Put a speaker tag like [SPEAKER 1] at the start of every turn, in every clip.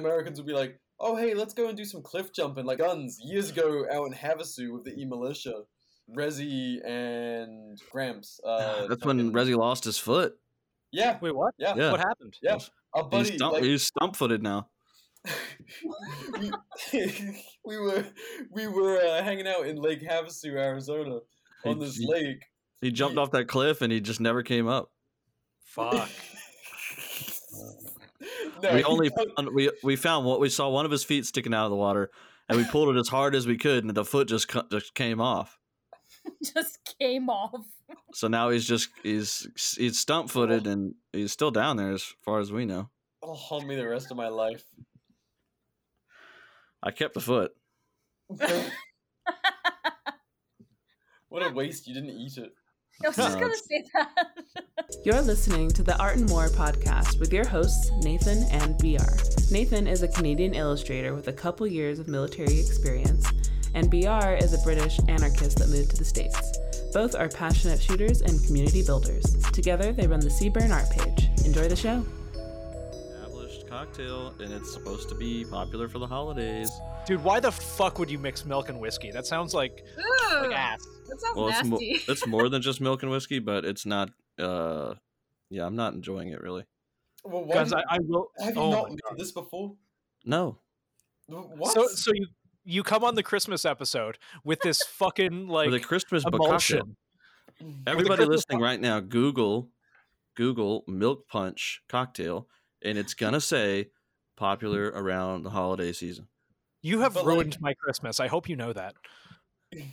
[SPEAKER 1] Americans would be like, "Oh, hey, let's go and do some cliff jumping like guns." Years ago, out in Havasu with the E militia, Resi and Gramps. Uh,
[SPEAKER 2] That's when
[SPEAKER 1] fucking-
[SPEAKER 2] Rezzy lost his foot.
[SPEAKER 1] Yeah,
[SPEAKER 3] Wait, what?
[SPEAKER 1] yeah,
[SPEAKER 2] Yeah.
[SPEAKER 3] What happened?
[SPEAKER 1] Yeah. a buddy.
[SPEAKER 2] he's stump,
[SPEAKER 1] like-
[SPEAKER 2] he's stump footed now.
[SPEAKER 1] we, we were we were uh, hanging out in Lake Havasu, Arizona, on this
[SPEAKER 2] He-
[SPEAKER 1] lake.
[SPEAKER 2] He jumped
[SPEAKER 1] Ye-
[SPEAKER 2] off that cliff and he just never came up.
[SPEAKER 3] Fuck.
[SPEAKER 1] no,
[SPEAKER 2] we
[SPEAKER 1] he
[SPEAKER 2] only
[SPEAKER 1] jumped-
[SPEAKER 2] found, we we found what we saw one of his feet sticking out of the water, and we pulled it as hard as we could, and the foot just cu- just came off.
[SPEAKER 4] just came off.
[SPEAKER 2] So now he's just he's he's stump footed, and he's still down there as far as we know.
[SPEAKER 1] it'll haunt me the rest of my life.
[SPEAKER 2] I kept the foot.
[SPEAKER 1] What a waste! You didn't eat it.
[SPEAKER 4] I was just
[SPEAKER 2] No,
[SPEAKER 1] Oh,
[SPEAKER 4] gonna say that.
[SPEAKER 5] You're listening to the Art and More podcast with your hosts, Nathan and BR. Nathan is a Canadian illustrator with a couple years of military experience, and BR is a British anarchist that moved to the States. Both are passionate shooters and community builders. Together, they run the Seaburn Art page. Enjoy the show.
[SPEAKER 2] Established cocktail, and it's supposed to be popular for the holidays.
[SPEAKER 3] Dude, why the fuck would you mix milk and whiskey? That sounds like,
[SPEAKER 6] Ooh,
[SPEAKER 3] like ass.
[SPEAKER 6] that sounds
[SPEAKER 2] Well, it's, mo-
[SPEAKER 6] nasty.
[SPEAKER 2] it's more than just milk and whiskey, but it's not. uh Yeah, I'm not enjoying it really.
[SPEAKER 1] Well, why
[SPEAKER 3] Because
[SPEAKER 1] did-
[SPEAKER 3] I, I will.
[SPEAKER 1] have you
[SPEAKER 3] oh
[SPEAKER 1] not
[SPEAKER 3] my
[SPEAKER 1] made this before?
[SPEAKER 2] No,
[SPEAKER 1] What?
[SPEAKER 3] So, so you you come on the Christmas episode with this fucking like
[SPEAKER 2] for the Christmas book cocktail.
[SPEAKER 3] emulsion.
[SPEAKER 2] Everybody
[SPEAKER 3] Christmas
[SPEAKER 2] listening right now, Google Google milk punch cocktail, and it's gonna say popular around the holiday season.
[SPEAKER 3] You have
[SPEAKER 1] But, like-
[SPEAKER 3] ruined my Christmas. I hope you know that.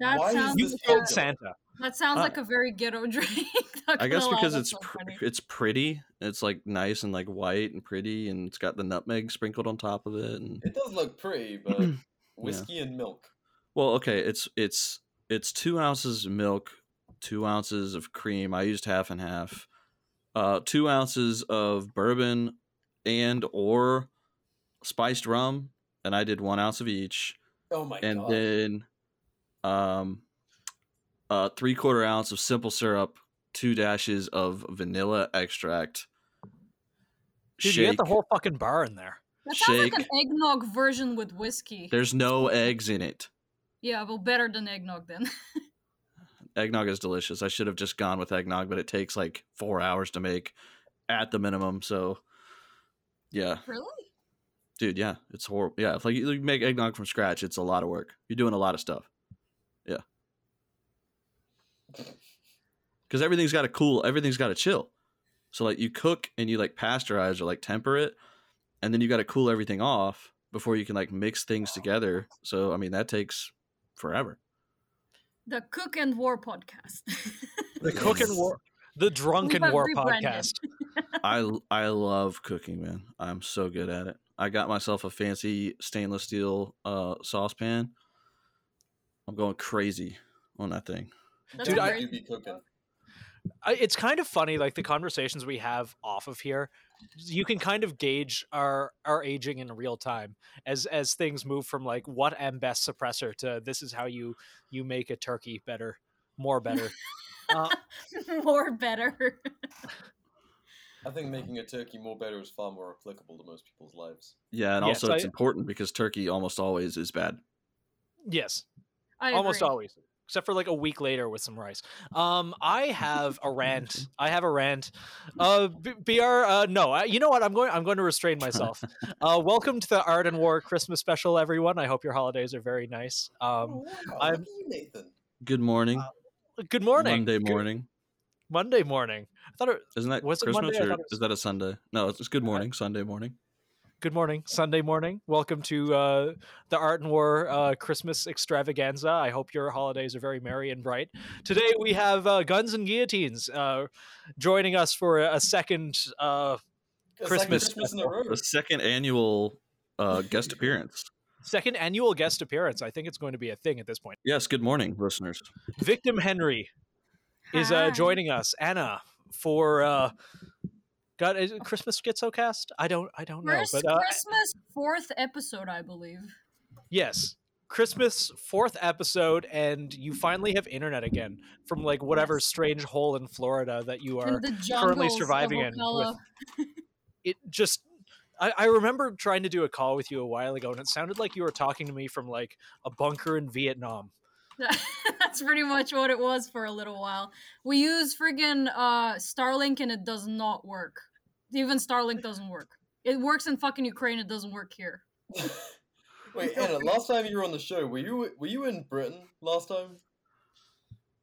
[SPEAKER 4] That
[SPEAKER 1] Why is
[SPEAKER 4] sounds.
[SPEAKER 3] You
[SPEAKER 1] this
[SPEAKER 4] like,
[SPEAKER 3] killed
[SPEAKER 1] is-
[SPEAKER 3] Santa.
[SPEAKER 4] that sounds
[SPEAKER 2] Uh,
[SPEAKER 4] like a very ghetto drink. Not
[SPEAKER 2] I guess
[SPEAKER 4] gonna lie,
[SPEAKER 2] because
[SPEAKER 4] that's
[SPEAKER 2] it's
[SPEAKER 4] so
[SPEAKER 2] pr-
[SPEAKER 4] funny.
[SPEAKER 2] it's pretty. It's like nice and like white and pretty, and it's got the nutmeg sprinkled on top of it. And
[SPEAKER 1] it does look pretty, but whiskey and milk.
[SPEAKER 2] well, okay, it's it's it's two ounces of milk, two ounces of cream. I used half and half. Uh, two ounces of bourbon and or spiced rum, and I did one ounce of each.
[SPEAKER 1] Oh my
[SPEAKER 2] and
[SPEAKER 1] god!
[SPEAKER 2] then um uh three quarter ounce of simple syrup two dashes of vanilla extract
[SPEAKER 3] Dude, you got the whole fucking bar in there.
[SPEAKER 4] That sounds like an
[SPEAKER 2] shake.
[SPEAKER 4] eggnog version with whiskey.
[SPEAKER 2] there's no eggs in it
[SPEAKER 4] Yeah, well, better than eggnog then.
[SPEAKER 2] eggnog is delicious i should have just gone with eggnog but it takes like four hours to make at the minimum so yeah
[SPEAKER 4] really?
[SPEAKER 2] dude yeah it's horrible yeah if like you you make eggnog from scratch it's a lot of work you're doing a lot of stuff yeah because everything's got to cool everything's got to chill so like you cook and you like pasteurize or like temper it and then you got to cool everything off before you can like mix things together so i mean that takes forever
[SPEAKER 4] The Cook and War podcast.
[SPEAKER 3] The cook and war, the drunken
[SPEAKER 4] have
[SPEAKER 3] war
[SPEAKER 4] rebranded.
[SPEAKER 3] podcast.
[SPEAKER 2] i i love cooking man i'm so good at it i got myself a fancy stainless steel uh saucepan i'm going crazy on that thing
[SPEAKER 4] That's
[SPEAKER 3] Dude,
[SPEAKER 4] a
[SPEAKER 3] I-
[SPEAKER 4] great-
[SPEAKER 1] you be cooking.
[SPEAKER 3] I, it's kind of funny like the conversations we have off of here you can kind of gauge our our aging in real time as as things move from like what am best suppressor to this is how you you make a turkey better more better uh,
[SPEAKER 4] more better.
[SPEAKER 1] I think making a turkey more better is far more applicable to most people's lives.
[SPEAKER 2] Yeah, and
[SPEAKER 3] Yes,
[SPEAKER 2] also it's
[SPEAKER 3] I-
[SPEAKER 2] important because turkey almost always is bad.
[SPEAKER 3] yes
[SPEAKER 4] I
[SPEAKER 3] almost
[SPEAKER 4] agree.
[SPEAKER 3] always except for like a week later with some rice um i have a rant i have a rant uh B- br uh no I, you know what i'm going i'm going to restrain myself uh welcome to the art and war christmas special everyone i hope your holidays are very nice um
[SPEAKER 1] Oh, wow,
[SPEAKER 3] I'm-
[SPEAKER 1] you, Nathan.
[SPEAKER 2] Good morning.
[SPEAKER 3] Uh, good morning
[SPEAKER 2] Monday
[SPEAKER 3] Good-
[SPEAKER 2] morning.
[SPEAKER 3] Monday morning. I thought it
[SPEAKER 2] Isn't that
[SPEAKER 3] Was it
[SPEAKER 2] Christmas
[SPEAKER 3] Monday? I
[SPEAKER 2] or
[SPEAKER 3] thought it
[SPEAKER 2] is that a Sunday? No, it's, it's good morning, Sunday morning.
[SPEAKER 3] good morning, Sunday morning. Welcome to uh, the Art and War uh, Christmas extravaganza. I hope your holidays are very merry and bright. Today we have uh, Guns and Guillotines uh, joining us for a, a second. Uh,
[SPEAKER 1] It's
[SPEAKER 3] Christmas
[SPEAKER 1] like Christmas in a row.
[SPEAKER 2] The second annual uh, guest appearance.
[SPEAKER 3] Second annual guest appearance. I think it's going to be a thing at this point.
[SPEAKER 2] Yes, good morning, listeners.
[SPEAKER 3] Victim Henry is uh,
[SPEAKER 4] Hi.
[SPEAKER 3] joining us. Anna for uh, God is it Christmas Schizocast. I don't. I don't know.
[SPEAKER 4] First
[SPEAKER 3] But uh,
[SPEAKER 4] Christmas fourth episode, I believe.
[SPEAKER 3] Yes. Christmas fourth episode, and you finally have internet again from like whatever
[SPEAKER 4] Yes.
[SPEAKER 3] strange hole in Florida that you
[SPEAKER 4] In
[SPEAKER 3] are.
[SPEAKER 4] the
[SPEAKER 3] currently
[SPEAKER 4] jungles of
[SPEAKER 3] surviving in with-
[SPEAKER 4] Ocala.
[SPEAKER 3] It just I, I remember trying to do a call with you a while ago, and it sounded like you were talking to me from like a bunker in Vietnam.
[SPEAKER 4] That's pretty much what it was for a little while. We use friggin' uh, Starlink and it does not work. Even Starlink doesn't work. It works in fucking Ukraine. It doesn't work here.
[SPEAKER 1] Wait, Anna, last time you were on the show, were you were you in Britain last time?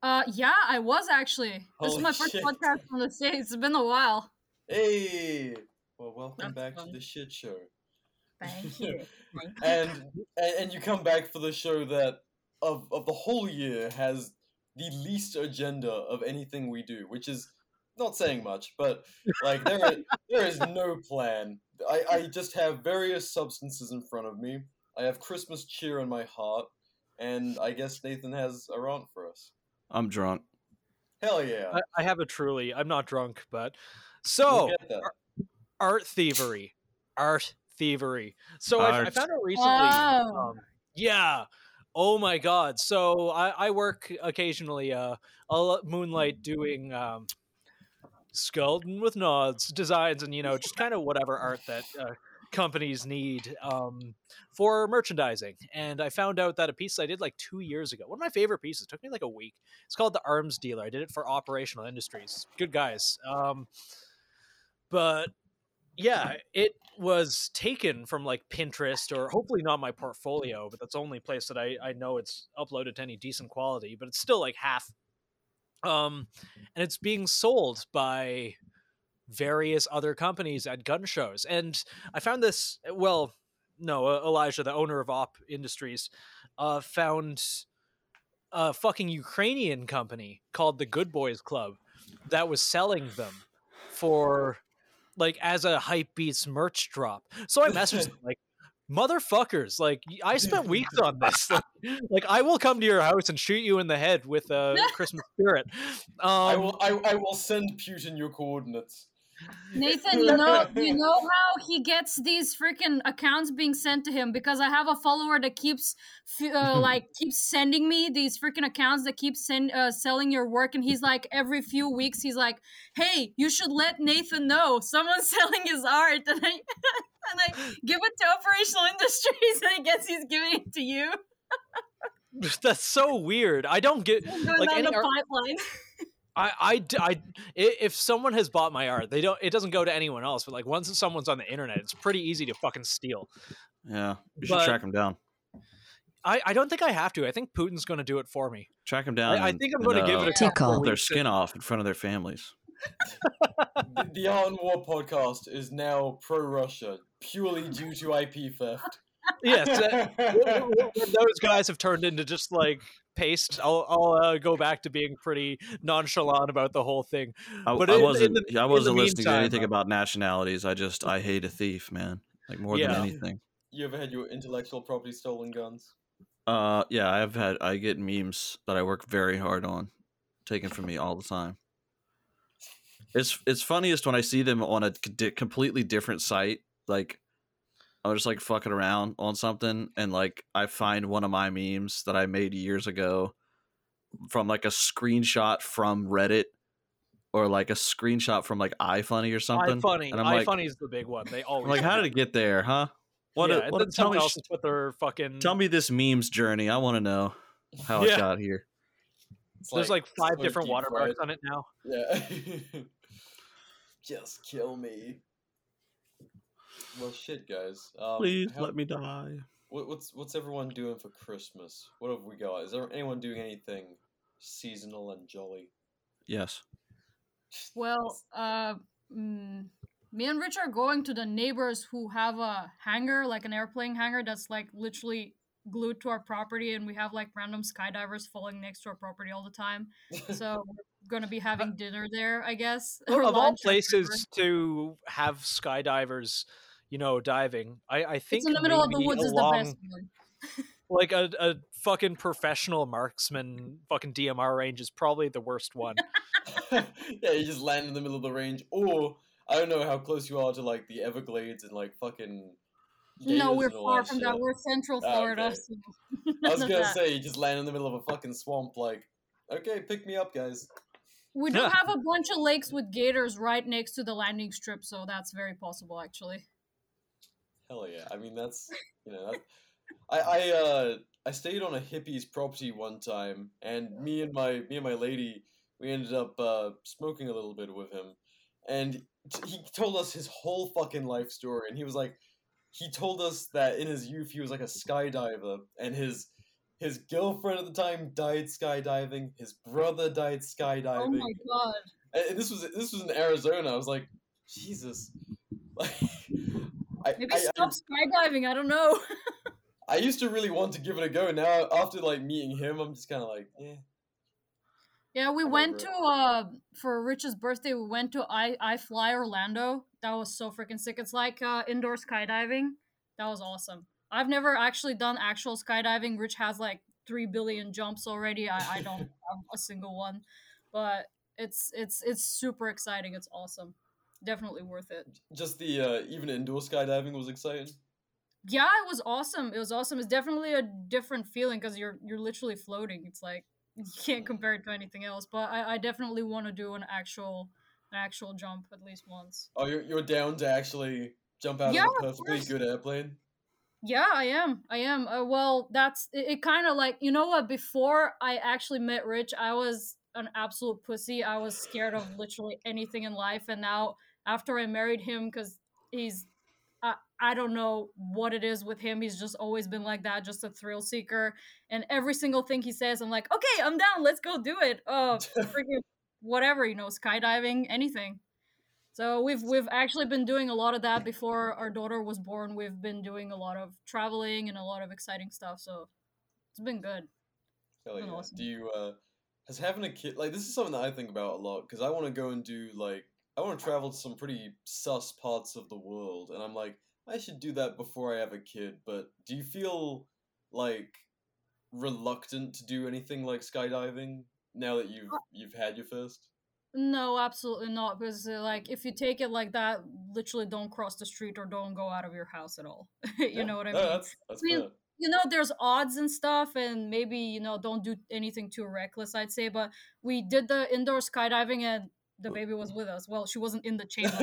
[SPEAKER 4] Uh, yeah, I was actually. this
[SPEAKER 1] Holy
[SPEAKER 4] is my first
[SPEAKER 1] shit.
[SPEAKER 4] podcast on the state. It's been a while.
[SPEAKER 1] Hey, well, welcome
[SPEAKER 4] That's
[SPEAKER 1] back
[SPEAKER 4] fun.
[SPEAKER 1] to the shit show.
[SPEAKER 4] Thank you. Thank you.
[SPEAKER 1] and, and and you come back for the show that of of the whole year has the least agenda of anything we do, which is not saying much, but like there is, there is no plan. I, I just have various substances in front of me. I have Christmas cheer in my heart, and I guess Nathan has a rant for us.
[SPEAKER 2] I'm drunk.
[SPEAKER 1] Hell yeah!
[SPEAKER 3] I, I have a truly. I'm not drunk, but
[SPEAKER 1] We'll
[SPEAKER 3] Uh, so
[SPEAKER 1] get that.
[SPEAKER 3] art thievery, art thievery. So I, I
[SPEAKER 2] Art.
[SPEAKER 3] found out recently.
[SPEAKER 1] uh,
[SPEAKER 4] Wow.
[SPEAKER 3] Um, yeah. Oh my god. So I, I work occasionally. Uh, I'll moonlight doing um, skeleton with nods designs and you know just kind of whatever art that uh, companies need um, for merchandising. And I found out that a piece I did like two years ago. One of my favorite pieces took me like a week. It's called the Arms Dealer. I did it for Operational Industries. Good guys. Um, but yeah, it was taken from like Pinterest or hopefully not my portfolio, but that's the only place that I, I know it's uploaded to any decent quality, but it's still like half. Um, and it's being sold by various other companies at gun shows. And I found this, well, no, E- Elijah, the owner of Op Industries, uh, found a fucking Ukrainian company called the Good Boys Club that was selling them for like as a hype beats merch drop. So I messaged them like motherfuckers like y- i spent weeks on this like, like, i will come to your house and shoot you in the head with a christmas spirit um
[SPEAKER 1] I will I, I will send Putin your coordinates.
[SPEAKER 4] Nathan, you know, you know how he gets these freaking accounts being sent to him because I have a follower that keeps, f- uh, like, keeps sending me these freaking accounts that keep send uh, selling your work, and he's like, every few weeks, he's like, "Hey, you should let Nathan know someone's selling his art," and I, and I give it to Operational Industries, and I guess he's giving it to you.
[SPEAKER 3] that's so weird i don't get
[SPEAKER 4] Going
[SPEAKER 3] Like
[SPEAKER 4] down
[SPEAKER 3] any
[SPEAKER 4] the
[SPEAKER 3] art-
[SPEAKER 4] pipeline.
[SPEAKER 3] I, I, d- I- i- if someone has bought my art, they don't. It doesn't go to anyone else. But like once someone's on the internet, it's pretty easy to fucking steal.
[SPEAKER 2] Yeah, we should
[SPEAKER 3] But-
[SPEAKER 2] track him down.
[SPEAKER 3] I, I don't think I have to. I think Putin's going to do it for me.
[SPEAKER 2] Track him down.
[SPEAKER 3] I, I
[SPEAKER 2] and-
[SPEAKER 3] think I'm
[SPEAKER 2] and,
[SPEAKER 3] going to give
[SPEAKER 2] uh,
[SPEAKER 3] it a
[SPEAKER 6] Tickle.
[SPEAKER 3] couple
[SPEAKER 2] their
[SPEAKER 3] weeks.
[SPEAKER 2] skin off in front of their families.
[SPEAKER 1] The, the Iron War podcast is now pro Russia purely due to IP theft.
[SPEAKER 3] Yes, uh, when- when- when those guys have turned into just like paste. I'll, I'll uh, go back to being pretty nonchalant about the whole thing.
[SPEAKER 2] I,
[SPEAKER 3] But
[SPEAKER 2] I
[SPEAKER 3] in- in
[SPEAKER 2] wasn't.
[SPEAKER 3] the-
[SPEAKER 2] yeah, I wasn't listening
[SPEAKER 3] meantime,
[SPEAKER 2] to anything
[SPEAKER 3] uh,
[SPEAKER 2] about nationalities. I just I hate a thief, man. Like more
[SPEAKER 3] Yeah.
[SPEAKER 2] than anything.
[SPEAKER 1] you ever had your intellectual property stolen guns?
[SPEAKER 2] Uh, yeah, I've had. I get memes that I work very hard on, taken from me all the time. It's it's funniest when I see them on a c- di- completely different site. Like I was just like fucking around on something, and like I find one of my memes that I made years ago from like a screenshot from Reddit or like a screenshot from like iFunny or something.
[SPEAKER 3] iFunny,
[SPEAKER 2] and I'm like,
[SPEAKER 3] iFunny is the big one. They always
[SPEAKER 2] I'm like,
[SPEAKER 3] do
[SPEAKER 2] how
[SPEAKER 3] that.
[SPEAKER 2] did it get there, huh? What?
[SPEAKER 3] yeah,
[SPEAKER 2] a-
[SPEAKER 3] and
[SPEAKER 2] what?
[SPEAKER 3] then
[SPEAKER 2] a- tell
[SPEAKER 3] someone
[SPEAKER 2] me,
[SPEAKER 3] else
[SPEAKER 2] sh-
[SPEAKER 3] has put their fucking.
[SPEAKER 2] tell me this memes journey. I want to know how
[SPEAKER 3] Yeah.
[SPEAKER 2] it got here.
[SPEAKER 1] It's
[SPEAKER 3] There's like five
[SPEAKER 1] so
[SPEAKER 3] different
[SPEAKER 1] deep
[SPEAKER 3] watermarks on it now.
[SPEAKER 1] fried. Yeah. Just kill me. Well, shit, guys. Um,
[SPEAKER 2] Please
[SPEAKER 1] how-
[SPEAKER 2] let me die.
[SPEAKER 1] What, what's what's everyone doing for Christmas? What have we got? Is there anyone doing anything seasonal and jolly?
[SPEAKER 2] Yes.
[SPEAKER 4] Well, uh, mm, me and Rich are going to the neighbors who have a hangar, like an airplane hangar, that's like literally glued to our property, and we have like random skydivers falling next to our property all the time. So we're gonna be having dinner there, I guess. or
[SPEAKER 3] Well, of all
[SPEAKER 4] lunch or whatever.
[SPEAKER 3] places to have skydivers, you know, diving, I, I think
[SPEAKER 4] it's in the middle of the
[SPEAKER 3] maybe
[SPEAKER 4] woods is the
[SPEAKER 3] along,
[SPEAKER 4] best one.
[SPEAKER 3] Like a, a fucking professional marksman, fucking DMR range is probably the worst one.
[SPEAKER 1] yeah, you just land in the middle of the range, or I don't know how close you are to like the Everglades and like fucking. gators
[SPEAKER 4] No, we're
[SPEAKER 1] and all
[SPEAKER 4] far from that.
[SPEAKER 1] shit.
[SPEAKER 4] We're central
[SPEAKER 1] Ah,
[SPEAKER 4] Florida.
[SPEAKER 1] okay.
[SPEAKER 4] so
[SPEAKER 1] I
[SPEAKER 4] none
[SPEAKER 1] was
[SPEAKER 4] of
[SPEAKER 1] gonna
[SPEAKER 4] that.
[SPEAKER 1] say, you just land in the middle of a fucking swamp, like, okay, pick me up, guys.
[SPEAKER 4] We do
[SPEAKER 3] Yeah.
[SPEAKER 4] have a bunch of lakes with gators right next to the landing strip, so that's very possible, actually.
[SPEAKER 1] I mean, that's you know, that, I I uh I stayed on a hippie's property one time, and me and my me and my lady we ended up uh, smoking a little bit with him, and t- he told us his whole fucking life story, and he was like, he told us that in his youth he was like a skydiver, and his his girlfriend at the time died skydiving, his brother died skydiving.
[SPEAKER 4] Oh my god.
[SPEAKER 1] And- and this was this was in Arizona. I was like, Jesus. Like, I,
[SPEAKER 4] Maybe
[SPEAKER 1] I, I,
[SPEAKER 4] stop skydiving. I don't know.
[SPEAKER 1] I used to really want to give it a go. Now after like meeting him, I'm just kind of like, eh. yeah.
[SPEAKER 4] Yeah, we
[SPEAKER 1] I'm
[SPEAKER 4] went
[SPEAKER 1] over
[SPEAKER 4] to
[SPEAKER 1] it.
[SPEAKER 4] uh for Rich's birthday. We went to I I Fly Orlando. That was so freaking sick. It's like uh, indoor skydiving. That was awesome. I've never actually done actual skydiving. Rich has like three billion jumps already. I, I don't have a single one, but it's it's it's super exciting. It's awesome. Definitely worth it.
[SPEAKER 1] Just the uh, even indoor skydiving was exciting.
[SPEAKER 4] Yeah, it was awesome. It was awesome. It's definitely a different feeling because you're you're literally floating. It's like you can't compare it to anything else. But I, I definitely want to do an actual an actual jump at least once.
[SPEAKER 1] Oh, you're, you're down to actually jump out
[SPEAKER 4] Yeah,
[SPEAKER 1] of
[SPEAKER 4] of
[SPEAKER 1] a perfectly
[SPEAKER 4] course.
[SPEAKER 1] good airplane.
[SPEAKER 4] Yeah, I am. I am. Uh, well, that's it. it kind of like you know what? Before I actually met Rich, I was an absolute pussy. I was scared of literally anything in life, and now after I married him, because he's, I I don't know what it is with him. He's just always been like that, just a thrill seeker. And every single thing he says, I'm like, okay, I'm down. Let's go do it. Oh, freaking whatever, you know, skydiving, anything. So we've we've actually been doing a lot of that before our daughter was born. We've been doing a lot of traveling and a lot of exciting stuff. So it's been good.
[SPEAKER 1] Hell yeah.
[SPEAKER 4] Oh, Awesome.
[SPEAKER 1] Do you uh, has having a kid like this is something that I think about a lot because I want to go and do like I want to travel to some pretty sus parts of the world, and I'm like I should do that before I have a kid. But do you feel like reluctant to do anything like skydiving now that you've you've had your first?
[SPEAKER 4] No, absolutely not. Because uh, like if you take it like that, literally don't cross the street or don't go out of your house at all. you
[SPEAKER 1] Yeah.
[SPEAKER 4] know what I
[SPEAKER 1] No,
[SPEAKER 4] mean?
[SPEAKER 1] that's that's
[SPEAKER 4] I mean,
[SPEAKER 1] fair.
[SPEAKER 4] you know there's odds and stuff and maybe you know don't do anything too reckless i'd say but we did the indoor skydiving and the baby was with us well she wasn't in the chamber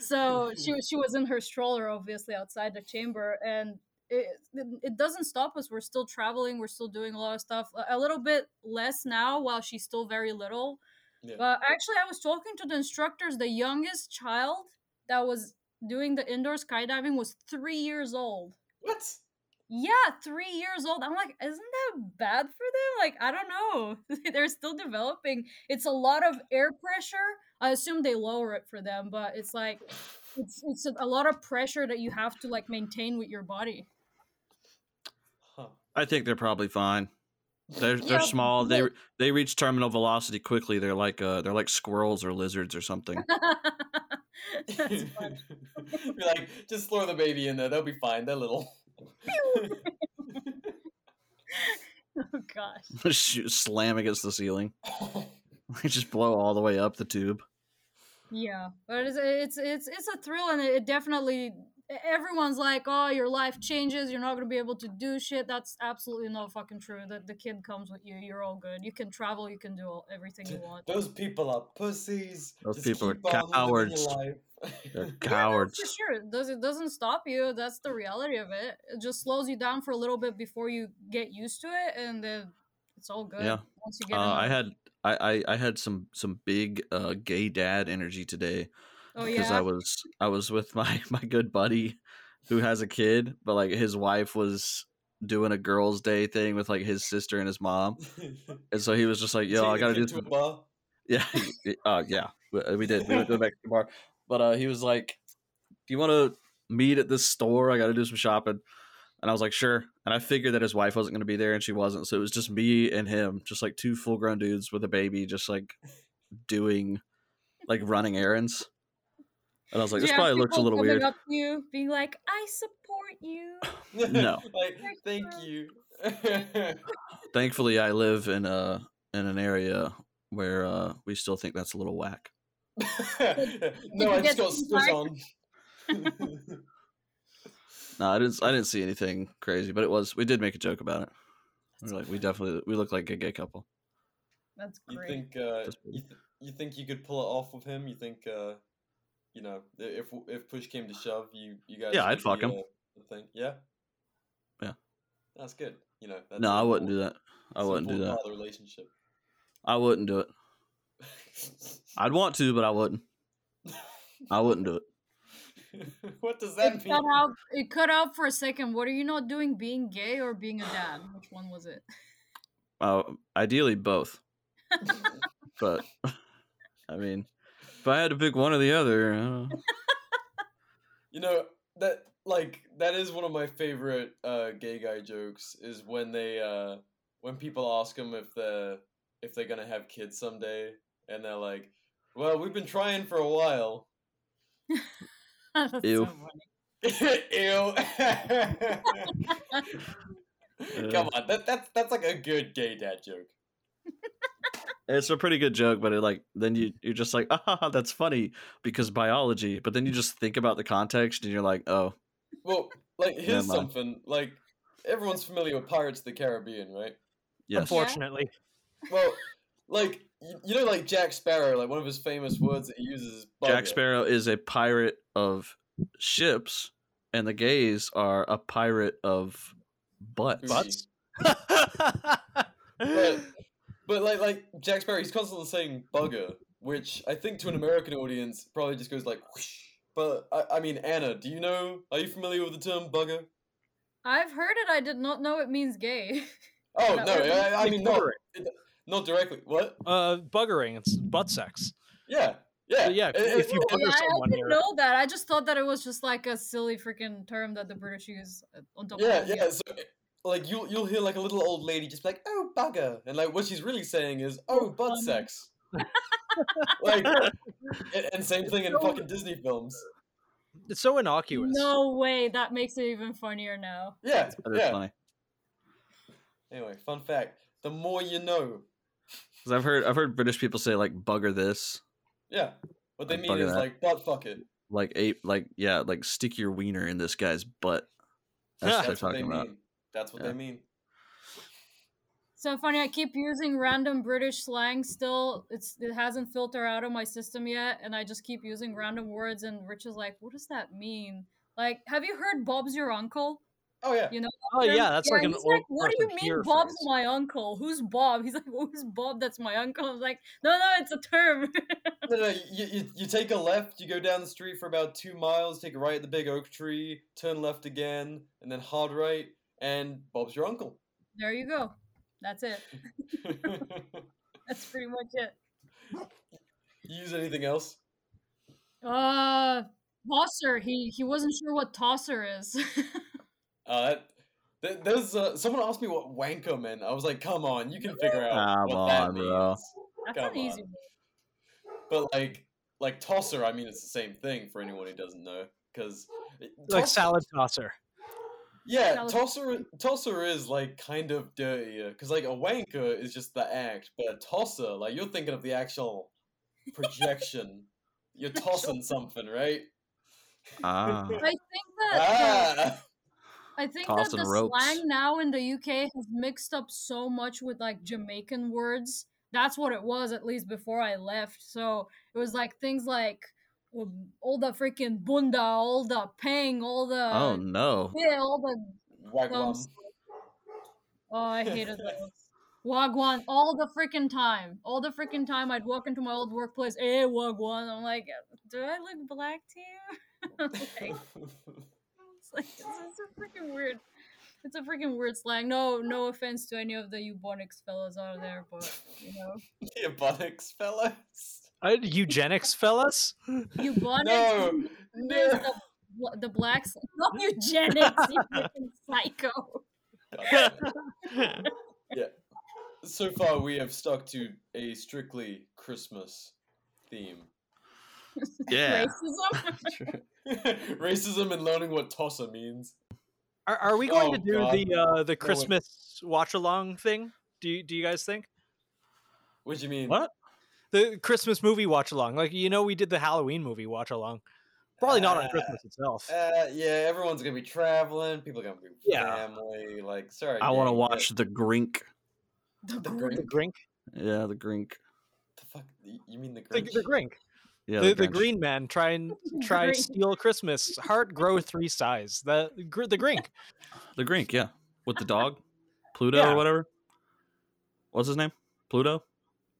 [SPEAKER 4] so she was- she was in her stroller obviously outside the chamber and it, it- it doesn't stop us we're still traveling we're still doing a lot of stuff A- a little bit less now while she's still very little
[SPEAKER 1] Yeah.
[SPEAKER 4] but actually i was talking to the instructors the youngest child that was doing the indoor skydiving was three years old
[SPEAKER 1] what?
[SPEAKER 4] yeah, three years old. I'm like, isn't that bad for them? Like, I don't know. They're still developing. It's a lot of air pressure. I assume they lower it for them, but it's like it's it's a lot of pressure that you have to like maintain with your body.
[SPEAKER 1] Huh.
[SPEAKER 2] I think they're probably fine. They're
[SPEAKER 4] Yeah,
[SPEAKER 2] they're small. They
[SPEAKER 4] but-
[SPEAKER 2] they reach terminal velocity quickly. They're like uh they're like squirrels or lizards or something.
[SPEAKER 4] Oh That's funny.
[SPEAKER 1] Be like, just throw the baby in there. They'll be fine. They're little.
[SPEAKER 4] Oh gosh.
[SPEAKER 2] Shoot, Slam against the ceiling. They just blow all the way up the tube.
[SPEAKER 4] Yeah, but it's it's it's it's a thrill, and it definitely e, everyone's like, oh, your life changes. You're not gonna be able to do shit. That's absolutely not fucking true. That the kid comes with you. You're all good. You can travel. You can do all, everything you want.
[SPEAKER 1] Those people are pussies.
[SPEAKER 2] Those
[SPEAKER 1] Just
[SPEAKER 2] people are
[SPEAKER 1] keep on living your
[SPEAKER 2] cowards.
[SPEAKER 1] life."
[SPEAKER 2] They're
[SPEAKER 4] Yeah, no,
[SPEAKER 2] cowards.
[SPEAKER 4] for sure. It, does, it doesn't stop you. That's the reality of it. It just slows you down for a little bit before you get used to it, and then it's all good.
[SPEAKER 2] Yeah.
[SPEAKER 4] Once you
[SPEAKER 2] Uh,
[SPEAKER 4] get in
[SPEAKER 2] I
[SPEAKER 4] it.
[SPEAKER 2] had I, I I had some some big uh gay dad energy today
[SPEAKER 4] oh,
[SPEAKER 2] because
[SPEAKER 4] yeah.
[SPEAKER 2] I was I was with my my good buddy who has a kid, but like his wife was doing a girls' day thing with like his sister and his mom, and so he was just like, "Yo,
[SPEAKER 1] Take
[SPEAKER 2] I
[SPEAKER 1] the
[SPEAKER 2] gotta
[SPEAKER 1] kid
[SPEAKER 2] do
[SPEAKER 1] to
[SPEAKER 2] some
[SPEAKER 1] a bar.
[SPEAKER 2] Yeah, y- uh, yeah, we, we did. We went to the Mexican bar, but uh, he was like, "Do you want to meet at this store? I got to do some shopping." And I was like, "Sure." And I figured that his wife wasn't going to be there, and she wasn't, so it was just me and him, just like two full-grown dudes with a baby, just like doing, like running errands. And I was like,
[SPEAKER 4] Do
[SPEAKER 2] "This
[SPEAKER 4] you have
[SPEAKER 2] probably looks a
[SPEAKER 4] people
[SPEAKER 2] little
[SPEAKER 4] coming
[SPEAKER 2] weird."
[SPEAKER 4] Up to you, being like, "I support you."
[SPEAKER 2] No.
[SPEAKER 1] like, thank you.
[SPEAKER 2] Thankfully, I live in a in an area where uh, we still think that's a little whack.
[SPEAKER 1] no, I just
[SPEAKER 4] you get
[SPEAKER 1] got
[SPEAKER 4] some
[SPEAKER 1] spit
[SPEAKER 4] bark?
[SPEAKER 1] on.
[SPEAKER 2] No, I didn't. I didn't see anything crazy, but it was. We did make a joke about it. We were like, we definitely we look like a gay couple.
[SPEAKER 4] That's
[SPEAKER 1] You
[SPEAKER 4] great.
[SPEAKER 1] think uh,
[SPEAKER 2] Just-
[SPEAKER 1] you, th- you think you could pull it off with him? You think uh, you know, i- if if push came to shove, you you guys.
[SPEAKER 2] Yeah, I'd
[SPEAKER 1] should
[SPEAKER 2] fuck
[SPEAKER 1] be,
[SPEAKER 2] 'em.
[SPEAKER 1] uh, the thing. Yeah.
[SPEAKER 2] Yeah.
[SPEAKER 1] That's good. You know. That's
[SPEAKER 2] No, I wouldn't do
[SPEAKER 1] that.
[SPEAKER 2] that. I wouldn't do that.
[SPEAKER 1] Father relationship.
[SPEAKER 2] I wouldn't do it. I'd want to, but I wouldn't. I wouldn't do it.
[SPEAKER 1] what does that
[SPEAKER 4] It
[SPEAKER 1] mean?
[SPEAKER 4] cut out. It cut out for a second. What are you not doing? Being gay or being a dad? Which one was it?
[SPEAKER 2] Uh, ideally, both. but I mean, if I had to pick one or the other, uh, I don't know.
[SPEAKER 1] You know that like that is one of my favorite uh, gay guy jokes is when they uh, when people ask them if they're if they're gonna have kids someday and they're like, well, we've been trying for a while.
[SPEAKER 4] That's so
[SPEAKER 2] Ew.
[SPEAKER 4] funny.
[SPEAKER 1] Ew. Come on, that that's that's like a good gay dad joke.
[SPEAKER 2] it's a pretty good joke. But it like then you you're just like, ah, that's funny because biology. But then you just think about the context and you're like, oh,
[SPEAKER 1] Well, like here's
[SPEAKER 2] Never mind.
[SPEAKER 1] something like everyone's familiar with Pirates of the Caribbean, right?
[SPEAKER 2] yes,
[SPEAKER 4] Unfor-
[SPEAKER 3] Unfortunately,
[SPEAKER 1] Well, like y- you know, like Jack Sparrow, like one of his famous words that he uses is
[SPEAKER 2] Jack
[SPEAKER 1] bugger.
[SPEAKER 2] Sparrow is a pirate of ships, and the gays are a pirate of butts.
[SPEAKER 1] Booty.
[SPEAKER 3] butts.
[SPEAKER 1] But, but like like Jack Sparrow, he's constantly saying bugger, which I think to an American audience probably just goes like. Whoosh. But I, I mean, Anna, do you know? Are you familiar with the term bugger?
[SPEAKER 4] I've heard it. I did not know it means gay.
[SPEAKER 1] Oh
[SPEAKER 4] that
[SPEAKER 1] no,
[SPEAKER 4] what it means?
[SPEAKER 1] I, I mean not not directly. What?
[SPEAKER 3] uh, buggering. It's butt sex.
[SPEAKER 1] Yeah, yeah,
[SPEAKER 3] yeah,
[SPEAKER 1] it-
[SPEAKER 3] if
[SPEAKER 1] it-
[SPEAKER 3] you
[SPEAKER 1] it-
[SPEAKER 3] bugger
[SPEAKER 4] I, I
[SPEAKER 3] someone
[SPEAKER 4] didn't
[SPEAKER 3] or-
[SPEAKER 4] know that. I just thought that it was just like a silly freaking term that the
[SPEAKER 3] Mm-hmm.
[SPEAKER 4] British use uh, on top.
[SPEAKER 1] yeah,
[SPEAKER 4] of
[SPEAKER 1] yeah. So eh, like you'll you'll hear like a little old lady just like oh bugger, and like what she's really saying is oh butt
[SPEAKER 4] funny.
[SPEAKER 1] sex. like and, and same thing in
[SPEAKER 4] So-
[SPEAKER 1] fucking Disney films.
[SPEAKER 3] It's so innocuous.
[SPEAKER 4] No way. That makes it even funnier now.
[SPEAKER 1] Yeah,
[SPEAKER 2] That is
[SPEAKER 1] yeah.
[SPEAKER 2] funny.
[SPEAKER 1] Anyway, fun fact: the more you know.
[SPEAKER 2] Because I've heard I've heard British people say like bugger this,
[SPEAKER 1] Yeah, what they
[SPEAKER 2] Like,
[SPEAKER 1] mean
[SPEAKER 2] bugger
[SPEAKER 1] is
[SPEAKER 2] that.
[SPEAKER 1] like butt fuck it.
[SPEAKER 2] like ape, like yeah, like stick your wiener in this guy's butt. That's
[SPEAKER 3] Yeah.
[SPEAKER 2] what they're
[SPEAKER 1] That's what they
[SPEAKER 2] talking about.
[SPEAKER 1] mean. That's what
[SPEAKER 2] Yeah.
[SPEAKER 1] they mean.
[SPEAKER 4] So funny. I keep using random British slang. Still, it's it hasn't filtered out of my system yet, and I just keep using random words. And Rich is like, "What does that mean?" Like, have you heard Bob's your uncle?
[SPEAKER 1] Oh yeah,
[SPEAKER 4] You know,
[SPEAKER 3] Oh
[SPEAKER 4] term?
[SPEAKER 3] yeah, that's like an
[SPEAKER 4] he's
[SPEAKER 3] old.
[SPEAKER 4] like, what do you
[SPEAKER 3] person
[SPEAKER 4] mean,
[SPEAKER 3] here
[SPEAKER 4] Bob's
[SPEAKER 3] phrase.
[SPEAKER 4] my uncle? Who's Bob? He's like, who's Bob? That's my uncle. I was like, no, no, it's a term.
[SPEAKER 1] no, no. You, you you take a left, you go down the street for about two miles, take a right at the big oak tree, turn left again, and then hard right, and Bob's your uncle.
[SPEAKER 4] there you go. That's it. That's pretty much it.
[SPEAKER 1] You use anything else?
[SPEAKER 4] Uh, tosser. He he wasn't sure what tosser is.
[SPEAKER 1] Uh, that- th- there's uh, someone asked me what wanker meant. I was like, come on, you can figure out
[SPEAKER 2] Come
[SPEAKER 1] what that
[SPEAKER 2] on, bro.
[SPEAKER 1] means.
[SPEAKER 4] That's
[SPEAKER 1] Come
[SPEAKER 4] an easy
[SPEAKER 1] on.
[SPEAKER 4] one.
[SPEAKER 1] But like, like tosser, I mean, it's the same thing for anyone who doesn't know, because
[SPEAKER 3] like salad tosser.
[SPEAKER 1] Yeah,
[SPEAKER 4] Salad.
[SPEAKER 1] tosser tosser is like kind of dirtier because like a wanker is just the act, but a tosser like you're thinking of the actual projection. you're tossing something, right?
[SPEAKER 2] Ah,
[SPEAKER 4] I think that uh,
[SPEAKER 1] Ah,
[SPEAKER 4] I think that
[SPEAKER 2] Tossing
[SPEAKER 4] the
[SPEAKER 2] ropes.
[SPEAKER 4] slang now in the UK has mixed up so much with like Jamaican words. That's what it was, at least before I left. So it was like things like um, all the freaking bunda, all the pang, all the
[SPEAKER 2] oh no.
[SPEAKER 4] yeah, all the
[SPEAKER 1] wagwan.
[SPEAKER 4] clumps. Oh, I hated those. Wagwan all the freaking time. All the freaking time I'd walk into my old workplace, hey Wagwan. I'm like, do I look black to you? like, it's like it's, it's a freaking weird. It's a freaking weird slang. No, no offense to any of the eubonics fellas out there, but you know,
[SPEAKER 1] the buttocks, fellas.
[SPEAKER 3] Uh, eugenics, fellas.
[SPEAKER 4] eubonics
[SPEAKER 1] No,
[SPEAKER 4] is
[SPEAKER 1] no.
[SPEAKER 4] the, bl- the blacks. No eugenics, you freaking psycho.
[SPEAKER 1] yeah. So far, we have stuck to a strictly Christmas theme.
[SPEAKER 2] Yeah.
[SPEAKER 4] Racism.
[SPEAKER 1] Racism and learning what tosser means.
[SPEAKER 3] Are, are we going
[SPEAKER 1] Oh,
[SPEAKER 3] to do
[SPEAKER 1] God.
[SPEAKER 3] the uh, the Christmas watch along thing? Do you, do you guys think
[SPEAKER 1] What do you mean?
[SPEAKER 2] What?
[SPEAKER 3] the Christmas movie watch along? Like you know, we did the Halloween movie watch along. Probably not on
[SPEAKER 1] Uh,
[SPEAKER 3] Christmas itself.
[SPEAKER 1] Uh, yeah, everyone's gonna be traveling. People are gonna be with
[SPEAKER 3] Yeah.
[SPEAKER 1] family. Like, sorry,
[SPEAKER 2] I want to
[SPEAKER 1] gang, but
[SPEAKER 2] watch the Grink.
[SPEAKER 1] the
[SPEAKER 4] The
[SPEAKER 1] Grinch.
[SPEAKER 3] the Grink,
[SPEAKER 2] Yeah, the Grink.
[SPEAKER 1] The fuck? y- You mean the
[SPEAKER 3] the,
[SPEAKER 1] Grinch?
[SPEAKER 3] the Grink.
[SPEAKER 2] Yeah,
[SPEAKER 3] the, the
[SPEAKER 2] Grinch.
[SPEAKER 3] green man try and try
[SPEAKER 4] Green.
[SPEAKER 3] steal Christmas. Heart grow three size. The gr- the grink.
[SPEAKER 2] The Grink, yeah. With the dog? Pluto
[SPEAKER 3] Yeah.
[SPEAKER 2] or whatever? What's his name? Pluto?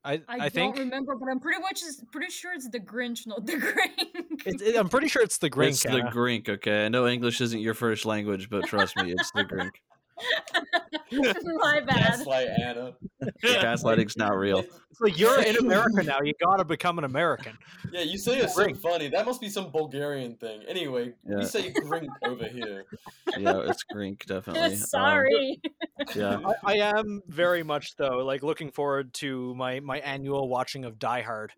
[SPEAKER 3] I
[SPEAKER 4] I,
[SPEAKER 3] I,
[SPEAKER 4] don't
[SPEAKER 3] think
[SPEAKER 4] remember, but I'm pretty much pretty sure it's the Grinch, not the Grinch.
[SPEAKER 3] it, it- I'm pretty sure it's the grink.
[SPEAKER 2] It's the
[SPEAKER 3] Anna.
[SPEAKER 2] Grink, okay. I know English isn't your first language, but trust me, it's the Grink.
[SPEAKER 4] My bad.
[SPEAKER 1] Gaslight Anna.
[SPEAKER 2] The gaslighting's not real.
[SPEAKER 3] It's like you're in America now. You gotta become an American.
[SPEAKER 1] Yeah, you say it's so
[SPEAKER 3] Grink.
[SPEAKER 1] funny. That must be some Bulgarian thing. Anyway,
[SPEAKER 2] Yeah.
[SPEAKER 1] we say grink over here.
[SPEAKER 2] Yeah, it's Grink, definitely. Um,
[SPEAKER 4] Sorry.
[SPEAKER 2] yeah.
[SPEAKER 3] I, I am very much though like looking forward to my my annual watching of Die Hard,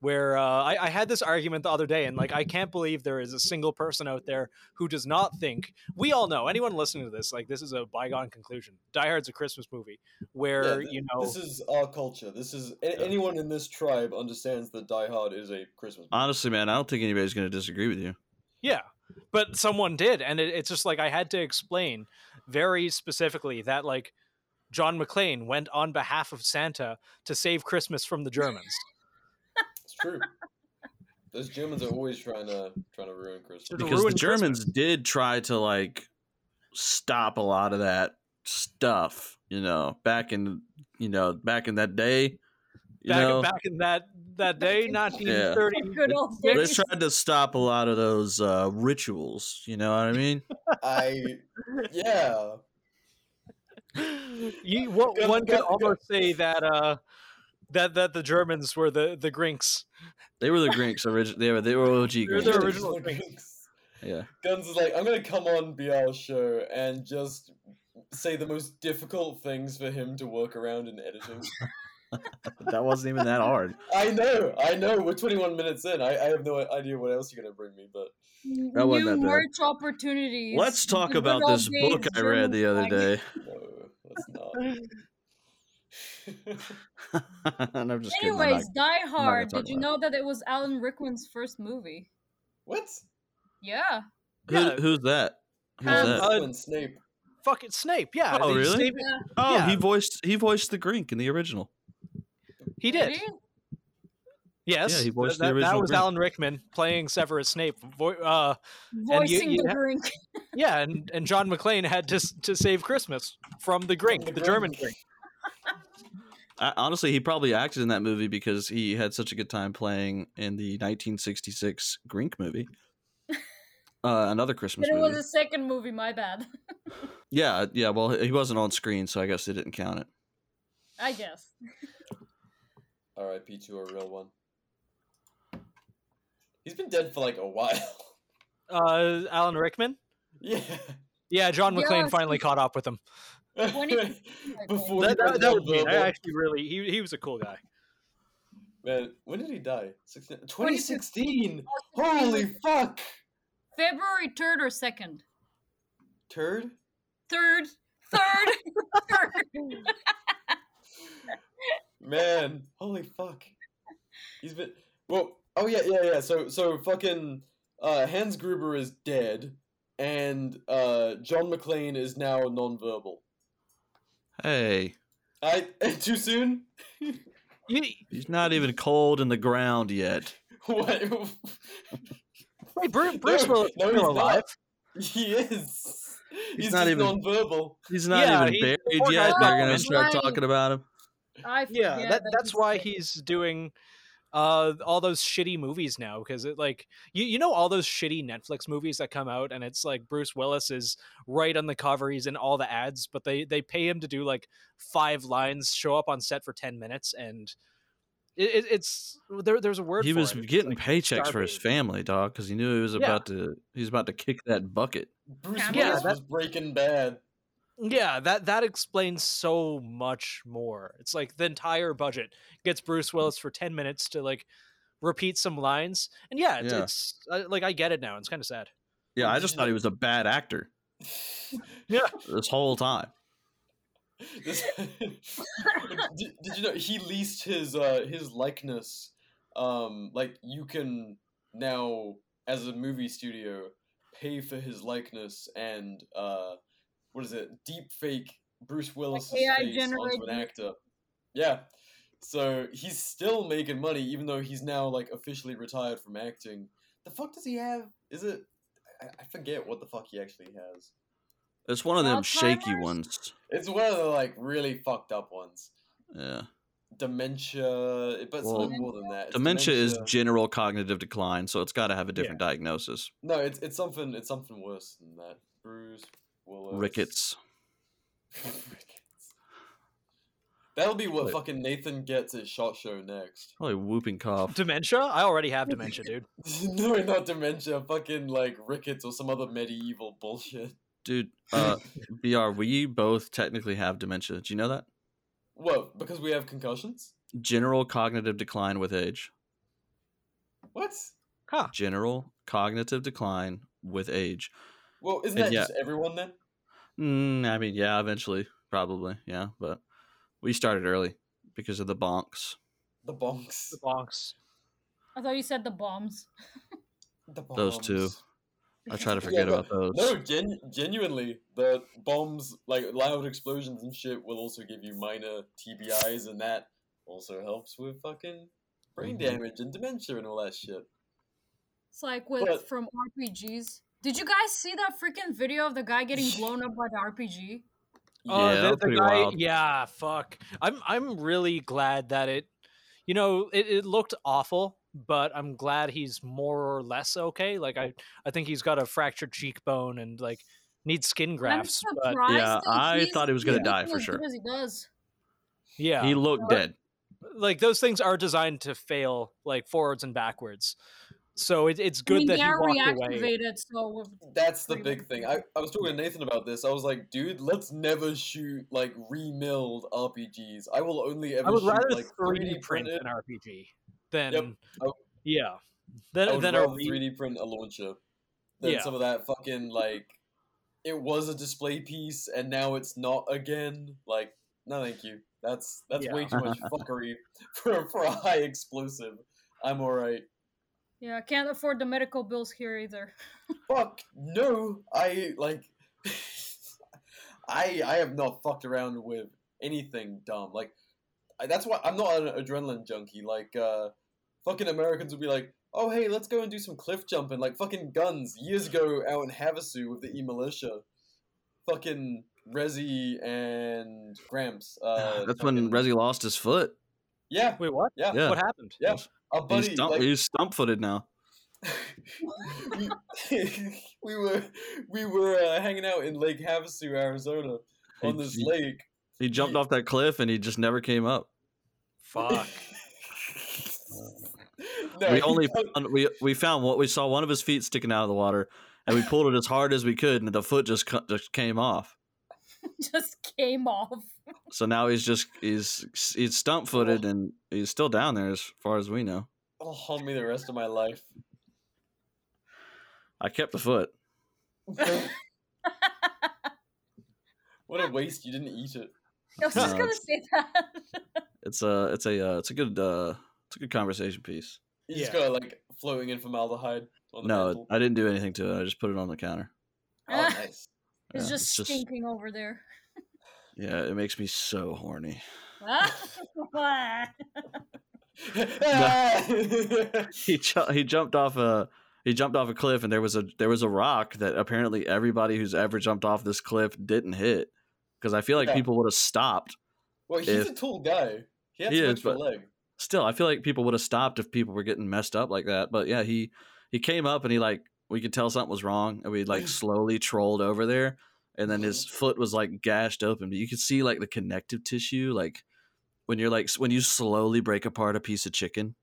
[SPEAKER 3] where uh, I, I had this argument the other day, and like I can't believe there is a single person out there who does not think we all know anyone listening to this like this is a bygone conclusion. Die Hard's a Christmas movie where
[SPEAKER 1] th-
[SPEAKER 3] you know
[SPEAKER 1] This is our culture. This is a- anyone in this tribe understands that Die Hard is a Christmas. movie.
[SPEAKER 2] Honestly, man, I don't think anybody's going to disagree with you.
[SPEAKER 3] Yeah, but someone did, and it, it's just like I had to explain very specifically that like John McClane went on behalf of Santa to save Christmas from the Germans.
[SPEAKER 1] It's true. Those Germans are always trying to trying to ruin Christmas.
[SPEAKER 3] To
[SPEAKER 2] Because the
[SPEAKER 3] ruin Christmas.
[SPEAKER 2] Germans did try to, like, stop a lot of that stuff, you know, back in, you know, back in that day. You
[SPEAKER 3] Back,
[SPEAKER 2] know,
[SPEAKER 3] back in that that day, nineteen thirty.
[SPEAKER 4] Good old
[SPEAKER 2] they
[SPEAKER 4] days.
[SPEAKER 2] tried to stop a lot of those uh, rituals. You know what I mean?
[SPEAKER 1] I yeah.
[SPEAKER 3] You, what,
[SPEAKER 1] Good-
[SPEAKER 3] one could
[SPEAKER 1] good-
[SPEAKER 3] almost say that uh, that that the Germans were the the Grinks.
[SPEAKER 2] They were the Grinks original. They were they were OG
[SPEAKER 3] They're
[SPEAKER 2] Grinks.
[SPEAKER 3] the
[SPEAKER 1] Guns
[SPEAKER 3] original
[SPEAKER 1] is like-
[SPEAKER 2] yeah,
[SPEAKER 1] Guns is like, I'm gonna come on BR's show and just say the most difficult things for him to work around in editing.
[SPEAKER 2] that wasn't even that hard.
[SPEAKER 1] I know, I know. We're 21 minutes in. I, I have no idea what else you're gonna bring me, but
[SPEAKER 2] That wasn't that
[SPEAKER 4] New
[SPEAKER 2] bad.
[SPEAKER 4] merch opportunities.
[SPEAKER 2] Let's talk
[SPEAKER 4] The good
[SPEAKER 2] about
[SPEAKER 4] old
[SPEAKER 2] this book
[SPEAKER 4] days
[SPEAKER 2] I read the other
[SPEAKER 4] German
[SPEAKER 2] day.
[SPEAKER 1] no, let's not.
[SPEAKER 2] and I'm just kidding. I'm
[SPEAKER 4] Anyways, Die
[SPEAKER 2] gonna
[SPEAKER 4] Hard.
[SPEAKER 2] talk
[SPEAKER 4] Did you
[SPEAKER 2] about
[SPEAKER 4] know that it was Alan Rickman's first movie?
[SPEAKER 1] what?
[SPEAKER 4] Yeah.
[SPEAKER 2] not- Who-
[SPEAKER 3] Yeah.
[SPEAKER 2] who's that? Who's
[SPEAKER 4] Um,
[SPEAKER 2] that?
[SPEAKER 3] uh,
[SPEAKER 1] Alan Snape.
[SPEAKER 3] Fucking Snape, yeah.
[SPEAKER 2] Oh,
[SPEAKER 3] they-
[SPEAKER 2] really?
[SPEAKER 3] Snape-
[SPEAKER 2] oh,
[SPEAKER 3] yeah.
[SPEAKER 2] he voiced he voiced the Grink in the original.
[SPEAKER 3] he did. Yes,
[SPEAKER 2] he
[SPEAKER 3] th-
[SPEAKER 2] voiced the
[SPEAKER 3] that, that
[SPEAKER 2] original
[SPEAKER 3] was
[SPEAKER 2] Grink.
[SPEAKER 3] Alan Rickman playing Severus Snape. Vo- uh,
[SPEAKER 4] Voicing
[SPEAKER 3] you
[SPEAKER 4] the
[SPEAKER 3] ha-
[SPEAKER 4] drink.
[SPEAKER 3] yeah, and, and John McClane had to s- to save Christmas from the Grink,
[SPEAKER 1] the
[SPEAKER 3] the, German
[SPEAKER 1] Grink.
[SPEAKER 3] Grink.
[SPEAKER 2] I, honestly, he probably acted in that movie because he had such a good time playing in the 1966 Grink movie. Uh, another Christmas
[SPEAKER 4] But it was
[SPEAKER 2] movie.
[SPEAKER 4] a second movie. My bad.
[SPEAKER 2] Yeah, yeah. Well, he wasn't on screen, so I guess they didn't count it.
[SPEAKER 4] I guess.
[SPEAKER 1] R.I.P. to a real one. He's been dead for like a while.
[SPEAKER 3] Uh, Alan Rickman.
[SPEAKER 1] yeah.
[SPEAKER 3] Yeah, John McClane
[SPEAKER 4] Yes.
[SPEAKER 3] finally caught up with him.
[SPEAKER 4] When he-
[SPEAKER 1] Before
[SPEAKER 3] That,
[SPEAKER 1] he
[SPEAKER 3] that,
[SPEAKER 1] went
[SPEAKER 3] that was neat.
[SPEAKER 1] nonverbal.
[SPEAKER 3] I actually really he, he was a cool guy.
[SPEAKER 1] Man, when did he die? 16
[SPEAKER 4] 2016.
[SPEAKER 1] 2016. Holy fuck!
[SPEAKER 4] February third or second.
[SPEAKER 1] Turd?
[SPEAKER 4] Third. Third. third.
[SPEAKER 1] Man, holy fuck. He's been. Well, oh yeah, yeah, yeah. So, so fucking uh, Hans Gruber is dead, and uh, John McClane is now nonverbal.
[SPEAKER 2] Hey,
[SPEAKER 1] I too soon.
[SPEAKER 3] You,
[SPEAKER 2] he's not even cold in the ground yet.
[SPEAKER 1] what?
[SPEAKER 3] hey, Bruce, Bruce Willis is
[SPEAKER 1] no, he's
[SPEAKER 3] still
[SPEAKER 1] not.
[SPEAKER 3] alive.
[SPEAKER 1] He is. He's,
[SPEAKER 2] not
[SPEAKER 1] just
[SPEAKER 2] even-
[SPEAKER 1] nonverbal.
[SPEAKER 2] He's not
[SPEAKER 3] Yeah,
[SPEAKER 2] even
[SPEAKER 3] he- the
[SPEAKER 2] buried
[SPEAKER 3] poor
[SPEAKER 2] yet.
[SPEAKER 3] guy's
[SPEAKER 2] They're
[SPEAKER 4] not
[SPEAKER 2] gonna
[SPEAKER 4] dead.
[SPEAKER 2] start
[SPEAKER 4] Right.
[SPEAKER 2] talking about him.
[SPEAKER 4] I
[SPEAKER 3] Yeah,
[SPEAKER 4] forget
[SPEAKER 3] that, that's why
[SPEAKER 4] sick.
[SPEAKER 3] he's doing uh all those shitty movies now because it like you you know all those shitty Netflix movies that come out and it's like Bruce Willis is right on the cover he's in all the ads but they they pay him to do like five lines show up on set for 10 minutes and it, it, it's there there's a word
[SPEAKER 2] He
[SPEAKER 3] for
[SPEAKER 2] was
[SPEAKER 3] it. It's
[SPEAKER 2] getting
[SPEAKER 3] like
[SPEAKER 2] paychecks for his
[SPEAKER 3] starvation.
[SPEAKER 2] family, dog, because he knew he was
[SPEAKER 3] Yeah.
[SPEAKER 2] about to. He was about to kick that bucket.
[SPEAKER 1] Bruce
[SPEAKER 4] Yeah,
[SPEAKER 1] Willis
[SPEAKER 3] that-
[SPEAKER 1] was Breaking Bad.
[SPEAKER 3] Yeah, that that explains so much more. It's like the entire budget gets Bruce
[SPEAKER 2] Mm.
[SPEAKER 3] Willis for 10 minutes to like repeat some lines. And yeah, it's,
[SPEAKER 2] Yeah.
[SPEAKER 3] it's uh, like I get it now. It's kind of sad.
[SPEAKER 2] Yeah, I
[SPEAKER 1] did
[SPEAKER 2] just
[SPEAKER 1] you
[SPEAKER 2] thought he
[SPEAKER 1] know-
[SPEAKER 2] was a bad actor this whole time.
[SPEAKER 1] This- did, did you know he leased his uh his likeness? Um, like you can now, as a movie studio, pay for his likeness and uh, what is it? Deep fake Bruce Willis'
[SPEAKER 4] AI
[SPEAKER 1] face onto
[SPEAKER 4] generated-
[SPEAKER 1] an actor. Yeah. So he's still making money, even though he's now like officially retired from acting. The fuck does he have? Is it? I, I forget what the fuck he actually has.
[SPEAKER 2] It's one of them shaky
[SPEAKER 4] Alzheimer's?
[SPEAKER 2] ones.
[SPEAKER 1] It's one of the like really fucked up ones.
[SPEAKER 2] Yeah.
[SPEAKER 1] Dementia, but it's a
[SPEAKER 2] Well,
[SPEAKER 1] little more than that. It's
[SPEAKER 2] Dementia is general cognitive decline, so it's got to have a different diagnosis.
[SPEAKER 1] no, it's it's something it's something worse than that. Bruce Willis.
[SPEAKER 2] Rickets.
[SPEAKER 1] Rickets. That'll be what
[SPEAKER 2] Wait.
[SPEAKER 1] fucking Nathan gets at Shot Show next.
[SPEAKER 2] Probably whooping cough.
[SPEAKER 3] Dementia? I already have dementia, dude.
[SPEAKER 1] no, not dementia. Fucking like Rickets or some other medieval bullshit.
[SPEAKER 2] Dude, uh, BR, we both technically have dementia. Do you know that?
[SPEAKER 1] What? Because we have concussions?
[SPEAKER 2] General cognitive decline with age.
[SPEAKER 1] What?
[SPEAKER 3] Huh.
[SPEAKER 2] General cognitive decline with age.
[SPEAKER 1] Well, isn't
[SPEAKER 2] And
[SPEAKER 1] that
[SPEAKER 2] yeah.
[SPEAKER 1] just everyone then?
[SPEAKER 2] Mm, I mean, yeah, eventually, probably, yeah. But we started early because of the bonks.
[SPEAKER 1] The bonks.
[SPEAKER 3] The bonks.
[SPEAKER 4] I thought you said the bombs.
[SPEAKER 1] The bombs.
[SPEAKER 2] Those two. I try
[SPEAKER 1] Yeah,
[SPEAKER 2] to forget
[SPEAKER 1] no-
[SPEAKER 2] about those.
[SPEAKER 1] No, gen- genuinely, the bombs, like loud explosions and shit, will also give you minor TBIs, and that also helps with fucking brain
[SPEAKER 2] Mhm.
[SPEAKER 3] Mm-hmm.
[SPEAKER 1] damage and dementia and all that shit.
[SPEAKER 4] It's like with
[SPEAKER 1] But-
[SPEAKER 4] from RPGs. Did you guys see that freaking video of the guy getting blown up by the RPG?
[SPEAKER 3] Oh,
[SPEAKER 2] yeah, that was pretty
[SPEAKER 3] guy,
[SPEAKER 2] wild.
[SPEAKER 3] yeah, fuck. I'm I'm really glad that it you know, it, it looked awful, but I'm glad he's more or less okay. Like I I think he's got a fractured cheekbone and like needs skin grafts,
[SPEAKER 4] I'm
[SPEAKER 3] but
[SPEAKER 4] surprised
[SPEAKER 2] yeah,
[SPEAKER 4] that
[SPEAKER 2] I
[SPEAKER 4] he's-
[SPEAKER 2] thought he was gonna
[SPEAKER 4] he's
[SPEAKER 2] die
[SPEAKER 4] looking
[SPEAKER 2] for
[SPEAKER 4] as
[SPEAKER 2] sure.
[SPEAKER 4] good as he does.
[SPEAKER 3] yeah.
[SPEAKER 2] He looked
[SPEAKER 4] Yeah.
[SPEAKER 2] dead.
[SPEAKER 3] like those things are designed to fail like forwards and backwards. So it, it's good
[SPEAKER 4] I mean,
[SPEAKER 3] that
[SPEAKER 4] they
[SPEAKER 3] he
[SPEAKER 4] are
[SPEAKER 3] walked away.
[SPEAKER 4] reactivated, so with
[SPEAKER 1] That's the
[SPEAKER 4] Pretty
[SPEAKER 1] big
[SPEAKER 4] much.
[SPEAKER 1] thing. I, I was talking to Nathan about this. I was like, dude, let's never shoot like remilled RPGs. I will only ever
[SPEAKER 3] I would
[SPEAKER 1] shoot
[SPEAKER 3] rather
[SPEAKER 1] like
[SPEAKER 3] 3D print
[SPEAKER 1] printed.
[SPEAKER 3] an RPG than
[SPEAKER 1] I would-
[SPEAKER 3] yeah.
[SPEAKER 1] I
[SPEAKER 3] Then
[SPEAKER 1] would
[SPEAKER 3] then Oh. a
[SPEAKER 1] rather
[SPEAKER 3] re-
[SPEAKER 1] 3D print a launcher than
[SPEAKER 3] Yeah.
[SPEAKER 1] some of that fucking like it was a display piece and now it's not again. Like, no, thank you. That's that's way too much fuckery for for a high explosive. I'm all right.
[SPEAKER 4] yeah, I can't afford the medical bills here either.
[SPEAKER 1] Fuck no. I like. I I have not fucked around with anything dumb. Like I- that's why I'm not an adrenaline junkie. Like uh, fucking Americans would be like, oh hey, let's go and do some cliff jumping. Like fucking guns. Years ago, out in Havasu with the E militia, fucking Resi and Gramps. Uh,
[SPEAKER 2] That's when
[SPEAKER 1] fucking-
[SPEAKER 2] Rezzy lost his foot.
[SPEAKER 1] Yeah,
[SPEAKER 3] Wait, what?
[SPEAKER 1] yeah.
[SPEAKER 2] Yeah.
[SPEAKER 3] What happened?
[SPEAKER 1] Yeah. A buddy.
[SPEAKER 2] he's stump,
[SPEAKER 1] like-
[SPEAKER 2] he's stump footed now.
[SPEAKER 1] we, we were we were uh, hanging out in Lake Havasu, Arizona,
[SPEAKER 2] Hey,
[SPEAKER 1] on this
[SPEAKER 2] gee.
[SPEAKER 1] lake.
[SPEAKER 2] He jumped
[SPEAKER 1] Ye-
[SPEAKER 2] off that cliff and he just never came up.
[SPEAKER 3] Fuck.
[SPEAKER 1] No,
[SPEAKER 2] we
[SPEAKER 1] he
[SPEAKER 2] only
[SPEAKER 1] jumped-
[SPEAKER 2] found, we we found what we saw one of his feet sticking out of the water, and we pulled it as hard as we could, and the foot just cu- just came off.
[SPEAKER 4] Just came off.
[SPEAKER 2] So now he's just he's he's stump footed, and he's still down there as far as we know.
[SPEAKER 1] it'll oh, haunt me the rest of my life.
[SPEAKER 2] I kept the foot.
[SPEAKER 1] What a waste! You didn't eat it.
[SPEAKER 4] I was just
[SPEAKER 2] No,
[SPEAKER 4] gonna
[SPEAKER 2] it's-
[SPEAKER 4] say that.
[SPEAKER 3] Oh,
[SPEAKER 2] It's a it's a uh, it's a good uh, it's a good conversation piece.
[SPEAKER 1] You just
[SPEAKER 3] Yeah.
[SPEAKER 1] got like floating in formaldehyde on the
[SPEAKER 2] No,
[SPEAKER 1] mantle.
[SPEAKER 2] I didn't do anything to it. I just put it on the counter.
[SPEAKER 1] Oh, nice.
[SPEAKER 4] It's
[SPEAKER 2] Yeah,
[SPEAKER 4] just stinking over there.
[SPEAKER 2] yeah, it makes me so horny. he ju- he jumped off a he jumped off a cliff and there was a there was a rock that apparently everybody who's ever jumped off this cliff didn't hit because I feel like
[SPEAKER 1] Yeah.
[SPEAKER 2] people would have stopped.
[SPEAKER 1] well, he's
[SPEAKER 2] If-
[SPEAKER 1] a tall guy. He has
[SPEAKER 2] He
[SPEAKER 1] an
[SPEAKER 2] is,
[SPEAKER 1] extra
[SPEAKER 2] but-
[SPEAKER 1] leg.
[SPEAKER 2] Still, I feel like people would have stopped if people were getting messed up like that. But yeah, he he came up and he like we could tell something was wrong and we
[SPEAKER 1] Mm.
[SPEAKER 2] like slowly trolled over there and then his
[SPEAKER 1] Mm-hmm.
[SPEAKER 2] foot was like gashed open. But you could see like the connective tissue like when you're like s- when you slowly break apart a piece of chicken.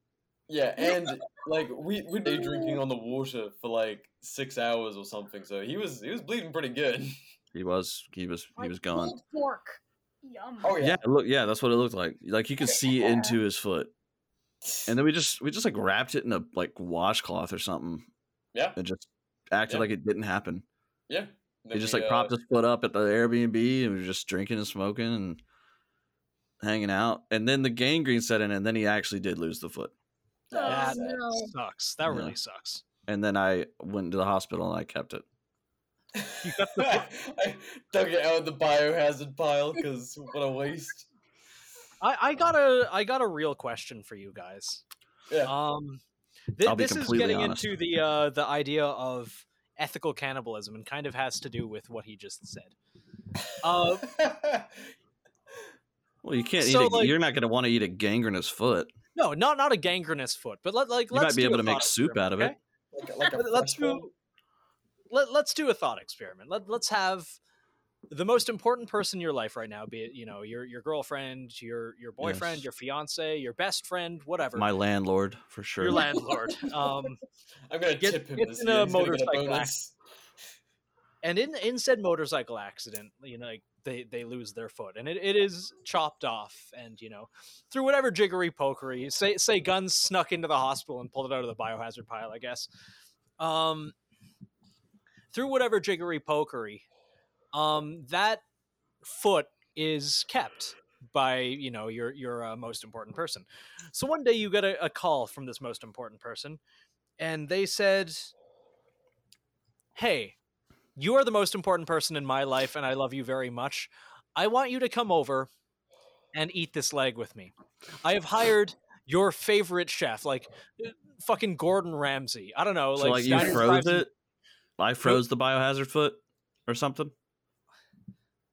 [SPEAKER 1] Yeah, and like we we'd be drinking on the water for like six hours or something. So he was he was bleeding pretty good.
[SPEAKER 2] He was he was he
[SPEAKER 4] Like
[SPEAKER 2] was gone.
[SPEAKER 4] pulled Pork. Yum.
[SPEAKER 1] Oh yeah,
[SPEAKER 2] Yeah, look, yeah, that's what it looked like. Like you could see into his foot, and then we just we just like wrapped it in a like washcloth or something,
[SPEAKER 1] yeah,
[SPEAKER 2] and just acted
[SPEAKER 1] Yeah.
[SPEAKER 2] like it didn't happen.
[SPEAKER 1] yeah. And
[SPEAKER 2] He
[SPEAKER 1] then
[SPEAKER 2] just
[SPEAKER 1] we,
[SPEAKER 2] like
[SPEAKER 1] uh,
[SPEAKER 2] propped his foot up at the Airbnb, and we were just drinking and smoking and hanging out. And then the gangrene set in, and then he actually did lose the foot.
[SPEAKER 4] Oh,
[SPEAKER 3] That
[SPEAKER 4] no.
[SPEAKER 3] sucks. That
[SPEAKER 2] Yeah.
[SPEAKER 3] really sucks.
[SPEAKER 2] And then I went to the hospital and I kept it.
[SPEAKER 1] I dug it out of the biohazard pile because what a waste.
[SPEAKER 3] I, I got a I got a real question for you guys.
[SPEAKER 1] Yeah.
[SPEAKER 3] Um, thi-
[SPEAKER 2] I'll be
[SPEAKER 3] this is
[SPEAKER 2] completely
[SPEAKER 3] getting
[SPEAKER 2] honest.
[SPEAKER 3] into the uh, the idea of ethical cannibalism and kind of has to do with what he just said. Uh,
[SPEAKER 2] Well, you can't
[SPEAKER 3] So,
[SPEAKER 2] eat. A,
[SPEAKER 3] like-
[SPEAKER 2] you're not going to want to eat a gangrenous foot.
[SPEAKER 3] no, not not a gangrenous foot, but let like
[SPEAKER 2] You
[SPEAKER 3] let's
[SPEAKER 2] might be
[SPEAKER 3] do
[SPEAKER 2] able
[SPEAKER 3] a
[SPEAKER 2] to make
[SPEAKER 3] thought
[SPEAKER 2] soup out of
[SPEAKER 3] experiment,
[SPEAKER 2] it.
[SPEAKER 3] okay?
[SPEAKER 1] like, like a
[SPEAKER 3] Let- let's
[SPEAKER 1] fresh one?
[SPEAKER 3] do let, let's do a thought experiment let, let's have the most important person in your life right now be it you know your your girlfriend your your boyfriend
[SPEAKER 2] Yes.
[SPEAKER 3] your fiance your best friend whatever
[SPEAKER 2] My landlord, for sure.
[SPEAKER 3] your landlord um
[SPEAKER 1] I'm gonna
[SPEAKER 3] Get-
[SPEAKER 1] tip him
[SPEAKER 3] get
[SPEAKER 1] this
[SPEAKER 3] in
[SPEAKER 1] year.
[SPEAKER 3] a
[SPEAKER 1] He's gonna get a
[SPEAKER 3] motorcycle
[SPEAKER 1] bonus.
[SPEAKER 3] and in in said motorcycle accident you know like they they lose their foot and it, it is chopped off and you know through whatever jiggery pokery say say guns snuck into the hospital and pulled it out of the biohazard pile i guess um through whatever jiggery pokery um that foot is kept by you know your your uh, most important person so one day you get a, a call from this most important person and they said hey you are the most important person in my life and I love you very much. I want you to come over and eat this leg with me. I have hired your favorite chef, like uh, fucking Gordon Ramsay. I don't know,
[SPEAKER 2] so, like,
[SPEAKER 3] like,
[SPEAKER 2] you
[SPEAKER 3] Diners,
[SPEAKER 2] froze
[SPEAKER 3] Drive-Ins-
[SPEAKER 2] it. I froze the biohazard foot or something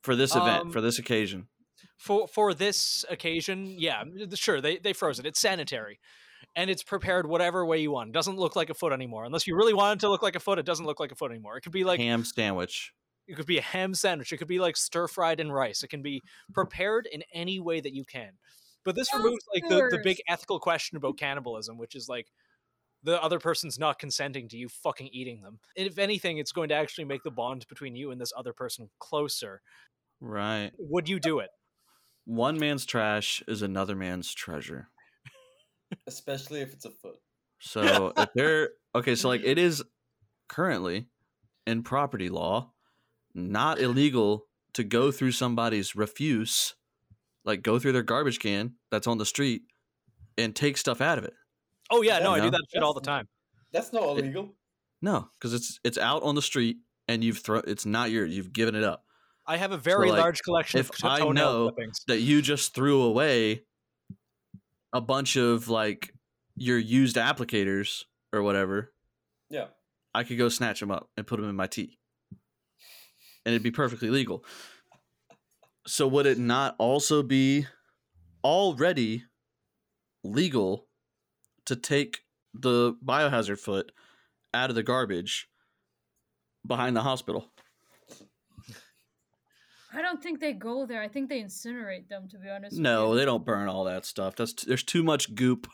[SPEAKER 2] for this
[SPEAKER 3] Um,
[SPEAKER 2] event, for this occasion.
[SPEAKER 3] for for this occasion. Yeah, th- sure, they they froze it. It's sanitary. And it's prepared whatever way you want. It doesn't look like a foot anymore. Unless you really want it to look like a foot, it doesn't look like a foot anymore. It could be like
[SPEAKER 2] Ham sandwich.
[SPEAKER 3] It could be a ham sandwich. It could be like stir fried in rice. It can be prepared in any way that you can. But this
[SPEAKER 4] Yes,
[SPEAKER 3] removes like the, the big
[SPEAKER 4] sure.
[SPEAKER 3] ethical question about cannibalism, which is like the other person's not consenting to you fucking eating them. And if anything, it's going to actually make the bond between you and this other person closer.
[SPEAKER 2] Right.
[SPEAKER 3] Would you do it?
[SPEAKER 2] One man's trash is another man's treasure.
[SPEAKER 1] Especially if it's a foot.
[SPEAKER 2] So if they're okay, so like it is currently in property law not illegal to go through somebody's refuse, like go through their garbage can that's on the street and take stuff out of it.
[SPEAKER 3] Oh yeah, no, I do
[SPEAKER 2] No.
[SPEAKER 3] that shit all the time.
[SPEAKER 1] That's not illegal.
[SPEAKER 2] No, because it's it's out on the street and you've thrown it's not yours. You've given it up.
[SPEAKER 3] I have a very
[SPEAKER 2] like,
[SPEAKER 3] large collection of
[SPEAKER 2] if
[SPEAKER 3] to-
[SPEAKER 2] I
[SPEAKER 3] toenail
[SPEAKER 2] know
[SPEAKER 3] clippings.
[SPEAKER 2] That you just threw away a bunch of like your used applicators or whatever.
[SPEAKER 1] Yeah.
[SPEAKER 2] I could go snatch them up and put them in my tea. And it'd be perfectly legal. So would it not also be already legal to take the biohazard foot out of the garbage behind the hospital?
[SPEAKER 4] I don't think they go there. I think they incinerate them. To be honest. with
[SPEAKER 2] No,
[SPEAKER 4] you.
[SPEAKER 2] they don't burn all that stuff. That's there's too much goop.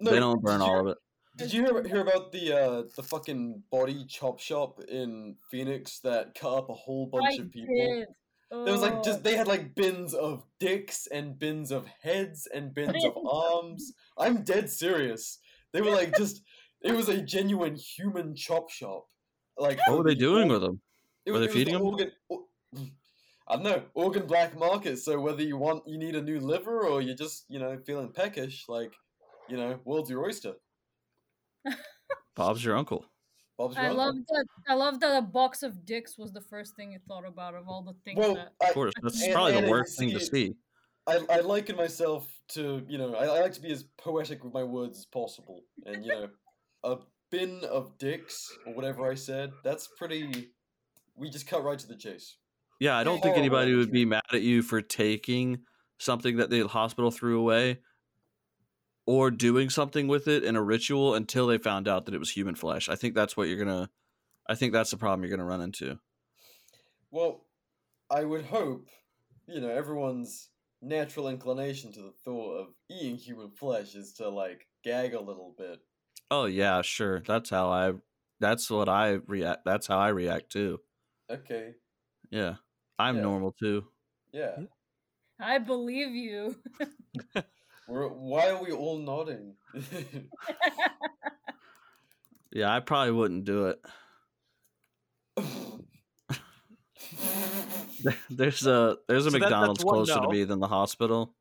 [SPEAKER 1] No,
[SPEAKER 2] they don't
[SPEAKER 1] did
[SPEAKER 2] burn
[SPEAKER 1] you-
[SPEAKER 2] all of it.
[SPEAKER 1] Did you hear, hear about the uh, the fucking body chop shop in Phoenix that cut up a whole bunch
[SPEAKER 4] I
[SPEAKER 1] of people?
[SPEAKER 4] did.
[SPEAKER 1] There was like
[SPEAKER 4] Oh.
[SPEAKER 1] just they had like bins of dicks and bins of heads and bins of arms. I'm dead serious. They were like just it was a genuine human chop shop. Like
[SPEAKER 2] What were they doing with them?
[SPEAKER 1] it
[SPEAKER 2] Were
[SPEAKER 1] was-
[SPEAKER 2] they
[SPEAKER 1] it was
[SPEAKER 2] feeding
[SPEAKER 1] the
[SPEAKER 2] 'em?
[SPEAKER 1] Organ, or- I don't know organ black market. So whether you want you need a new liver or you're just you know feeling peckish, like you know, world's your oyster.
[SPEAKER 2] Bob's your uncle.
[SPEAKER 1] Bob's your
[SPEAKER 4] Oh, I
[SPEAKER 1] uncle.
[SPEAKER 4] love that. I love that a box of dicks was the first thing you thought about of all the things
[SPEAKER 1] Well,
[SPEAKER 4] that.
[SPEAKER 2] Of
[SPEAKER 1] I,
[SPEAKER 2] course. That's
[SPEAKER 1] And-
[SPEAKER 2] probably
[SPEAKER 1] and
[SPEAKER 2] the
[SPEAKER 1] I
[SPEAKER 2] worst thing to
[SPEAKER 1] see-
[SPEAKER 2] see.
[SPEAKER 1] I, I liken myself to you know I, I like to be as poetic with my words as possible, and you know, a bin of dicks or whatever I said. That's pretty. We just cut right to the chase.
[SPEAKER 2] Yeah, I don't think
[SPEAKER 1] Oh,
[SPEAKER 2] anybody would be
[SPEAKER 1] yeah.
[SPEAKER 2] mad at you for taking something that the hospital threw away or doing something with it in a ritual until they found out that it was human flesh. I think that's what you're going to I think that's the problem you're going to run into.
[SPEAKER 1] Well, I would hope, you know, everyone's natural inclination to the thought of eating human flesh is to like gag a little bit.
[SPEAKER 2] Oh yeah, sure. That's how I that's what I react that's how I react too.
[SPEAKER 1] Okay,
[SPEAKER 2] Yeah. I'm
[SPEAKER 1] Yeah.
[SPEAKER 2] normal too.
[SPEAKER 1] yeah.
[SPEAKER 4] I believe you.
[SPEAKER 1] We're, why are we all nodding?
[SPEAKER 2] Yeah, I probably wouldn't do it. there's a there's a
[SPEAKER 3] So that- that's
[SPEAKER 2] McDonald's
[SPEAKER 3] one
[SPEAKER 2] closer
[SPEAKER 3] no.
[SPEAKER 2] to me than the hospital.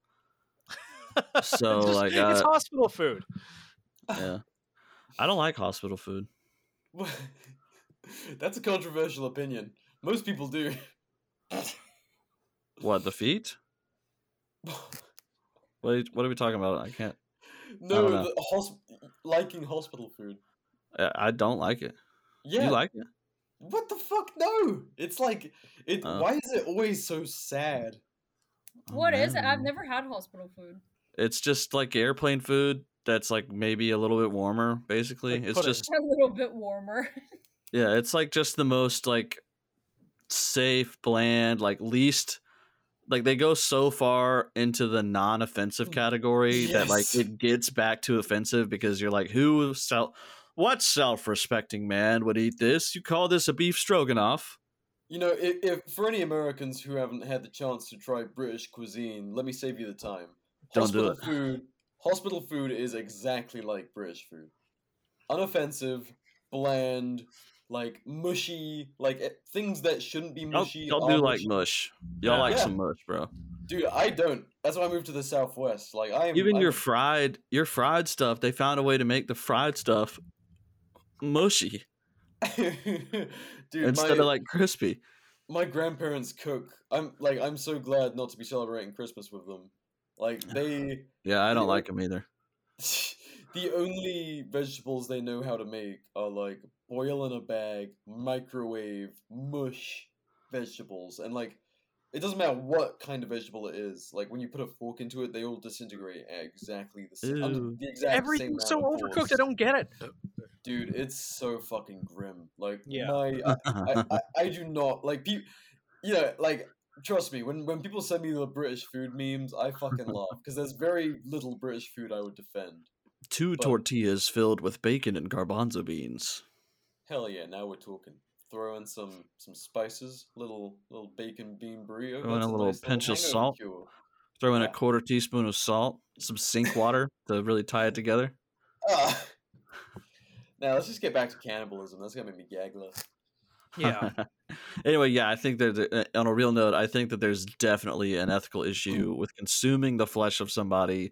[SPEAKER 2] So like
[SPEAKER 3] it's
[SPEAKER 2] uh,
[SPEAKER 3] hospital food.
[SPEAKER 2] yeah. I don't like hospital food.
[SPEAKER 1] That's a controversial opinion. Most people do.
[SPEAKER 2] What the feet? What are, what are we talking about? I can't.
[SPEAKER 1] No,
[SPEAKER 2] know.
[SPEAKER 1] the hosp- liking hospital food.
[SPEAKER 2] I I don't like it.
[SPEAKER 1] Yeah.
[SPEAKER 2] You like it?
[SPEAKER 1] what the fuck? No. It's like it.
[SPEAKER 2] Oh.
[SPEAKER 1] why is it always so sad?
[SPEAKER 4] What is it? I've
[SPEAKER 2] man.
[SPEAKER 4] never had hospital food.
[SPEAKER 2] It's just like airplane food that's like maybe a little bit warmer. Basically,
[SPEAKER 3] Like
[SPEAKER 2] it's
[SPEAKER 3] pudding.
[SPEAKER 2] just
[SPEAKER 4] A little bit warmer.
[SPEAKER 2] yeah, it's like just the most like safe, bland, like least like they go so far into the non-offensive category that like
[SPEAKER 1] Mm. Yes.
[SPEAKER 2] it gets back to offensive because you're like, who self, what self-respecting man would eat this? You call this a beef stroganoff?
[SPEAKER 1] You know, if, if for any Americans who haven't had the chance to try British cuisine, let me save you the time.
[SPEAKER 2] Don't do
[SPEAKER 1] hospital
[SPEAKER 2] it.
[SPEAKER 1] food. Hospital food is exactly like British food, unoffensive, bland, like mushy, like eh, things that shouldn't be
[SPEAKER 2] Y'all,
[SPEAKER 1] mushy.
[SPEAKER 2] y'all
[SPEAKER 1] are
[SPEAKER 2] do like
[SPEAKER 1] mushy.
[SPEAKER 2] mush. Y'all like
[SPEAKER 1] Yeah.
[SPEAKER 2] some mush, bro.
[SPEAKER 1] dude. I don't. That's why I moved to the Southwest. Like I am
[SPEAKER 2] Even
[SPEAKER 1] I'm
[SPEAKER 2] your fried your fried stuff, they found a way to make the fried stuff mushy
[SPEAKER 1] dude,
[SPEAKER 2] instead
[SPEAKER 1] my,
[SPEAKER 2] of like crispy.
[SPEAKER 1] my grandparents cook. I'm like I'm so glad not to be celebrating Christmas with them. Like they,
[SPEAKER 2] Yeah, I don't
[SPEAKER 1] Yeah.
[SPEAKER 2] like them either.
[SPEAKER 1] the only vegetables they know how to make are like boil in a bag, microwave, mush vegetables, and like it doesn't matter what kind of vegetable it is. Like when you put a fork into it, they all disintegrate at exactly the same. Under
[SPEAKER 2] Ew.
[SPEAKER 1] the exact same
[SPEAKER 3] Everything's so
[SPEAKER 1] amount of
[SPEAKER 3] overcooked.
[SPEAKER 1] force.
[SPEAKER 3] I don't get it.
[SPEAKER 1] Dude, it's so fucking grim. Like
[SPEAKER 3] Yeah.
[SPEAKER 1] my I, I, I do not like people. You know, like trust me. When when people send me the British food memes, I fucking laugh because there's very little British food I would defend.
[SPEAKER 2] Two
[SPEAKER 1] but-
[SPEAKER 2] tortillas filled with bacon and garbanzo beans.
[SPEAKER 1] Hell yeah! Now we're talking. Throw in some some spices, little little bacon bean burrito.
[SPEAKER 2] Throw in
[SPEAKER 1] that's
[SPEAKER 2] a little
[SPEAKER 1] nice
[SPEAKER 2] pinch of
[SPEAKER 1] hangover
[SPEAKER 2] salt.
[SPEAKER 1] cure.
[SPEAKER 2] Throw in a
[SPEAKER 1] Yeah.
[SPEAKER 2] quarter teaspoon of salt, some sink water to really tie it together.
[SPEAKER 1] Ah. Now let's just get back to cannibalism. That's gonna make me gag laugh.
[SPEAKER 3] Yeah.
[SPEAKER 2] anyway, yeah, I think there's a- on a real note, I think that there's definitely an ethical
[SPEAKER 3] Hmm.
[SPEAKER 2] issue with consuming the flesh of somebody,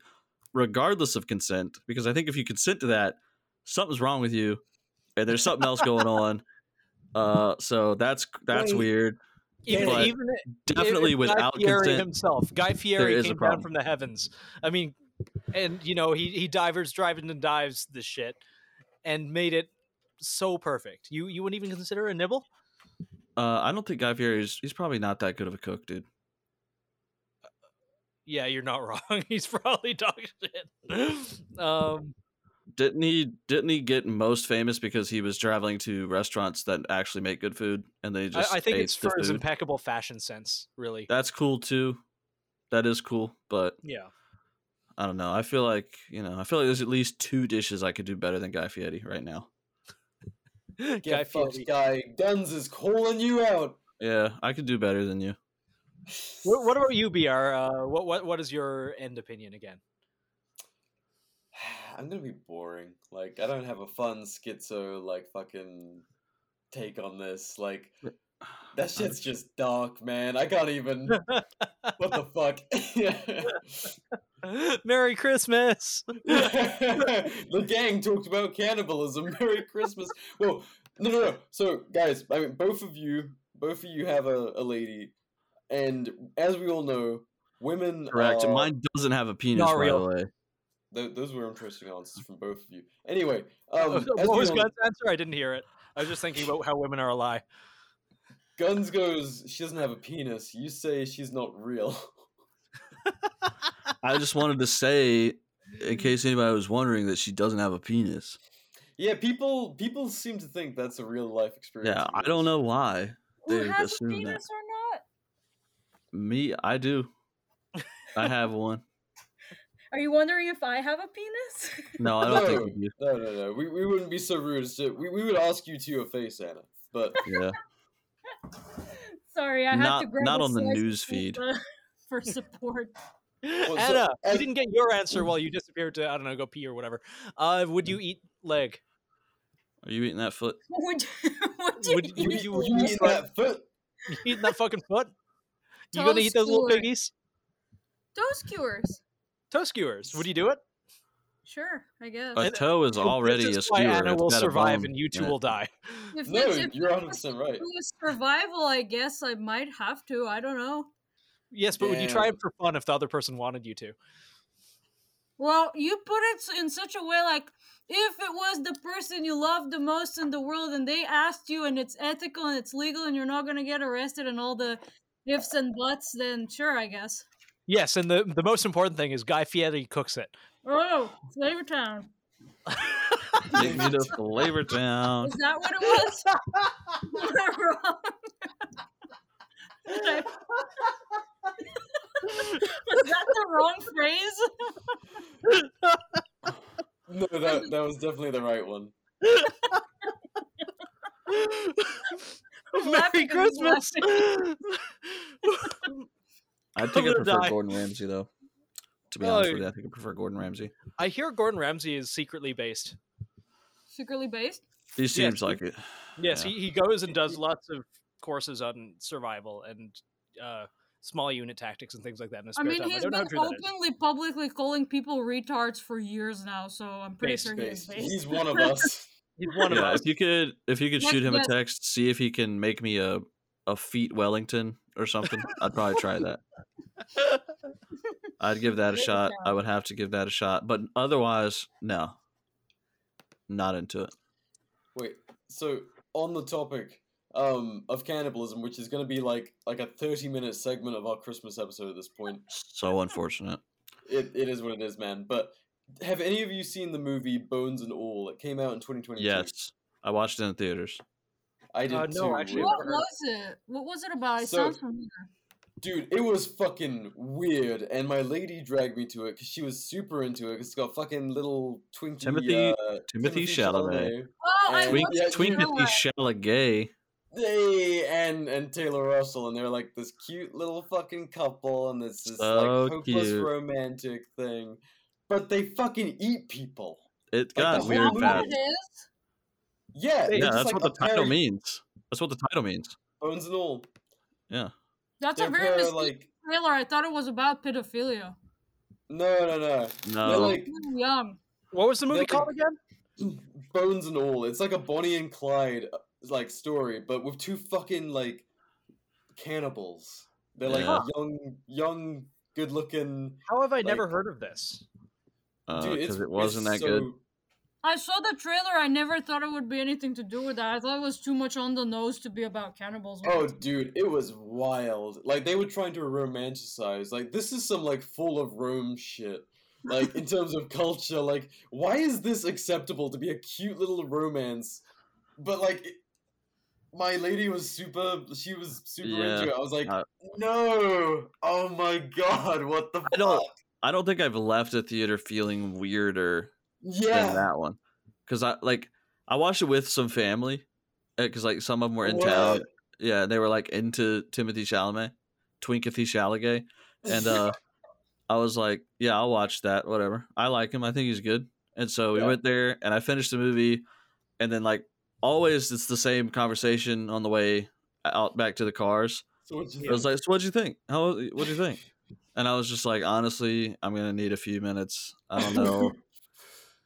[SPEAKER 2] regardless of consent, because I think if you consent to that, something's wrong with you, and there's something else going on. Uh, so that's that's
[SPEAKER 1] Wait.
[SPEAKER 2] weird.
[SPEAKER 3] even
[SPEAKER 2] But
[SPEAKER 3] even i-
[SPEAKER 2] Definitely
[SPEAKER 3] if
[SPEAKER 2] without
[SPEAKER 3] Guy Fieri
[SPEAKER 2] consent.
[SPEAKER 3] himself. Guy Fieri
[SPEAKER 2] is a
[SPEAKER 3] came down
[SPEAKER 2] problem.
[SPEAKER 3] from the heavens. I mean, and you know he he divers driving and dives this shit, and made it so perfect. You you wouldn't even consider a nibble.
[SPEAKER 2] Uh, I don't think Guy Fieri is. He's probably not that good of a cook, dude.
[SPEAKER 3] Yeah, you're not wrong. He's probably dog shit. Um,
[SPEAKER 2] Didn't he? Didn't he get most famous because he was traveling to restaurants that actually make good food, and they
[SPEAKER 3] I,
[SPEAKER 2] just.
[SPEAKER 3] I think
[SPEAKER 2] ate
[SPEAKER 3] it's
[SPEAKER 2] the
[SPEAKER 3] for his
[SPEAKER 2] food?
[SPEAKER 3] impeccable fashion sense, really.
[SPEAKER 2] That's cool too. That is cool, but
[SPEAKER 3] yeah,
[SPEAKER 2] I don't know. I feel like you know. I feel like there's at least two dishes I could do better than Guy Fieri right now.
[SPEAKER 3] Guy
[SPEAKER 1] Get fucked,
[SPEAKER 3] Fieri.
[SPEAKER 1] guy. Guns is calling you out.
[SPEAKER 2] Yeah, I could do better than you.
[SPEAKER 3] What, what about you, Br? Uh, what what what is your end opinion again?
[SPEAKER 1] I'm gonna be boring. Like I don't have a fun schizo like fucking take on this. Like that shit's just dark, man. I can't even. what the fuck?
[SPEAKER 3] Merry Christmas.
[SPEAKER 1] the gang talked about cannibalism. Merry Christmas. Well, no, no, no. So guys, I mean, both of you, both of you have a, a lady, and as we all know, women
[SPEAKER 2] Correct.
[SPEAKER 1] are-
[SPEAKER 2] Mine doesn't have a penis,
[SPEAKER 3] Oh. Not
[SPEAKER 2] by
[SPEAKER 3] real.
[SPEAKER 2] the way.
[SPEAKER 1] Tho- those were interesting answers from both of you. Anyway, um, as
[SPEAKER 3] what
[SPEAKER 1] we
[SPEAKER 3] was
[SPEAKER 1] all-
[SPEAKER 3] God's answer? I didn't hear it. I was just thinking about how women are a lie.
[SPEAKER 1] Guns goes, she doesn't have a penis. You say she's not real.
[SPEAKER 2] I just wanted to say, in case anybody was wondering, that she doesn't have a penis.
[SPEAKER 1] yeah, people people seem to think that's a real life experience.
[SPEAKER 2] Yeah,
[SPEAKER 1] of
[SPEAKER 2] I
[SPEAKER 1] yours.
[SPEAKER 2] don't know why.
[SPEAKER 4] Who
[SPEAKER 2] They
[SPEAKER 4] has a
[SPEAKER 2] assume that.
[SPEAKER 4] penis or not?
[SPEAKER 2] Me, I do. I have one.
[SPEAKER 4] Are you wondering if I have a penis?
[SPEAKER 2] No, I don't think you
[SPEAKER 1] No, no, no. We, we wouldn't be so rude as to we, we would ask you to your face, Anna. But
[SPEAKER 2] do. Yeah.
[SPEAKER 4] Sorry, I had to
[SPEAKER 2] Not
[SPEAKER 4] grab
[SPEAKER 2] not
[SPEAKER 4] a
[SPEAKER 2] on the
[SPEAKER 4] slice
[SPEAKER 2] news
[SPEAKER 4] of
[SPEAKER 2] feed.
[SPEAKER 4] pizza for support.
[SPEAKER 1] so-
[SPEAKER 3] Anna, you
[SPEAKER 1] as-
[SPEAKER 3] didn't get your answer while you disappeared to I don't know, go pee or whatever. Uh, would you eat leg?
[SPEAKER 2] Are you eating that foot?
[SPEAKER 4] Would you, would you,
[SPEAKER 3] Would you,
[SPEAKER 1] you,
[SPEAKER 3] you, would
[SPEAKER 1] you
[SPEAKER 3] you
[SPEAKER 1] mean that foot?
[SPEAKER 3] you eating that fucking foot? You gonna eat
[SPEAKER 4] Toast
[SPEAKER 3] those little
[SPEAKER 4] skewer.
[SPEAKER 3] piggies?
[SPEAKER 4] Toast skewers.
[SPEAKER 3] Toast skewers. Would you do it?
[SPEAKER 4] Sure, I guess.
[SPEAKER 2] A
[SPEAKER 3] And-
[SPEAKER 2] toe is
[SPEAKER 3] This
[SPEAKER 2] already
[SPEAKER 3] is
[SPEAKER 2] a
[SPEAKER 3] why
[SPEAKER 2] skewer.
[SPEAKER 3] Anna
[SPEAKER 2] It's
[SPEAKER 3] will
[SPEAKER 2] got a
[SPEAKER 3] survive
[SPEAKER 2] bone
[SPEAKER 3] and you
[SPEAKER 2] in
[SPEAKER 3] two
[SPEAKER 2] it.
[SPEAKER 3] will die.
[SPEAKER 4] if
[SPEAKER 1] No,
[SPEAKER 4] it's if
[SPEAKER 1] you're 100 percent right.
[SPEAKER 4] it was survival, I guess I might have to. I don't know.
[SPEAKER 3] Yes, but would you try
[SPEAKER 1] Damn.
[SPEAKER 3] it for fun if the other person wanted you to?
[SPEAKER 6] Well, you put it s- in such a way like if it was the person you love the most in the world and they asked you and it's ethical and it's legal and you're not going to get arrested and all the ifs and buts, then sure, I guess.
[SPEAKER 3] Yes, and the the most important thing is Guy Fieri cooks it.
[SPEAKER 6] Oh, Flavor Town.
[SPEAKER 2] Take me to Flavor Town.
[SPEAKER 6] Is that what it was? Am I wrong? Did I- was that the wrong phrase?
[SPEAKER 1] No, that that was definitely the right one.
[SPEAKER 3] Merry
[SPEAKER 6] laughing 'cause I'm
[SPEAKER 3] Christmas.
[SPEAKER 2] I think I
[SPEAKER 3] gonna
[SPEAKER 2] prefer
[SPEAKER 3] die.
[SPEAKER 2] Gordon Ramsay though. To be honest
[SPEAKER 3] Oh.
[SPEAKER 2] with you, I think I prefer Gordon Ramsay.
[SPEAKER 3] I hear Gordon Ramsay is secretly based.
[SPEAKER 6] Secretly based?
[SPEAKER 2] He seems
[SPEAKER 3] he-
[SPEAKER 2] like it.
[SPEAKER 3] Yes,
[SPEAKER 2] Yeah.
[SPEAKER 3] he, he goes and does lots of courses on survival and uh, small unit tactics and things like that in his
[SPEAKER 6] I
[SPEAKER 3] spare
[SPEAKER 6] mean,
[SPEAKER 3] time. I
[SPEAKER 6] he's
[SPEAKER 3] don't know how
[SPEAKER 6] been
[SPEAKER 3] true that is.
[SPEAKER 6] openly, publicly calling people retards for years now, so I'm pretty
[SPEAKER 3] Based,
[SPEAKER 6] sure he is
[SPEAKER 1] Based.
[SPEAKER 6] based.
[SPEAKER 1] He's one of us.
[SPEAKER 3] He's one
[SPEAKER 2] yeah,
[SPEAKER 3] of us.
[SPEAKER 2] if you could, if you could
[SPEAKER 6] Yes,
[SPEAKER 2] shoot him
[SPEAKER 6] yes.
[SPEAKER 2] a text, see if he can make me a a feet Wellington or something. I'd probably try that. I'd give that a
[SPEAKER 6] Great
[SPEAKER 2] shot. I would have to give that a shot, but otherwise, no, not into it.
[SPEAKER 1] Wait, so on the topic um, of cannibalism, which is going to be like like a thirty-minute segment of our Christmas episode at this point,
[SPEAKER 2] So unfortunate.
[SPEAKER 1] it, it is what it is, man. But have any of you seen the movie Bones and All? It came out in twenty twenty.
[SPEAKER 2] Yes, I watched it in theaters.
[SPEAKER 1] I did
[SPEAKER 3] Uh, no,
[SPEAKER 1] too.
[SPEAKER 3] actually,
[SPEAKER 6] What was it? What was it about? It
[SPEAKER 1] So-
[SPEAKER 6] sounds familiar.
[SPEAKER 1] Dude, it was fucking weird, and my lady dragged me to it because she was super into it. it it's got fucking little Twinkie
[SPEAKER 2] Timothy-
[SPEAKER 1] uh,
[SPEAKER 2] Timothy Chalamet,
[SPEAKER 6] Oh, I
[SPEAKER 1] And-
[SPEAKER 2] Twink,
[SPEAKER 6] watched
[SPEAKER 1] yeah,
[SPEAKER 6] it.
[SPEAKER 1] Twink-
[SPEAKER 6] You know
[SPEAKER 2] Twinkie
[SPEAKER 6] what?
[SPEAKER 2] Chalamet.
[SPEAKER 1] They and and Taylor Russell, and they're like this cute little fucking couple, and it's this
[SPEAKER 2] So
[SPEAKER 1] like hopeless
[SPEAKER 2] cute.
[SPEAKER 1] romantic thing, but they fucking eat people.
[SPEAKER 2] It
[SPEAKER 1] the
[SPEAKER 2] got
[SPEAKER 1] whole
[SPEAKER 2] weird
[SPEAKER 1] movie.
[SPEAKER 2] fast.
[SPEAKER 6] It is?
[SPEAKER 1] Yeah, they're
[SPEAKER 2] Yeah,
[SPEAKER 1] just,
[SPEAKER 2] that's
[SPEAKER 1] like,
[SPEAKER 2] what the
[SPEAKER 1] a pair
[SPEAKER 2] title
[SPEAKER 1] of
[SPEAKER 2] means. That's what the title means.
[SPEAKER 1] Bones and all.
[SPEAKER 6] That's
[SPEAKER 1] They're
[SPEAKER 6] a
[SPEAKER 1] a
[SPEAKER 6] very
[SPEAKER 1] pair of,
[SPEAKER 6] misleading
[SPEAKER 1] like
[SPEAKER 6] trailer. I thought it was about pedophilia.
[SPEAKER 1] no, no, no. They're
[SPEAKER 2] No,
[SPEAKER 1] like
[SPEAKER 6] Too young.
[SPEAKER 3] What was the movie
[SPEAKER 1] Nothing.
[SPEAKER 3] called again?
[SPEAKER 1] Bones and all. It's like a Bonnie and Clyde uh, like story, but with two fucking like cannibals. They're like
[SPEAKER 2] Yeah.
[SPEAKER 1] young, young, good-looking.
[SPEAKER 3] How have I never
[SPEAKER 1] Like-
[SPEAKER 3] heard of this?
[SPEAKER 1] Dude, it's-
[SPEAKER 2] because uh, it
[SPEAKER 1] it's
[SPEAKER 2] wasn't that good.
[SPEAKER 1] so-
[SPEAKER 6] I saw the trailer. I never thought it would be anything to do with that. I thought it was too much on the nose to be about cannibals.
[SPEAKER 1] Oh, dude, it was wild. Like they were trying to romanticize. Like this is some like full of Rome shit. Like in terms of culture, like why is this acceptable to be a cute little romance? But like, it- my lady was super. She was super
[SPEAKER 2] Yeah,
[SPEAKER 1] into it. I was like,
[SPEAKER 2] uh,
[SPEAKER 1] no. Oh my god, what the?
[SPEAKER 2] I don't.
[SPEAKER 1] fuck?
[SPEAKER 2] I don't think I've left a theater feeling weirder than
[SPEAKER 1] Yeah.
[SPEAKER 2] that one, because I like I watched it with some family, because like some of them were in town.
[SPEAKER 1] What?
[SPEAKER 2] Yeah, they were like into Timothy Chalamet, Twinkathy Chalamet, and uh, I was like, yeah, I'll watch that. Whatever. I like him. I think he's good. And so we
[SPEAKER 1] Yeah.
[SPEAKER 2] went there, and I finished the movie, and then like always, it's the same conversation on the way out back to the cars.
[SPEAKER 1] so what you
[SPEAKER 2] I was
[SPEAKER 1] think?
[SPEAKER 2] like, "So what'd you think? How what'd you think?" And I was just like, "Honestly, I'm gonna need a few minutes. I don't know.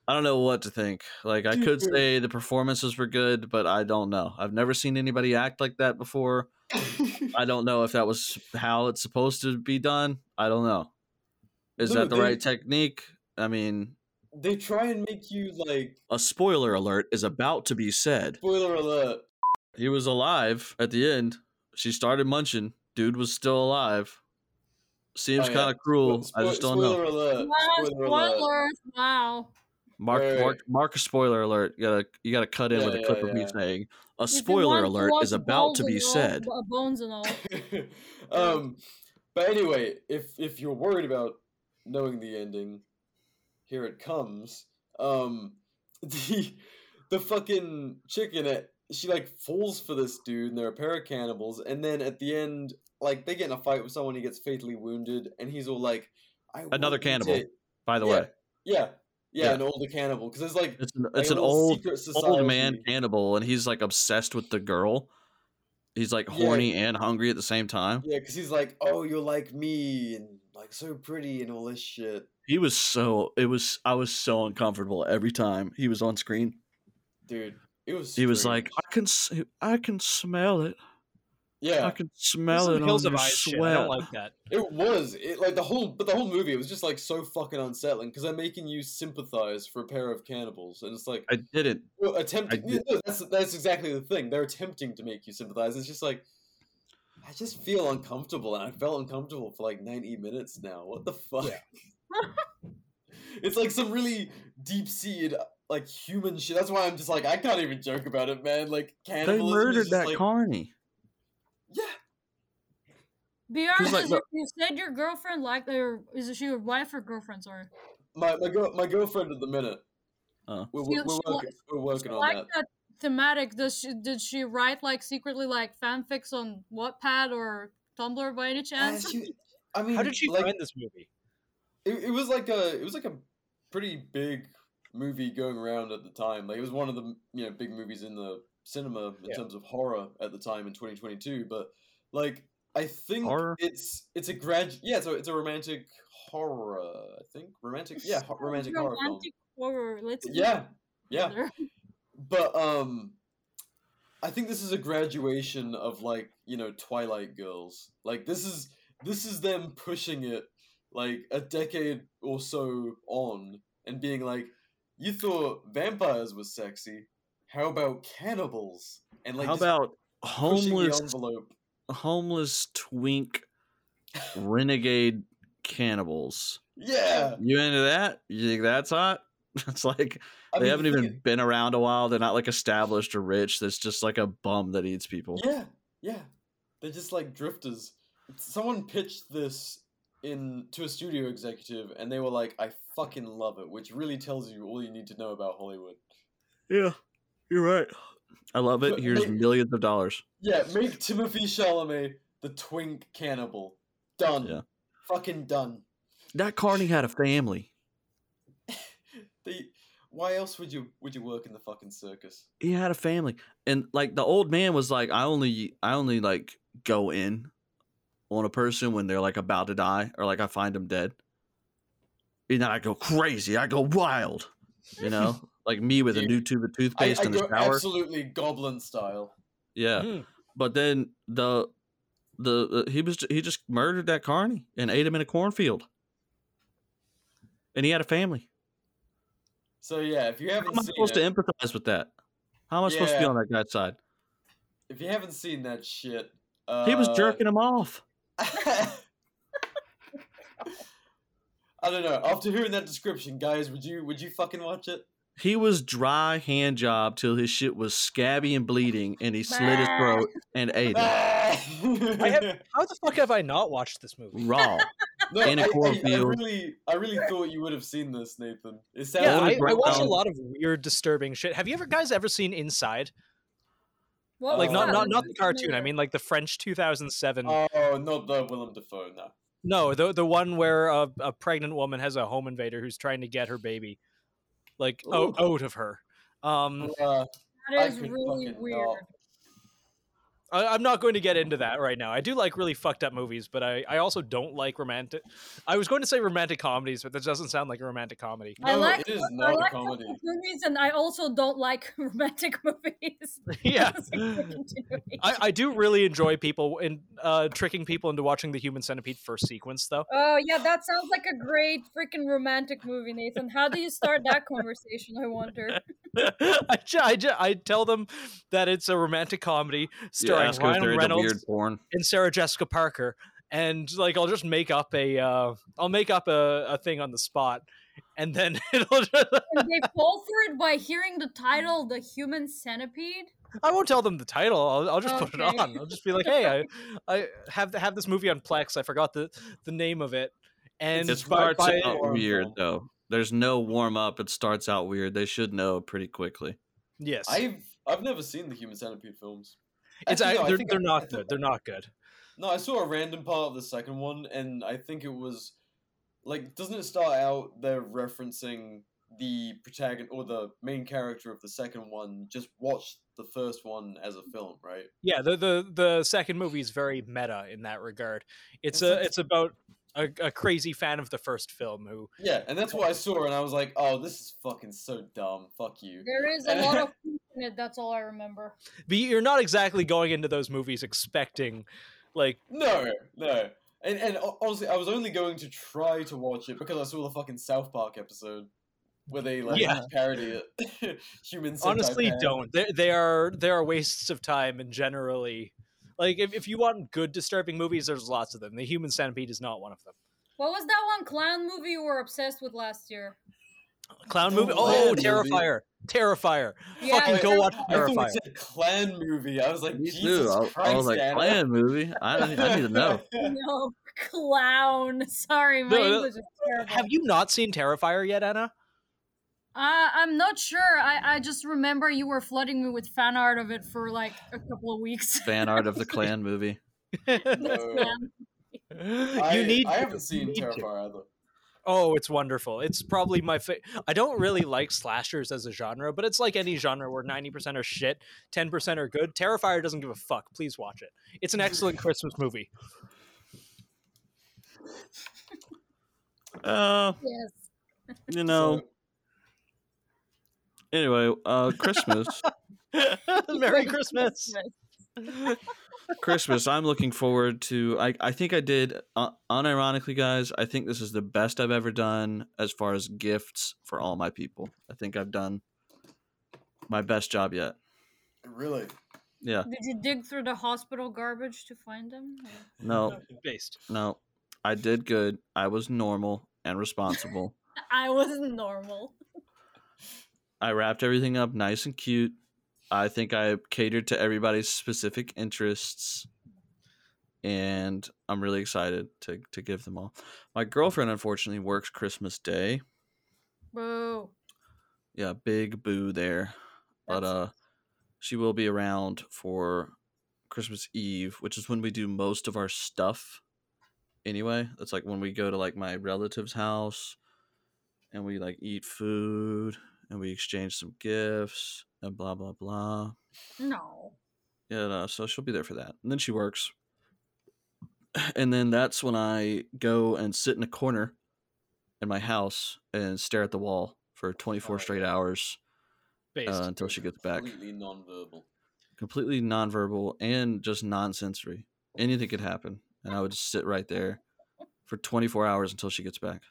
[SPEAKER 2] I don't know what to think. Like, I could
[SPEAKER 1] Dude.
[SPEAKER 2] say the performances were good, but I don't know. I've never seen anybody act like that before. I don't know if that was how it's supposed to be done. I don't know. Is
[SPEAKER 1] No,
[SPEAKER 2] that the
[SPEAKER 1] they-
[SPEAKER 2] right technique? I mean,
[SPEAKER 1] they try and make you like
[SPEAKER 2] a spoiler alert is about to be said.
[SPEAKER 1] spoiler alert.
[SPEAKER 2] He was alive at the end. She started munching. Dude was still alive. Seems
[SPEAKER 1] Oh, yeah.
[SPEAKER 2] kind of cruel.
[SPEAKER 1] Spo-
[SPEAKER 2] I just don't know.
[SPEAKER 1] spoiler Alert,
[SPEAKER 6] wow,
[SPEAKER 1] spoiler alert.
[SPEAKER 6] spoiler. Wow.
[SPEAKER 2] Mark,
[SPEAKER 1] Wait, wait,
[SPEAKER 2] mark, mark a spoiler alert. You gotta, you gotta cut in
[SPEAKER 1] Yeah,
[SPEAKER 2] with a
[SPEAKER 1] yeah,
[SPEAKER 2] clip of me
[SPEAKER 1] yeah.
[SPEAKER 2] saying a
[SPEAKER 6] If you
[SPEAKER 2] spoiler
[SPEAKER 6] want to
[SPEAKER 2] alert
[SPEAKER 6] watch
[SPEAKER 2] is about to
[SPEAKER 6] Bones
[SPEAKER 2] be
[SPEAKER 6] and all-
[SPEAKER 2] said.
[SPEAKER 6] bo- Bones and all.
[SPEAKER 1] um, but anyway, if if you're worried about knowing the ending, here it comes. Um, the the fucking chicken it she like falls for this dude, and they're a pair of cannibals, and then at the end, like they get in a fight with someone, he gets fatally wounded, and he's all like, I want
[SPEAKER 2] Another
[SPEAKER 1] you
[SPEAKER 2] cannibal,
[SPEAKER 1] to-"
[SPEAKER 2] By the
[SPEAKER 1] yeah,
[SPEAKER 2] way,
[SPEAKER 1] yeah, yeah,
[SPEAKER 2] Yeah.
[SPEAKER 1] an older cannibal, because it's like.
[SPEAKER 2] it's an,
[SPEAKER 1] like
[SPEAKER 2] it's
[SPEAKER 1] a
[SPEAKER 2] an
[SPEAKER 1] little
[SPEAKER 2] old,
[SPEAKER 1] secret
[SPEAKER 2] old man
[SPEAKER 1] society.
[SPEAKER 2] cannibal, and he's like obsessed with the girl. He's like
[SPEAKER 1] Yeah.
[SPEAKER 2] horny and hungry at the same time.
[SPEAKER 1] Yeah, because he's like, oh, you're like me, and like so pretty, and all this shit.
[SPEAKER 2] He was so, it was, I was so uncomfortable every time he was on screen.
[SPEAKER 1] dude. It was.
[SPEAKER 2] He was like,
[SPEAKER 1] strange.
[SPEAKER 2] I can, s- I can smell it.
[SPEAKER 1] Yeah,
[SPEAKER 2] I can smell
[SPEAKER 3] Some
[SPEAKER 2] it on
[SPEAKER 3] hills
[SPEAKER 2] your
[SPEAKER 3] of eyes shit. I
[SPEAKER 2] sweat.
[SPEAKER 3] don't like that.
[SPEAKER 1] it was it like the whole, but the whole movie it was just like so fucking unsettling because they're making you sympathize for a pair of cannibals, and it's like
[SPEAKER 2] I didn't.
[SPEAKER 1] well, attempting.
[SPEAKER 2] did-
[SPEAKER 1] no, that's that's exactly the thing. They're attempting to make you sympathize. It's just like I just feel uncomfortable, and I felt uncomfortable for like ninety minutes now. What the fuck? it's like some really deep seated like human shit. That's why I'm just like I can't even joke about it, man. Like
[SPEAKER 2] They
[SPEAKER 1] cannibalism. is
[SPEAKER 2] murdered
[SPEAKER 1] just,
[SPEAKER 2] that
[SPEAKER 1] like,
[SPEAKER 2] carney.
[SPEAKER 1] Yeah,
[SPEAKER 4] BR,
[SPEAKER 2] 'Cause, like,
[SPEAKER 4] is
[SPEAKER 2] the-
[SPEAKER 4] it- you said your girlfriend liked, or is it she your wife or girlfriend? Sorry,
[SPEAKER 1] my my, girl, my girlfriend at the minute.
[SPEAKER 2] Oh.
[SPEAKER 1] We're,
[SPEAKER 4] She-
[SPEAKER 1] we're, we're
[SPEAKER 4] she
[SPEAKER 1] working, we're working on
[SPEAKER 4] like
[SPEAKER 1] that.
[SPEAKER 4] that thematic. Does she did she write like secretly like fanfics on Wattpad or Tumblr by any
[SPEAKER 1] Uh,
[SPEAKER 4] chance?
[SPEAKER 1] she- I mean,
[SPEAKER 3] How did you
[SPEAKER 1] like,
[SPEAKER 3] find this movie?
[SPEAKER 1] it, it was like a it was like a pretty big movie going around at the time. Like it was one of the you know big movies in the cinema in
[SPEAKER 3] Yeah.
[SPEAKER 1] terms of horror at the time in 2022. But like I think
[SPEAKER 2] Horror?
[SPEAKER 1] it's it's a grad yeah so it's a romantic horror I think romantic yeah ho- romantic, horror film
[SPEAKER 4] romantic horror. Let's get
[SPEAKER 1] yeah yeah
[SPEAKER 4] together.
[SPEAKER 1] but um i think this is a graduation of like you know twilight girls like this is this is them pushing it like a decade or so on and being like you thought vampires was sexy how about cannibals and like
[SPEAKER 2] How
[SPEAKER 1] just
[SPEAKER 2] about
[SPEAKER 1] pushing
[SPEAKER 2] homeless,
[SPEAKER 1] the envelope
[SPEAKER 2] homeless twink, renegade cannibals?
[SPEAKER 1] yeah
[SPEAKER 2] You into that? You think that's hot? It's like
[SPEAKER 1] I
[SPEAKER 2] they
[SPEAKER 1] mean,
[SPEAKER 2] haven't
[SPEAKER 1] the
[SPEAKER 2] even
[SPEAKER 1] thing
[SPEAKER 2] been around a while. They're not like established or rich. That's just like a bum that eats people.
[SPEAKER 1] Yeah, yeah. They're just like drifters. Someone pitched this in to a studio executive and they were like, I fucking love it, which really tells you all you need to know about Hollywood.
[SPEAKER 2] Yeah, you're right. I love it.
[SPEAKER 1] But
[SPEAKER 2] Here's
[SPEAKER 1] they-
[SPEAKER 2] millions of dollars.
[SPEAKER 1] Yeah, make Timothy Chalamet the twink cannibal. Done.
[SPEAKER 2] Yeah.
[SPEAKER 1] Fucking done.
[SPEAKER 2] That Carney had a family.
[SPEAKER 1] They why else would you would you work in the fucking circus?
[SPEAKER 2] He had a family, and like the old man was like, I only, I only like go in on a person when they're like about to die or like I find them dead. And then I go crazy. I go wild. You know, like me with a
[SPEAKER 1] Dude,
[SPEAKER 2] new tube of
[SPEAKER 1] I,
[SPEAKER 2] toothpaste
[SPEAKER 1] I
[SPEAKER 2] in the
[SPEAKER 1] go
[SPEAKER 2] shower.
[SPEAKER 1] absolutely goblin style.
[SPEAKER 2] Yeah.
[SPEAKER 3] Mm.
[SPEAKER 2] But then the the uh, he was he just murdered that carney and ate him in a cornfield. And he had a family.
[SPEAKER 1] So yeah, if you
[SPEAKER 2] How
[SPEAKER 1] haven't
[SPEAKER 2] am I
[SPEAKER 1] seen
[SPEAKER 2] supposed
[SPEAKER 1] it,
[SPEAKER 2] to empathize with that? How am I supposed to be
[SPEAKER 1] Yeah.
[SPEAKER 2] on that guy's side?
[SPEAKER 1] if you haven't seen that shit, uh,
[SPEAKER 2] He was jerking him off.
[SPEAKER 1] I don't know. After hearing that description, guys, would you would you fucking watch it?
[SPEAKER 2] He was dry hand job till his shit was scabby and bleeding, and he slit his throat and ate it
[SPEAKER 1] I
[SPEAKER 3] have- How the fuck have I not watched this movie?
[SPEAKER 2] raw.
[SPEAKER 1] no,
[SPEAKER 2] in a
[SPEAKER 1] I, I- I
[SPEAKER 2] cornfield.
[SPEAKER 1] really, I really thought you would have seen this, Nathan. It sounds
[SPEAKER 3] Yeah, I,
[SPEAKER 2] Only
[SPEAKER 1] like
[SPEAKER 3] I watch a
[SPEAKER 2] Brown.
[SPEAKER 3] lot of weird, disturbing shit. Have you ever guys ever seen Inside?
[SPEAKER 4] What
[SPEAKER 3] Like
[SPEAKER 4] was
[SPEAKER 3] not
[SPEAKER 4] that?
[SPEAKER 3] not
[SPEAKER 1] Oh.
[SPEAKER 3] not the cartoon. I mean like the French 2007.
[SPEAKER 1] Oh, not the Willem Dafoe. No.
[SPEAKER 3] no, the the one where a, a pregnant woman has a home invader who's trying to get her baby, like o- out of her. Um,
[SPEAKER 1] Uh, I
[SPEAKER 4] That is
[SPEAKER 1] could
[SPEAKER 4] really
[SPEAKER 1] fucking
[SPEAKER 4] weird.
[SPEAKER 1] not. Oh.
[SPEAKER 3] I, I'm not going to get into that right now. I do like really fucked up movies, but I, I also don't like romantic. I was going to say romantic comedies, but that doesn't sound like a romantic comedy.
[SPEAKER 1] No,
[SPEAKER 4] I like
[SPEAKER 1] it is
[SPEAKER 4] I
[SPEAKER 1] not a
[SPEAKER 4] like
[SPEAKER 1] comedy.
[SPEAKER 4] romantic movies, and I also don't like romantic movies.
[SPEAKER 3] yeah.
[SPEAKER 4] Continuation.
[SPEAKER 3] I, I do really enjoy people and uh, tricking people into watching the Human Centipede first sequence, though.
[SPEAKER 4] Oh yeah, that sounds like a great freaking romantic movie, Nathan. How do you start that conversation? I wonder.
[SPEAKER 3] I, ju- I, ju- I tell them that it's a romantic comedy starring
[SPEAKER 2] ask him if they're
[SPEAKER 3] Ryan
[SPEAKER 2] into
[SPEAKER 3] Reynolds
[SPEAKER 2] weird porn.
[SPEAKER 3] and Sarah Jessica Parker, and like I'll just make up a uh, I'll make up a, a thing on the spot, and then it'll. Just,
[SPEAKER 4] And they fall for it by hearing the title, "The Human Centipede."
[SPEAKER 3] I won't tell them the title. I'll, I'll just put it
[SPEAKER 4] Okay.
[SPEAKER 3] on. I'll just be like, "Hey, I, I have have this movie on Plex. I forgot the the name of it." And
[SPEAKER 2] It
[SPEAKER 1] It's
[SPEAKER 3] by-
[SPEAKER 2] starts
[SPEAKER 3] by-
[SPEAKER 2] out
[SPEAKER 1] Warm
[SPEAKER 2] weird
[SPEAKER 1] film.
[SPEAKER 2] though. There's no warm up. It starts out weird. They should know pretty quickly.
[SPEAKER 3] yes,
[SPEAKER 1] I've I've never seen the Human Centipede films.
[SPEAKER 3] it's
[SPEAKER 1] Actually,
[SPEAKER 3] I,
[SPEAKER 1] no, I
[SPEAKER 3] they're,
[SPEAKER 1] think I-
[SPEAKER 3] they're
[SPEAKER 1] I
[SPEAKER 3] not
[SPEAKER 1] think
[SPEAKER 3] good. They're not good.
[SPEAKER 1] No, I saw a random part of the second one, and I think it was like, doesn't it start out they're referencing the protagonist or the main character of the second one just watched the first one as a film, right?
[SPEAKER 3] Yeah, the the the second movie is very meta in that regard. It's
[SPEAKER 1] That's
[SPEAKER 3] a
[SPEAKER 1] it.
[SPEAKER 3] it's about a, a crazy fan of the first film who
[SPEAKER 1] Yeah, and that's what I saw, and I was like, oh, this is fucking so dumb. Fuck you.
[SPEAKER 4] There is a lot of it. That's all I remember.
[SPEAKER 3] But you're not exactly going into those movies expecting, like,
[SPEAKER 1] No, no. And, and ho- honestly, I was only going to try to watch it because I saw the fucking South Park episode where they like
[SPEAKER 3] Yeah.
[SPEAKER 1] parody it. Human Sentai
[SPEAKER 3] honestly,
[SPEAKER 1] Pan.
[SPEAKER 3] don't. They, they are they are wastes of time and generally, like, if, if you want good disturbing movies, there's lots of them. The Human Centipede is not one of them.
[SPEAKER 4] What was that one clown movie you were obsessed with last year?
[SPEAKER 3] Clown
[SPEAKER 1] The
[SPEAKER 3] movie. Oh,
[SPEAKER 1] Land movie.
[SPEAKER 3] Terrifier. Terrifier.
[SPEAKER 4] Yeah,
[SPEAKER 3] Fucking go
[SPEAKER 4] Terrifier.
[SPEAKER 3] watch
[SPEAKER 1] I thought
[SPEAKER 3] Terrifier.
[SPEAKER 1] it said clan movie. I was like,
[SPEAKER 2] Me
[SPEAKER 1] Jesus
[SPEAKER 2] too. I,
[SPEAKER 1] Christ,
[SPEAKER 2] I was like,
[SPEAKER 1] Anna.
[SPEAKER 2] plan movie. I, I need to know.
[SPEAKER 4] No, clown. Sorry, my
[SPEAKER 3] No, no.
[SPEAKER 4] English is terrible.
[SPEAKER 3] Have you not seen Terrifier yet, Anna?
[SPEAKER 4] Uh, I'm not sure. I, I just remember you were flooding me with fan art of it for like a couple of weeks.
[SPEAKER 2] Fan art of the clan movie.
[SPEAKER 1] No. I,
[SPEAKER 3] you need.
[SPEAKER 1] I
[SPEAKER 3] to-
[SPEAKER 1] haven't seen
[SPEAKER 3] need to.
[SPEAKER 1] Terrifier either.
[SPEAKER 3] Oh, it's wonderful. It's probably my favorite. I don't really like slashers as a genre, but it's like any genre where 90% are shit, 10% are good. Terrifier doesn't give a fuck. Please watch it. It's an excellent Christmas movie.
[SPEAKER 2] Uh,
[SPEAKER 4] yes.
[SPEAKER 2] you know.
[SPEAKER 1] So-
[SPEAKER 2] Anyway, uh, Christmas.
[SPEAKER 3] Merry Christmas.
[SPEAKER 2] Christmas. I'm looking forward to. I I think I did. Uh, unironically, guys, I think this is the best I've ever done as far as gifts for all my people. I think I've done my best job yet.
[SPEAKER 1] Really?
[SPEAKER 2] Yeah.
[SPEAKER 4] Did you dig through the hospital garbage to find them? or-
[SPEAKER 2] No.
[SPEAKER 3] Based.
[SPEAKER 2] No. I did good. I was normal and responsible.
[SPEAKER 4] I wasn't normal.
[SPEAKER 2] I wrapped everything up nice and cute. I think I catered to everybody's specific interests. And I'm really excited to, to give them all. My girlfriend, unfortunately, works Christmas Day.
[SPEAKER 4] Boo.
[SPEAKER 2] yeah, big boo there. But uh she will be around for Christmas Eve, which is when we do most of our stuff anyway. That's like when we go to like my relative's house and we like eat food and we exchange some gifts and blah blah blah.
[SPEAKER 4] No.
[SPEAKER 2] Yeah, no, so she'll be there for that. And then she works. And then that's when I go and sit in a corner in my house and stare at the wall for 24
[SPEAKER 1] Oh.
[SPEAKER 2] straight hours
[SPEAKER 3] Based.
[SPEAKER 2] uh, until she gets back.
[SPEAKER 1] Completely nonverbal. Oh
[SPEAKER 2] Completely nonverbal and just non-sensory. Anything could happen, and I would just sit right there for 24 hours until she gets back.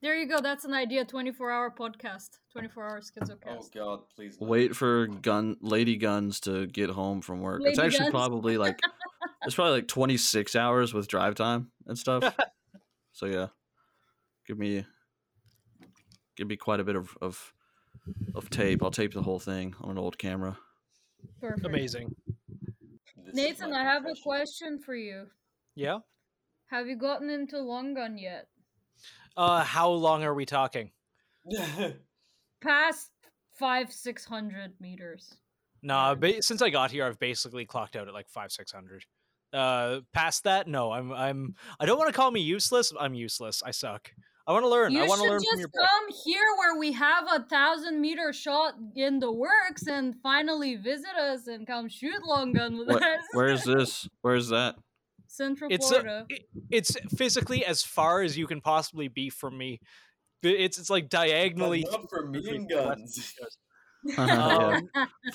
[SPEAKER 4] There you go. That's an idea. 24 hour podcast. 24 hour schizocast.
[SPEAKER 1] Oh God, please. no.
[SPEAKER 2] Wait for gun lady guns to get home from work. it's
[SPEAKER 4] Lady
[SPEAKER 2] actually
[SPEAKER 4] guns.
[SPEAKER 2] probably like it's probably like 26 hours with drive time and stuff. so yeah, give me give me quite a bit of of of tape. I'll tape the whole thing on an old camera.
[SPEAKER 4] Perfect.
[SPEAKER 3] Amazing.
[SPEAKER 1] This is
[SPEAKER 4] Nathan,
[SPEAKER 1] my
[SPEAKER 4] I have a
[SPEAKER 1] confession.
[SPEAKER 4] question for you.
[SPEAKER 3] Yeah.
[SPEAKER 4] Have you gotten into long gun yet?
[SPEAKER 3] Uh, how long are we talking?
[SPEAKER 4] Past five, six hundred meters.
[SPEAKER 3] Nah, ba- since I got here, I've basically clocked out at like five, six hundred. Uh, past that, no. I'm, I'm. I don't want to call me useless. I'm useless. I suck. I want to learn.
[SPEAKER 4] You
[SPEAKER 3] I want to
[SPEAKER 4] should
[SPEAKER 3] learn
[SPEAKER 4] just
[SPEAKER 3] from your. bro-
[SPEAKER 4] come here where we have a thousand meter shot in the works and finally visit us and come shoot long gun with
[SPEAKER 2] What-
[SPEAKER 4] us.
[SPEAKER 2] Where is this? Where is that?
[SPEAKER 4] Central
[SPEAKER 3] It's
[SPEAKER 4] Florida.
[SPEAKER 3] a, it- it's physically as far as you can possibly be from me. B- It's it's like diagonally.
[SPEAKER 1] But not for me
[SPEAKER 3] three
[SPEAKER 1] and
[SPEAKER 3] feet west
[SPEAKER 1] guns.
[SPEAKER 3] of us.
[SPEAKER 2] Yeah.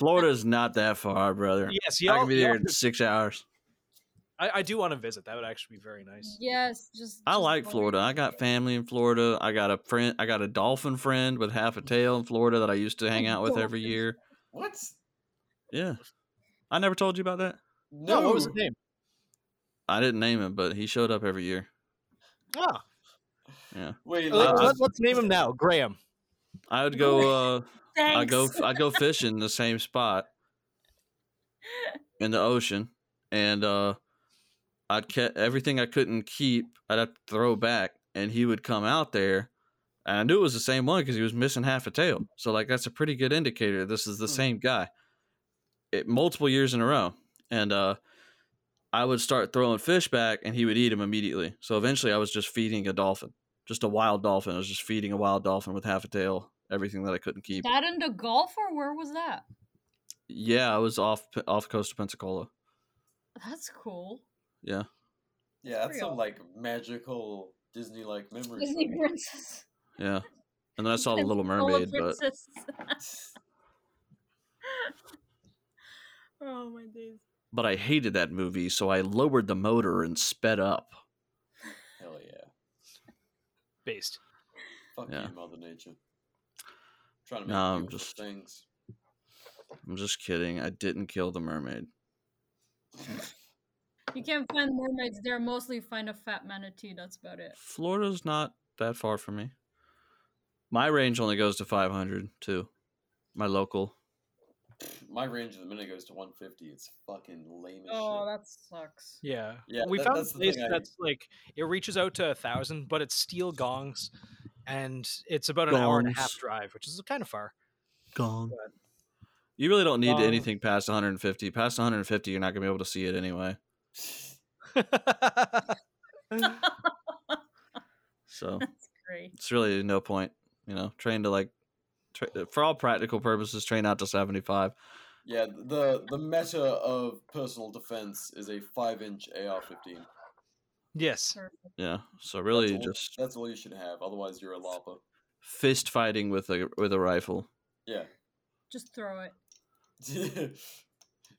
[SPEAKER 2] Florida's not that far, brother.
[SPEAKER 3] Yes,
[SPEAKER 2] I
[SPEAKER 3] y'all.
[SPEAKER 2] can be there
[SPEAKER 3] y'all-
[SPEAKER 2] in six hours.
[SPEAKER 3] I, I do want to visit. That would actually be very nice.
[SPEAKER 4] yes, just.
[SPEAKER 2] I
[SPEAKER 4] just
[SPEAKER 2] like
[SPEAKER 4] go
[SPEAKER 2] Florida. I got family in Florida. I got a friend. I got a dolphin friend with half a tail in Florida that I used to hang out with every
[SPEAKER 4] Dolphin.
[SPEAKER 2] year.
[SPEAKER 1] What?
[SPEAKER 2] Yeah, I never told you about that.
[SPEAKER 1] No.
[SPEAKER 3] what was his name?
[SPEAKER 2] I didn't name him, but he showed up every year.
[SPEAKER 3] Ah,
[SPEAKER 1] Wait.
[SPEAKER 2] Uh,
[SPEAKER 1] Let,
[SPEAKER 3] let, us name him now. Graham.
[SPEAKER 2] I would go. Uh,
[SPEAKER 4] Thanks.
[SPEAKER 2] I go. I go fishing in the same spot in the ocean, and uh, I'd catch everything I couldn't keep. I'd have to throw back, and he would come out there, and I knew it was the same one because he was missing half a tail. So like that's a pretty good indicator. This is the
[SPEAKER 1] Hmm.
[SPEAKER 2] same guy, it, multiple years in a row, and uh. I would start throwing fish back and he would eat them immediately. So eventually I was just feeding a dolphin, just a wild dolphin. I was just feeding a wild dolphin with half a tail, everything that I couldn't keep.
[SPEAKER 4] That in the Gulf or where was that?
[SPEAKER 2] Yeah, I was off P- off coast of Pensacola.
[SPEAKER 4] That's cool.
[SPEAKER 2] Yeah,
[SPEAKER 1] yeah, that's some
[SPEAKER 4] real.
[SPEAKER 1] like magical Disney-like memory.
[SPEAKER 4] Disney
[SPEAKER 1] for me.
[SPEAKER 4] princess.
[SPEAKER 2] yeah. And then I saw the Little
[SPEAKER 4] All the
[SPEAKER 2] Mermaid, but
[SPEAKER 4] princess.
[SPEAKER 6] Oh my days.
[SPEAKER 2] but I hated that movie, so I lowered the motor and sped up.
[SPEAKER 1] Hell yeah.
[SPEAKER 3] Based.
[SPEAKER 1] Fuck
[SPEAKER 2] Yeah.
[SPEAKER 1] you, Mother Nature. trying to make
[SPEAKER 2] No, I'm
[SPEAKER 1] beautiful
[SPEAKER 2] just-
[SPEAKER 1] things.
[SPEAKER 2] I'm just kidding. I didn't kill the mermaid.
[SPEAKER 4] You can't find mermaids there. Mostly find a fat manatee. That's about it.
[SPEAKER 2] Florida's not that far from me. My range only goes to 500 too. My local.
[SPEAKER 1] My range at the minute goes to 150. It's fucking lame as
[SPEAKER 6] Oh,
[SPEAKER 1] shit.
[SPEAKER 6] that sucks.
[SPEAKER 3] Yeah.
[SPEAKER 1] Yeah,
[SPEAKER 3] We
[SPEAKER 1] that-
[SPEAKER 3] found
[SPEAKER 1] that's
[SPEAKER 3] a
[SPEAKER 1] the
[SPEAKER 3] place
[SPEAKER 1] thing I-
[SPEAKER 3] that's like it reaches out to a thousand, but it's steel gongs, and it's about an hour and a half
[SPEAKER 2] Gongs.
[SPEAKER 3] drive, which is kind of far.
[SPEAKER 2] Gone. You really don't need
[SPEAKER 3] Gone.
[SPEAKER 2] anything past 150. Past 150, you're not gonna be able to see it anyway. So
[SPEAKER 4] Great.
[SPEAKER 2] it's really no point. You know, train to like, tra- for all practical purposes, train out to 75.
[SPEAKER 1] Yeah, th- the the meta of personal defense is a five inch AR-15.
[SPEAKER 3] yes.
[SPEAKER 2] Yeah. So really,
[SPEAKER 1] That's all-
[SPEAKER 2] just
[SPEAKER 1] That's all you should have. Otherwise, you're a lapa.
[SPEAKER 2] fist fighting with a with a rifle.
[SPEAKER 1] Yeah,
[SPEAKER 4] Just throw it.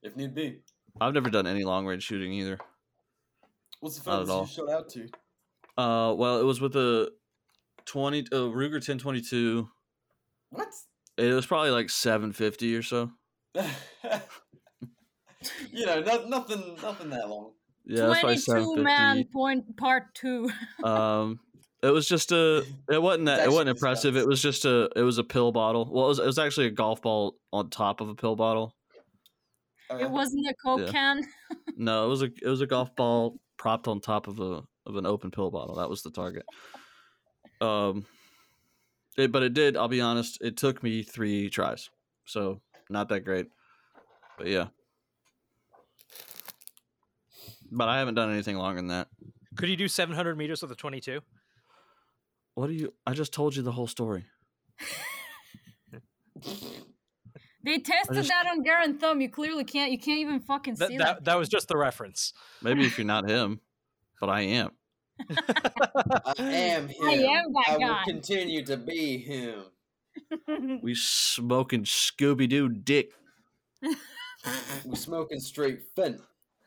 [SPEAKER 1] if need be.
[SPEAKER 2] I've never done any long range shooting either.
[SPEAKER 1] What's the
[SPEAKER 2] Not at
[SPEAKER 1] film
[SPEAKER 2] all.
[SPEAKER 1] you shot out to?
[SPEAKER 2] Uh, well, it was with a twenty uh, Ruger 1022.
[SPEAKER 1] What?
[SPEAKER 2] It was probably like 750 or so.
[SPEAKER 1] you know, no, nothing, nothing that long.
[SPEAKER 2] Yeah, that's probably
[SPEAKER 4] 22 man
[SPEAKER 2] 750.
[SPEAKER 4] point part two.
[SPEAKER 2] Um, it was just a. It wasn't that. It
[SPEAKER 1] Actually
[SPEAKER 2] wasn't impressive.
[SPEAKER 1] disgusting.
[SPEAKER 2] It was just a. It was a pill bottle. Well, it was, it was actually a golf ball on top of a pill bottle.
[SPEAKER 1] Uh,
[SPEAKER 4] It wasn't a coke
[SPEAKER 2] Yeah.
[SPEAKER 4] can.
[SPEAKER 2] No, it was a. It was a golf ball propped on top of a of an open pill bottle. That was the target. Um, it, but it did. I'll be honest. It took me three tries, so not that great. But yeah. But I haven't done anything longer than that.
[SPEAKER 3] Could you do 700 meters with a 22?
[SPEAKER 2] What do you? I just told you the whole story.
[SPEAKER 4] They tested
[SPEAKER 2] just-
[SPEAKER 4] that on Garen Thumb. You clearly can't. You can't even fucking
[SPEAKER 3] That,
[SPEAKER 4] see that.
[SPEAKER 3] that, that was just the reference.
[SPEAKER 2] Maybe if you're not him, but I am.
[SPEAKER 1] I am him.
[SPEAKER 4] I am that
[SPEAKER 1] I
[SPEAKER 4] guy.
[SPEAKER 1] will continue to be him.
[SPEAKER 2] We smoking Scooby Doo dick,
[SPEAKER 1] We smoking straight fent.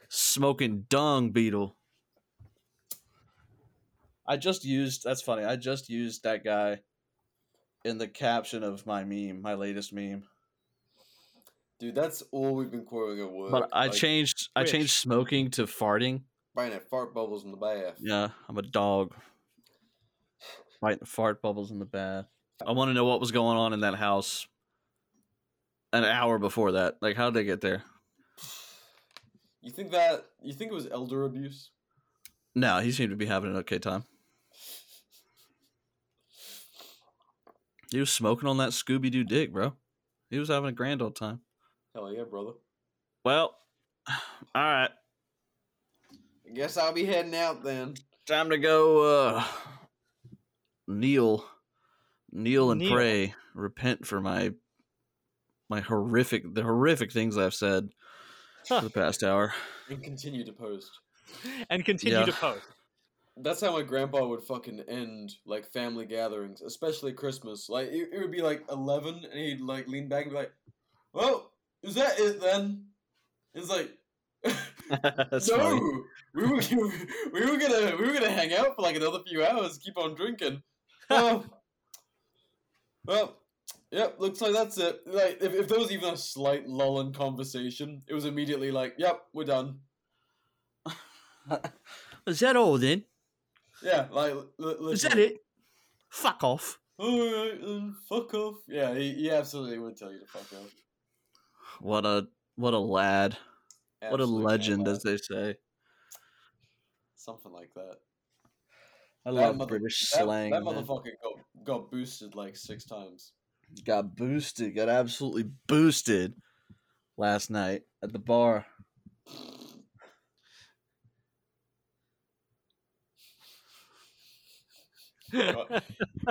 [SPEAKER 2] smoking dung beetle. I just used. That's funny. I just used that guy in the caption of my meme, my latest meme.
[SPEAKER 1] Dude, that's all we've been quoting at work.
[SPEAKER 2] But I
[SPEAKER 1] like,
[SPEAKER 2] changed. I
[SPEAKER 3] Which?
[SPEAKER 2] changed smoking to farting.
[SPEAKER 1] Brian had fart bubbles in the bath.
[SPEAKER 2] Yeah, I'm a dog. Biting fart bubbles in the bath. I want to know what was going on in that house an hour before that. Like, how'd they get there?
[SPEAKER 1] You think that? You think it was elder abuse?
[SPEAKER 2] No, he seemed to be having an okay time. He was smoking on that Scooby Doo dick, bro. He was having a grand old time.
[SPEAKER 1] Hell yeah, brother.
[SPEAKER 2] Well, all right.
[SPEAKER 1] I guess I'll be heading out then.
[SPEAKER 2] Time to go uh, kneel. Kneel and
[SPEAKER 3] Kneel.
[SPEAKER 2] pray. Repent for my my horrific the horrific things I've said for the past hour.
[SPEAKER 1] And continue to post.
[SPEAKER 3] and continue
[SPEAKER 2] Yeah.
[SPEAKER 3] to post.
[SPEAKER 1] That's how my grandpa would fucking end like family gatherings, especially Christmas. Like it, it would be like eleven, and he'd like lean back and be like, "Well, is that it then?" It's like,
[SPEAKER 2] That's
[SPEAKER 1] "No,
[SPEAKER 2] funny.
[SPEAKER 1] we were we were gonna we were gonna hang out for like another few hours, keep on drinking." Oh, well, yep. Looks like that's it. Like if, if there was even a slight lull in conversation, it was immediately like, "Yep, we're done."
[SPEAKER 2] Is that all then?
[SPEAKER 1] Yeah, like li- li-
[SPEAKER 2] Is that
[SPEAKER 1] literally.
[SPEAKER 2] it? Fuck off.
[SPEAKER 1] Alright then, fuck off. Yeah, he, he absolutely would tell you to fuck off.
[SPEAKER 2] What a what a lad. What a
[SPEAKER 1] Absolutely not
[SPEAKER 2] legend,
[SPEAKER 1] allowed.
[SPEAKER 2] as they say.
[SPEAKER 1] Something like that.
[SPEAKER 2] I
[SPEAKER 1] That
[SPEAKER 2] love
[SPEAKER 1] mother-
[SPEAKER 2] British
[SPEAKER 1] that,
[SPEAKER 2] slang.
[SPEAKER 1] That
[SPEAKER 2] man.
[SPEAKER 1] motherfucker got, got boosted like six times.
[SPEAKER 2] got boosted, got absolutely boosted last night at the bar.
[SPEAKER 1] Got,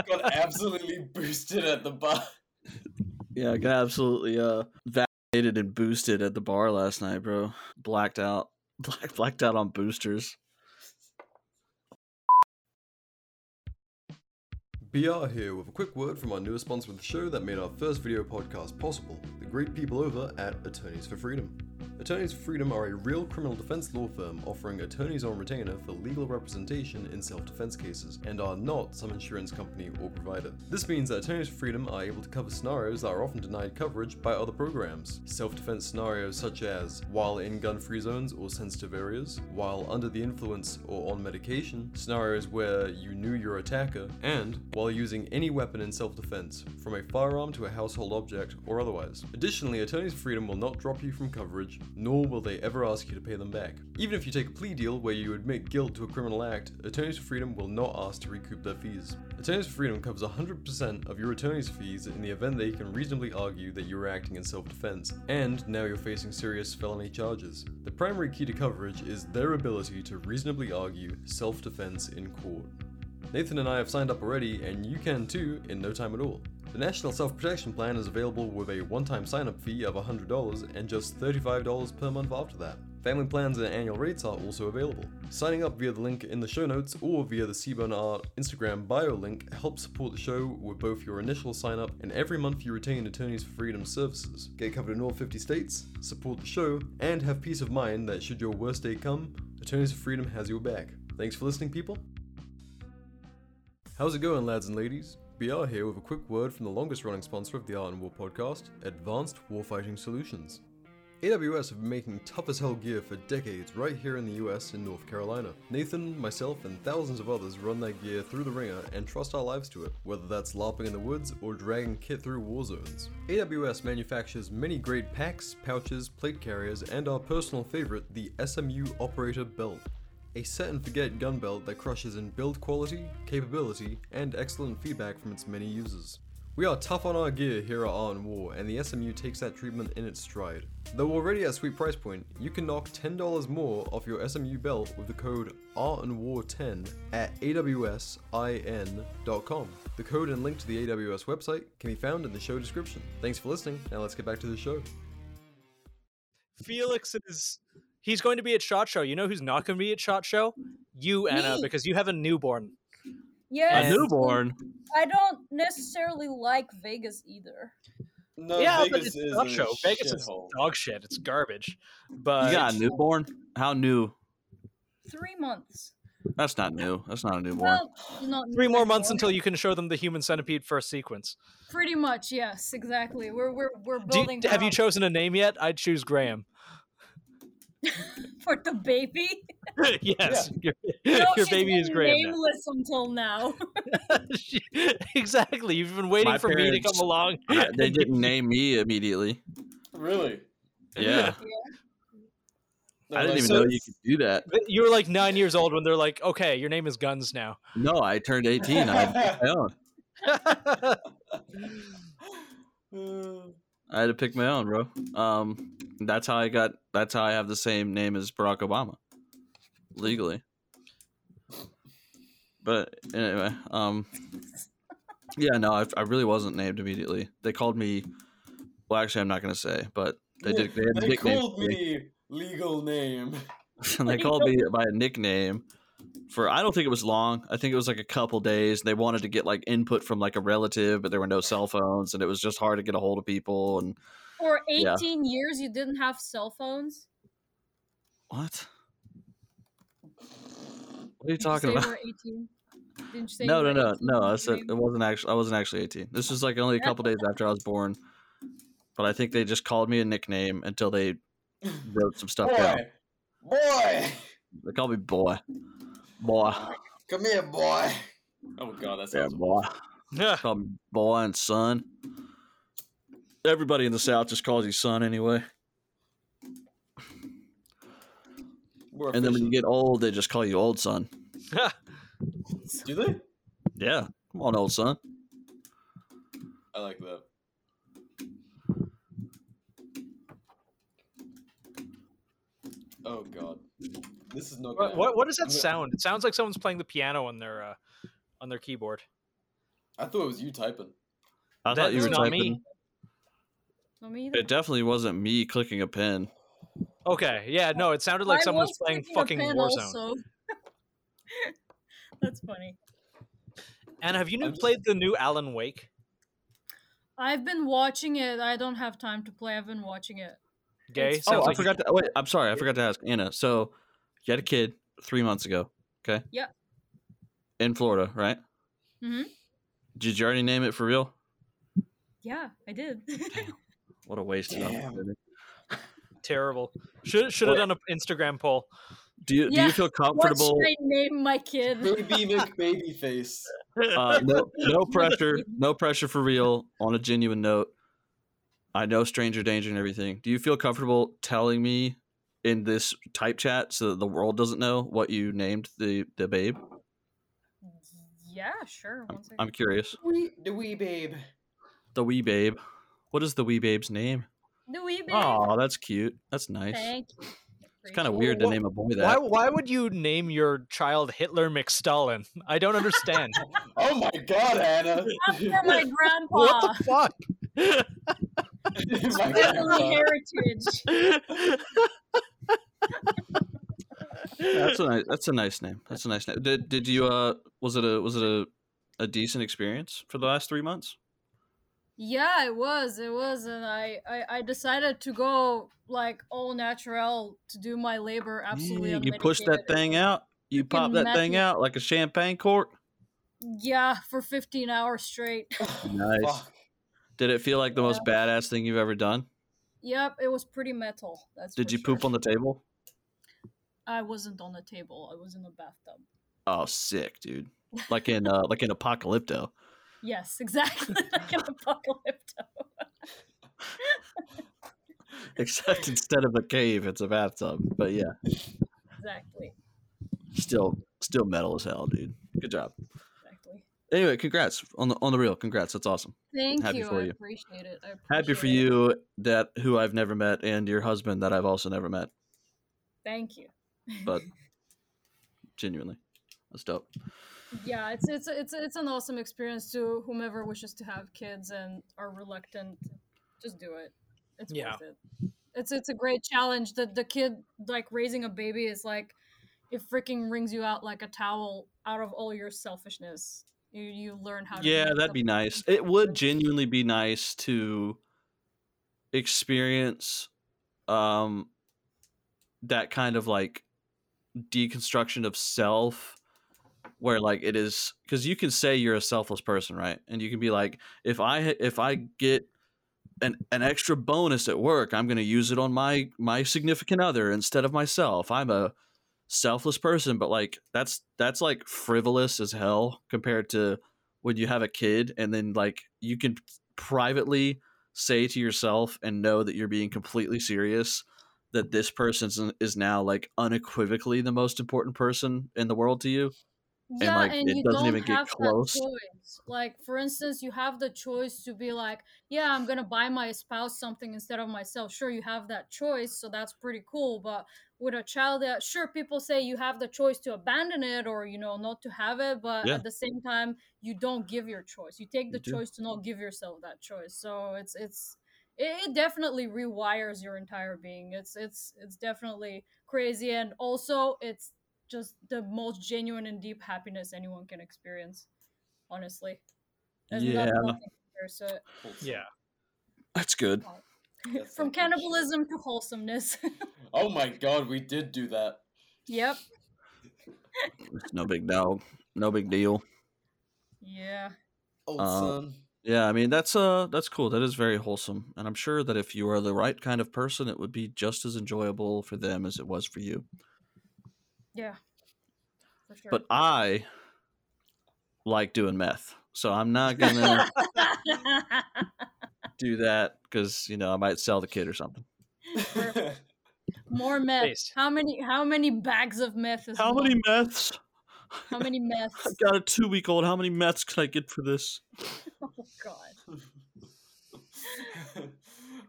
[SPEAKER 1] got absolutely boosted at the bar.
[SPEAKER 2] Yeah, got absolutely uh vaccinated and boosted at the bar last night, bro. Blacked out, black blacked out on boosters.
[SPEAKER 7] BR here with a quick word from our newest sponsor of the show that made our first video podcast possible the great people over at Attorneys for Freedom. Attorneys for Freedom are a real criminal defense law firm offering attorneys on retainer for legal representation in self defense cases and are not some insurance company or provider. This means that Attorneys for Freedom are able to cover scenarios that are often denied coverage by other programs. Self defense scenarios such as while in gun free zones or sensitive areas, while under the influence or on medication, scenarios where you knew your attacker, and while using any weapon in self defense, from a firearm to a household object or otherwise. Additionally, Attorneys for Freedom will not drop you from coverage, nor will they ever ask you to pay them back. Even if you take a plea deal where you admit guilt to a criminal act, Attorneys for Freedom will not ask to recoup their fees. Attorneys for Freedom covers 100% of your attorney's fees in the event they can reasonably argue that you were acting in self defense, and now you're facing serious felony charges. The primary key to coverage is their ability to reasonably argue self defense in court. Nathan and I have signed up already, and you can too in no time at all. The National Self Protection Plan is available with a one time sign up fee of $100 and just $35 per month after that. Family plans and annual rates are also available. Signing up via the link in the show notes or via the Seaburn Art Instagram bio link helps support the show with both your initial sign up and every month you retain Attorneys for Freedom services. Get covered in all 50 states, support the show, and have peace of mind that should your worst day come, Attorneys for Freedom has your back. Thanks for listening, people. How's it going, lads and ladies? BR here with a quick word from the longest running sponsor of the Art and War podcast, Advanced Warfighting Solutions. AWS have been making tough as hell gear for decades right here in the US in North Carolina. Nathan, myself, and thousands of others run that gear through the ringer and trust our lives to it, whether that's LARPing in the woods or dragging kit through war zones. AWS manufactures many great packs, pouches, plate carriers, and our personal favorite, the SMU Operator Belt a set and forget gun belt that crushes in build quality, capability, and excellent feedback from its many users. We are tough on our gear here at Iron War, and the SMU takes that treatment in its stride. Though already at sweet price point, you can knock $10 more off your SMU belt with the code ArtandWar10 at awsin.com. The code and link to the AWS website can be found in the show description. Thanks for listening, now let's get back to the show.
[SPEAKER 3] Felix is he's going to be at Shot Show. You know who's not going to be at Shot Show? You, Anna,
[SPEAKER 6] Me.
[SPEAKER 3] because you have a newborn.
[SPEAKER 6] Yes.
[SPEAKER 2] A newborn.
[SPEAKER 6] I don't necessarily like Vegas either.
[SPEAKER 1] No,
[SPEAKER 2] Uh,
[SPEAKER 3] yeah,
[SPEAKER 1] Vegas
[SPEAKER 3] but
[SPEAKER 1] is
[SPEAKER 3] it's not
[SPEAKER 1] a
[SPEAKER 3] show. Vegas is
[SPEAKER 1] shithole.
[SPEAKER 3] dog shit. It's garbage.
[SPEAKER 2] You
[SPEAKER 3] But
[SPEAKER 2] got a newborn? How new?
[SPEAKER 6] Three months.
[SPEAKER 2] That's not new. That's not a newborn.
[SPEAKER 6] Well, not
[SPEAKER 3] three more months
[SPEAKER 6] necessarily.
[SPEAKER 3] until you can show them the human centipede first sequence.
[SPEAKER 4] Pretty much, yes, exactly. We're we're we're
[SPEAKER 3] Do you-
[SPEAKER 4] building.
[SPEAKER 3] have you
[SPEAKER 4] her
[SPEAKER 3] chosen a name yet? I'd choose Graham.
[SPEAKER 4] up for the baby?
[SPEAKER 3] yes, your,
[SPEAKER 4] No,
[SPEAKER 3] your
[SPEAKER 4] she's
[SPEAKER 3] baby is
[SPEAKER 4] been
[SPEAKER 3] Graham. now.
[SPEAKER 4] Nameless until now.
[SPEAKER 3] exactly. You've been waiting
[SPEAKER 2] My
[SPEAKER 3] for me to
[SPEAKER 2] parents-
[SPEAKER 3] come along.
[SPEAKER 2] I- they didn't name me immediately.
[SPEAKER 1] Really?
[SPEAKER 2] Yeah.
[SPEAKER 1] No,
[SPEAKER 2] I
[SPEAKER 1] like,
[SPEAKER 2] didn't even
[SPEAKER 1] so
[SPEAKER 2] know you
[SPEAKER 1] it's-
[SPEAKER 2] could do that.
[SPEAKER 3] You were like nine years old when they're like, "Okay, your name is Guns now."
[SPEAKER 2] No, I turned 18. I had my own.
[SPEAKER 1] Uh,
[SPEAKER 2] I had to pick my own, bro. Um, that's how I got. That's how I have the same name as Barack Obama, legally. But anyway, um, yeah, no, I, I really wasn't named immediately. They called me. Well, actually, I'm not gonna say, but they did. They, had a
[SPEAKER 1] They
[SPEAKER 2] nickname
[SPEAKER 1] called
[SPEAKER 2] for me,
[SPEAKER 1] me legal name.
[SPEAKER 2] and they called me by a nickname for. I don't think it was long. I think it was like a couple days. They wanted to get like input from like a relative, but there were no cell phones, and it was just hard to get a hold of people. And
[SPEAKER 4] For
[SPEAKER 2] Yeah.
[SPEAKER 4] 18 years, you didn't have cell phones.
[SPEAKER 2] what? What are you
[SPEAKER 4] Did you
[SPEAKER 2] talking
[SPEAKER 4] say
[SPEAKER 2] about?
[SPEAKER 4] you were 18? Didn't you say
[SPEAKER 2] No, no,
[SPEAKER 4] you were
[SPEAKER 2] no,
[SPEAKER 4] 18
[SPEAKER 2] no.
[SPEAKER 4] when
[SPEAKER 2] I
[SPEAKER 4] you
[SPEAKER 2] said
[SPEAKER 4] named
[SPEAKER 2] it wasn't actually. I wasn't actually eighteen. This was like only a couple days after I was born. But I think they just called me a nickname until they wrote some stuff down.
[SPEAKER 1] Boy, boy,
[SPEAKER 2] They called me boy, boy,
[SPEAKER 1] come here, boy. Oh god, that
[SPEAKER 2] yeah,
[SPEAKER 1] sounds.
[SPEAKER 2] boy.
[SPEAKER 3] Yeah.
[SPEAKER 2] Called me boy and son. Everybody in the South just calls you son anyway.
[SPEAKER 1] We're
[SPEAKER 2] And then when
[SPEAKER 1] official.
[SPEAKER 2] you get old, they just call you old son.
[SPEAKER 1] do they?
[SPEAKER 2] Yeah, come on, old son.
[SPEAKER 1] I like that. Oh god, this is not.
[SPEAKER 3] What,
[SPEAKER 1] gonna
[SPEAKER 3] what, what does that
[SPEAKER 1] I'm gonna-
[SPEAKER 3] sound? It sounds like someone's playing the piano on their uh, on their keyboard.
[SPEAKER 1] happen. I thought it was you typing.
[SPEAKER 2] I
[SPEAKER 3] That
[SPEAKER 2] thought you
[SPEAKER 3] is
[SPEAKER 2] were
[SPEAKER 3] not
[SPEAKER 2] typing.
[SPEAKER 3] me.
[SPEAKER 4] No, me either.
[SPEAKER 2] It definitely wasn't me clicking a pen.
[SPEAKER 3] Okay, yeah, no, it sounded like
[SPEAKER 6] I
[SPEAKER 3] someone was
[SPEAKER 6] was
[SPEAKER 3] playing
[SPEAKER 6] thinking of
[SPEAKER 3] fucking
[SPEAKER 6] Penn
[SPEAKER 3] Warzone.
[SPEAKER 6] also. That's funny.
[SPEAKER 3] And have you
[SPEAKER 1] I'm
[SPEAKER 3] new
[SPEAKER 1] just-
[SPEAKER 3] played the new Alan Wake?
[SPEAKER 4] I've been watching it. I don't have time to play. I've been watching it.
[SPEAKER 3] Gay.
[SPEAKER 4] It's-
[SPEAKER 2] Oh,
[SPEAKER 3] Sounds
[SPEAKER 2] I
[SPEAKER 3] like you-
[SPEAKER 2] forgot. To, wait, I'm sorry. I forgot to ask Anna. So, you had a kid three months ago. Okay.
[SPEAKER 4] Yep.
[SPEAKER 2] In Florida, right?
[SPEAKER 3] Mm-hmm.
[SPEAKER 4] Mhm.
[SPEAKER 2] Did you already name it for real?
[SPEAKER 4] Yeah, I did.
[SPEAKER 2] What a waste. of
[SPEAKER 1] Damn.
[SPEAKER 2] opportunity.
[SPEAKER 3] terrible. Should should have done an Instagram poll.
[SPEAKER 2] Do you do
[SPEAKER 4] Yeah.
[SPEAKER 2] you feel
[SPEAKER 4] what
[SPEAKER 2] comfortable?
[SPEAKER 4] should I name my kid?
[SPEAKER 1] Baby McBabyface. face.
[SPEAKER 2] Uh, no, no pressure. No pressure for real. On a genuine note, I know stranger danger and everything. Do you feel comfortable telling me in this type chat so that the world doesn't know what you named the the babe?
[SPEAKER 4] Yeah, sure. One second.
[SPEAKER 2] I'm curious.
[SPEAKER 1] Wee, the wee babe.
[SPEAKER 2] The wee babe. What is the wee babe's name?
[SPEAKER 4] the wee baby.
[SPEAKER 2] Oh, that's cute. That's nice.
[SPEAKER 4] Thank you.
[SPEAKER 2] It's kind of
[SPEAKER 4] Rachel.
[SPEAKER 2] weird to
[SPEAKER 3] wha-
[SPEAKER 2] name a boy
[SPEAKER 3] Why
[SPEAKER 2] that.
[SPEAKER 3] why would you name your child Hitler McStalin? I don't understand.
[SPEAKER 1] Oh my god, Anna.
[SPEAKER 4] After my grandpa.
[SPEAKER 3] what the fuck?
[SPEAKER 1] My
[SPEAKER 4] Family
[SPEAKER 1] God.
[SPEAKER 4] heritage.
[SPEAKER 2] That's a nice. That's a nice name. That's a nice name. Did did you uh was it a was it a a decent experience for the last three months?
[SPEAKER 4] Yeah, it was. It was, and I, I, I decided to go like all natural to do my labor. Absolutely,
[SPEAKER 2] Yeah, you pushed that
[SPEAKER 4] unmedicated.
[SPEAKER 2] thing out. You pop that thing
[SPEAKER 4] method.
[SPEAKER 2] out like a champagne cork.
[SPEAKER 4] Yeah, for fifteen hours straight.
[SPEAKER 2] Nice.
[SPEAKER 1] Fuck.
[SPEAKER 2] Did it feel like the most badass thing you've ever done?
[SPEAKER 4] yep, it was pretty metal. That's.
[SPEAKER 2] Did
[SPEAKER 4] for
[SPEAKER 2] you poop
[SPEAKER 4] sure.
[SPEAKER 2] on the table?
[SPEAKER 4] I wasn't on the table. I was in the bathtub.
[SPEAKER 2] Oh, sick, dude! Like in uh, like in Apocalypto.
[SPEAKER 4] Yes, exactly. like an apocalypto.
[SPEAKER 2] Except instead of a cave, it's a bathtub. But yeah.
[SPEAKER 4] Exactly.
[SPEAKER 2] still still metal as hell, dude. Good job.
[SPEAKER 4] Exactly.
[SPEAKER 2] Anyway, congrats on the on the real. Congrats, that's awesome.
[SPEAKER 4] Thank
[SPEAKER 2] Happy
[SPEAKER 4] you.
[SPEAKER 2] for
[SPEAKER 4] I
[SPEAKER 2] you.
[SPEAKER 4] appreciate it. I
[SPEAKER 2] Happy for
[SPEAKER 4] appreciate it.
[SPEAKER 2] you that who I've never met and your husband that I've also never met,
[SPEAKER 4] Thank you.
[SPEAKER 2] but genuinely, that's dope.
[SPEAKER 4] yeah it's it's it's it's an awesome experience to whomever wishes to have kids and are reluctant just do it it's
[SPEAKER 3] Yeah.
[SPEAKER 4] worth it it's it's a great challenge the the kid like raising a baby is like it freaking wrings you out like a towel out of all your selfishness you you learn how to
[SPEAKER 2] Yeah,
[SPEAKER 4] make
[SPEAKER 2] that'd
[SPEAKER 4] the-
[SPEAKER 2] be nice. It would genuinely be nice to experience um that kind of like deconstruction of self where like it is cuz you can say you're a selfless person, right? And you can be like if I if I get an, an extra bonus at work, I'm going to use it on my my significant other instead of myself. I'm a selfless person, but like that's that's like frivolous as hell compared to when you have a kid and then like you can privately say to yourself and know that you're being completely serious that this person is- is now like unequivocally the most important person in the world to you
[SPEAKER 4] yeah
[SPEAKER 2] like,
[SPEAKER 4] and
[SPEAKER 2] it
[SPEAKER 4] you
[SPEAKER 2] doesn't
[SPEAKER 4] don't
[SPEAKER 2] even get
[SPEAKER 4] have
[SPEAKER 2] close.
[SPEAKER 4] that choice like for instance you have the choice to be like yeah i'm gonna buy my spouse something instead of myself sure you have that choice so that's pretty cool but with a child uh, sure people say you have the choice to abandon it or you know not to have it but
[SPEAKER 2] Yeah.
[SPEAKER 4] at the same time you don't give your choice you take the
[SPEAKER 2] You do.
[SPEAKER 4] choice to not give yourself that choice so it's it's it, it definitely rewires your entire being it's it's it's definitely crazy and also it's just the most genuine and deep happiness anyone can experience honestly There's not-
[SPEAKER 2] Yeah.
[SPEAKER 4] nothing compares to it.
[SPEAKER 3] Yeah.
[SPEAKER 2] that's good
[SPEAKER 1] That's
[SPEAKER 4] from
[SPEAKER 1] like good shit.
[SPEAKER 4] cannibalism to wholesomeness
[SPEAKER 1] Oh my god, we did do that.
[SPEAKER 4] yep
[SPEAKER 2] it's no big deal no big deal
[SPEAKER 4] yeah
[SPEAKER 1] Old
[SPEAKER 2] Uh,
[SPEAKER 1] son.
[SPEAKER 2] yeah i mean that's uh that's cool that is very wholesome and i'm sure that if you are the right kind of person it would be just as enjoyable for them as it was for you
[SPEAKER 4] yeah for sure
[SPEAKER 2] but i like doing meth so i'm not gonna do that because you know I might sell the kid or something.
[SPEAKER 4] more meth
[SPEAKER 3] Taste.
[SPEAKER 4] how many how many bags of meth is
[SPEAKER 2] How
[SPEAKER 4] enough?
[SPEAKER 2] many meths?
[SPEAKER 4] how many meths
[SPEAKER 2] I got a two week old. How many meths can I get for this?
[SPEAKER 4] oh god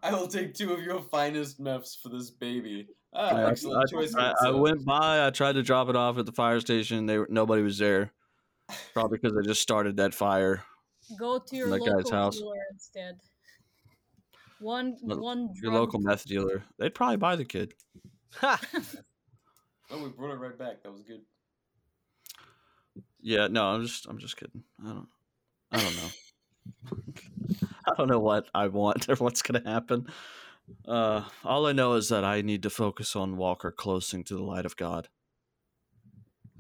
[SPEAKER 1] I will take two of your finest meths for this baby. Ah,
[SPEAKER 2] I,
[SPEAKER 1] excellent
[SPEAKER 2] I-
[SPEAKER 1] choice.
[SPEAKER 2] I-
[SPEAKER 1] good
[SPEAKER 2] I
[SPEAKER 1] sir.
[SPEAKER 2] went by. I tried to drop it off at the fire station. They were, nobody was there, probably because I just started that fire.
[SPEAKER 4] go to your
[SPEAKER 2] That guy's
[SPEAKER 4] local
[SPEAKER 2] house.
[SPEAKER 4] dealer instead one
[SPEAKER 2] Lo-
[SPEAKER 4] one
[SPEAKER 2] Your
[SPEAKER 4] drug
[SPEAKER 2] local meth dealer. They'd probably buy the kid.
[SPEAKER 3] Ha!
[SPEAKER 1] Oh, we brought it right back. That was good.
[SPEAKER 2] Yeah, no, I'm just I'm just kidding. I don't I don't know. I don't know what I want or what's gonna happen. Uh all I know is that I need to focus on Walker closing to the light of God.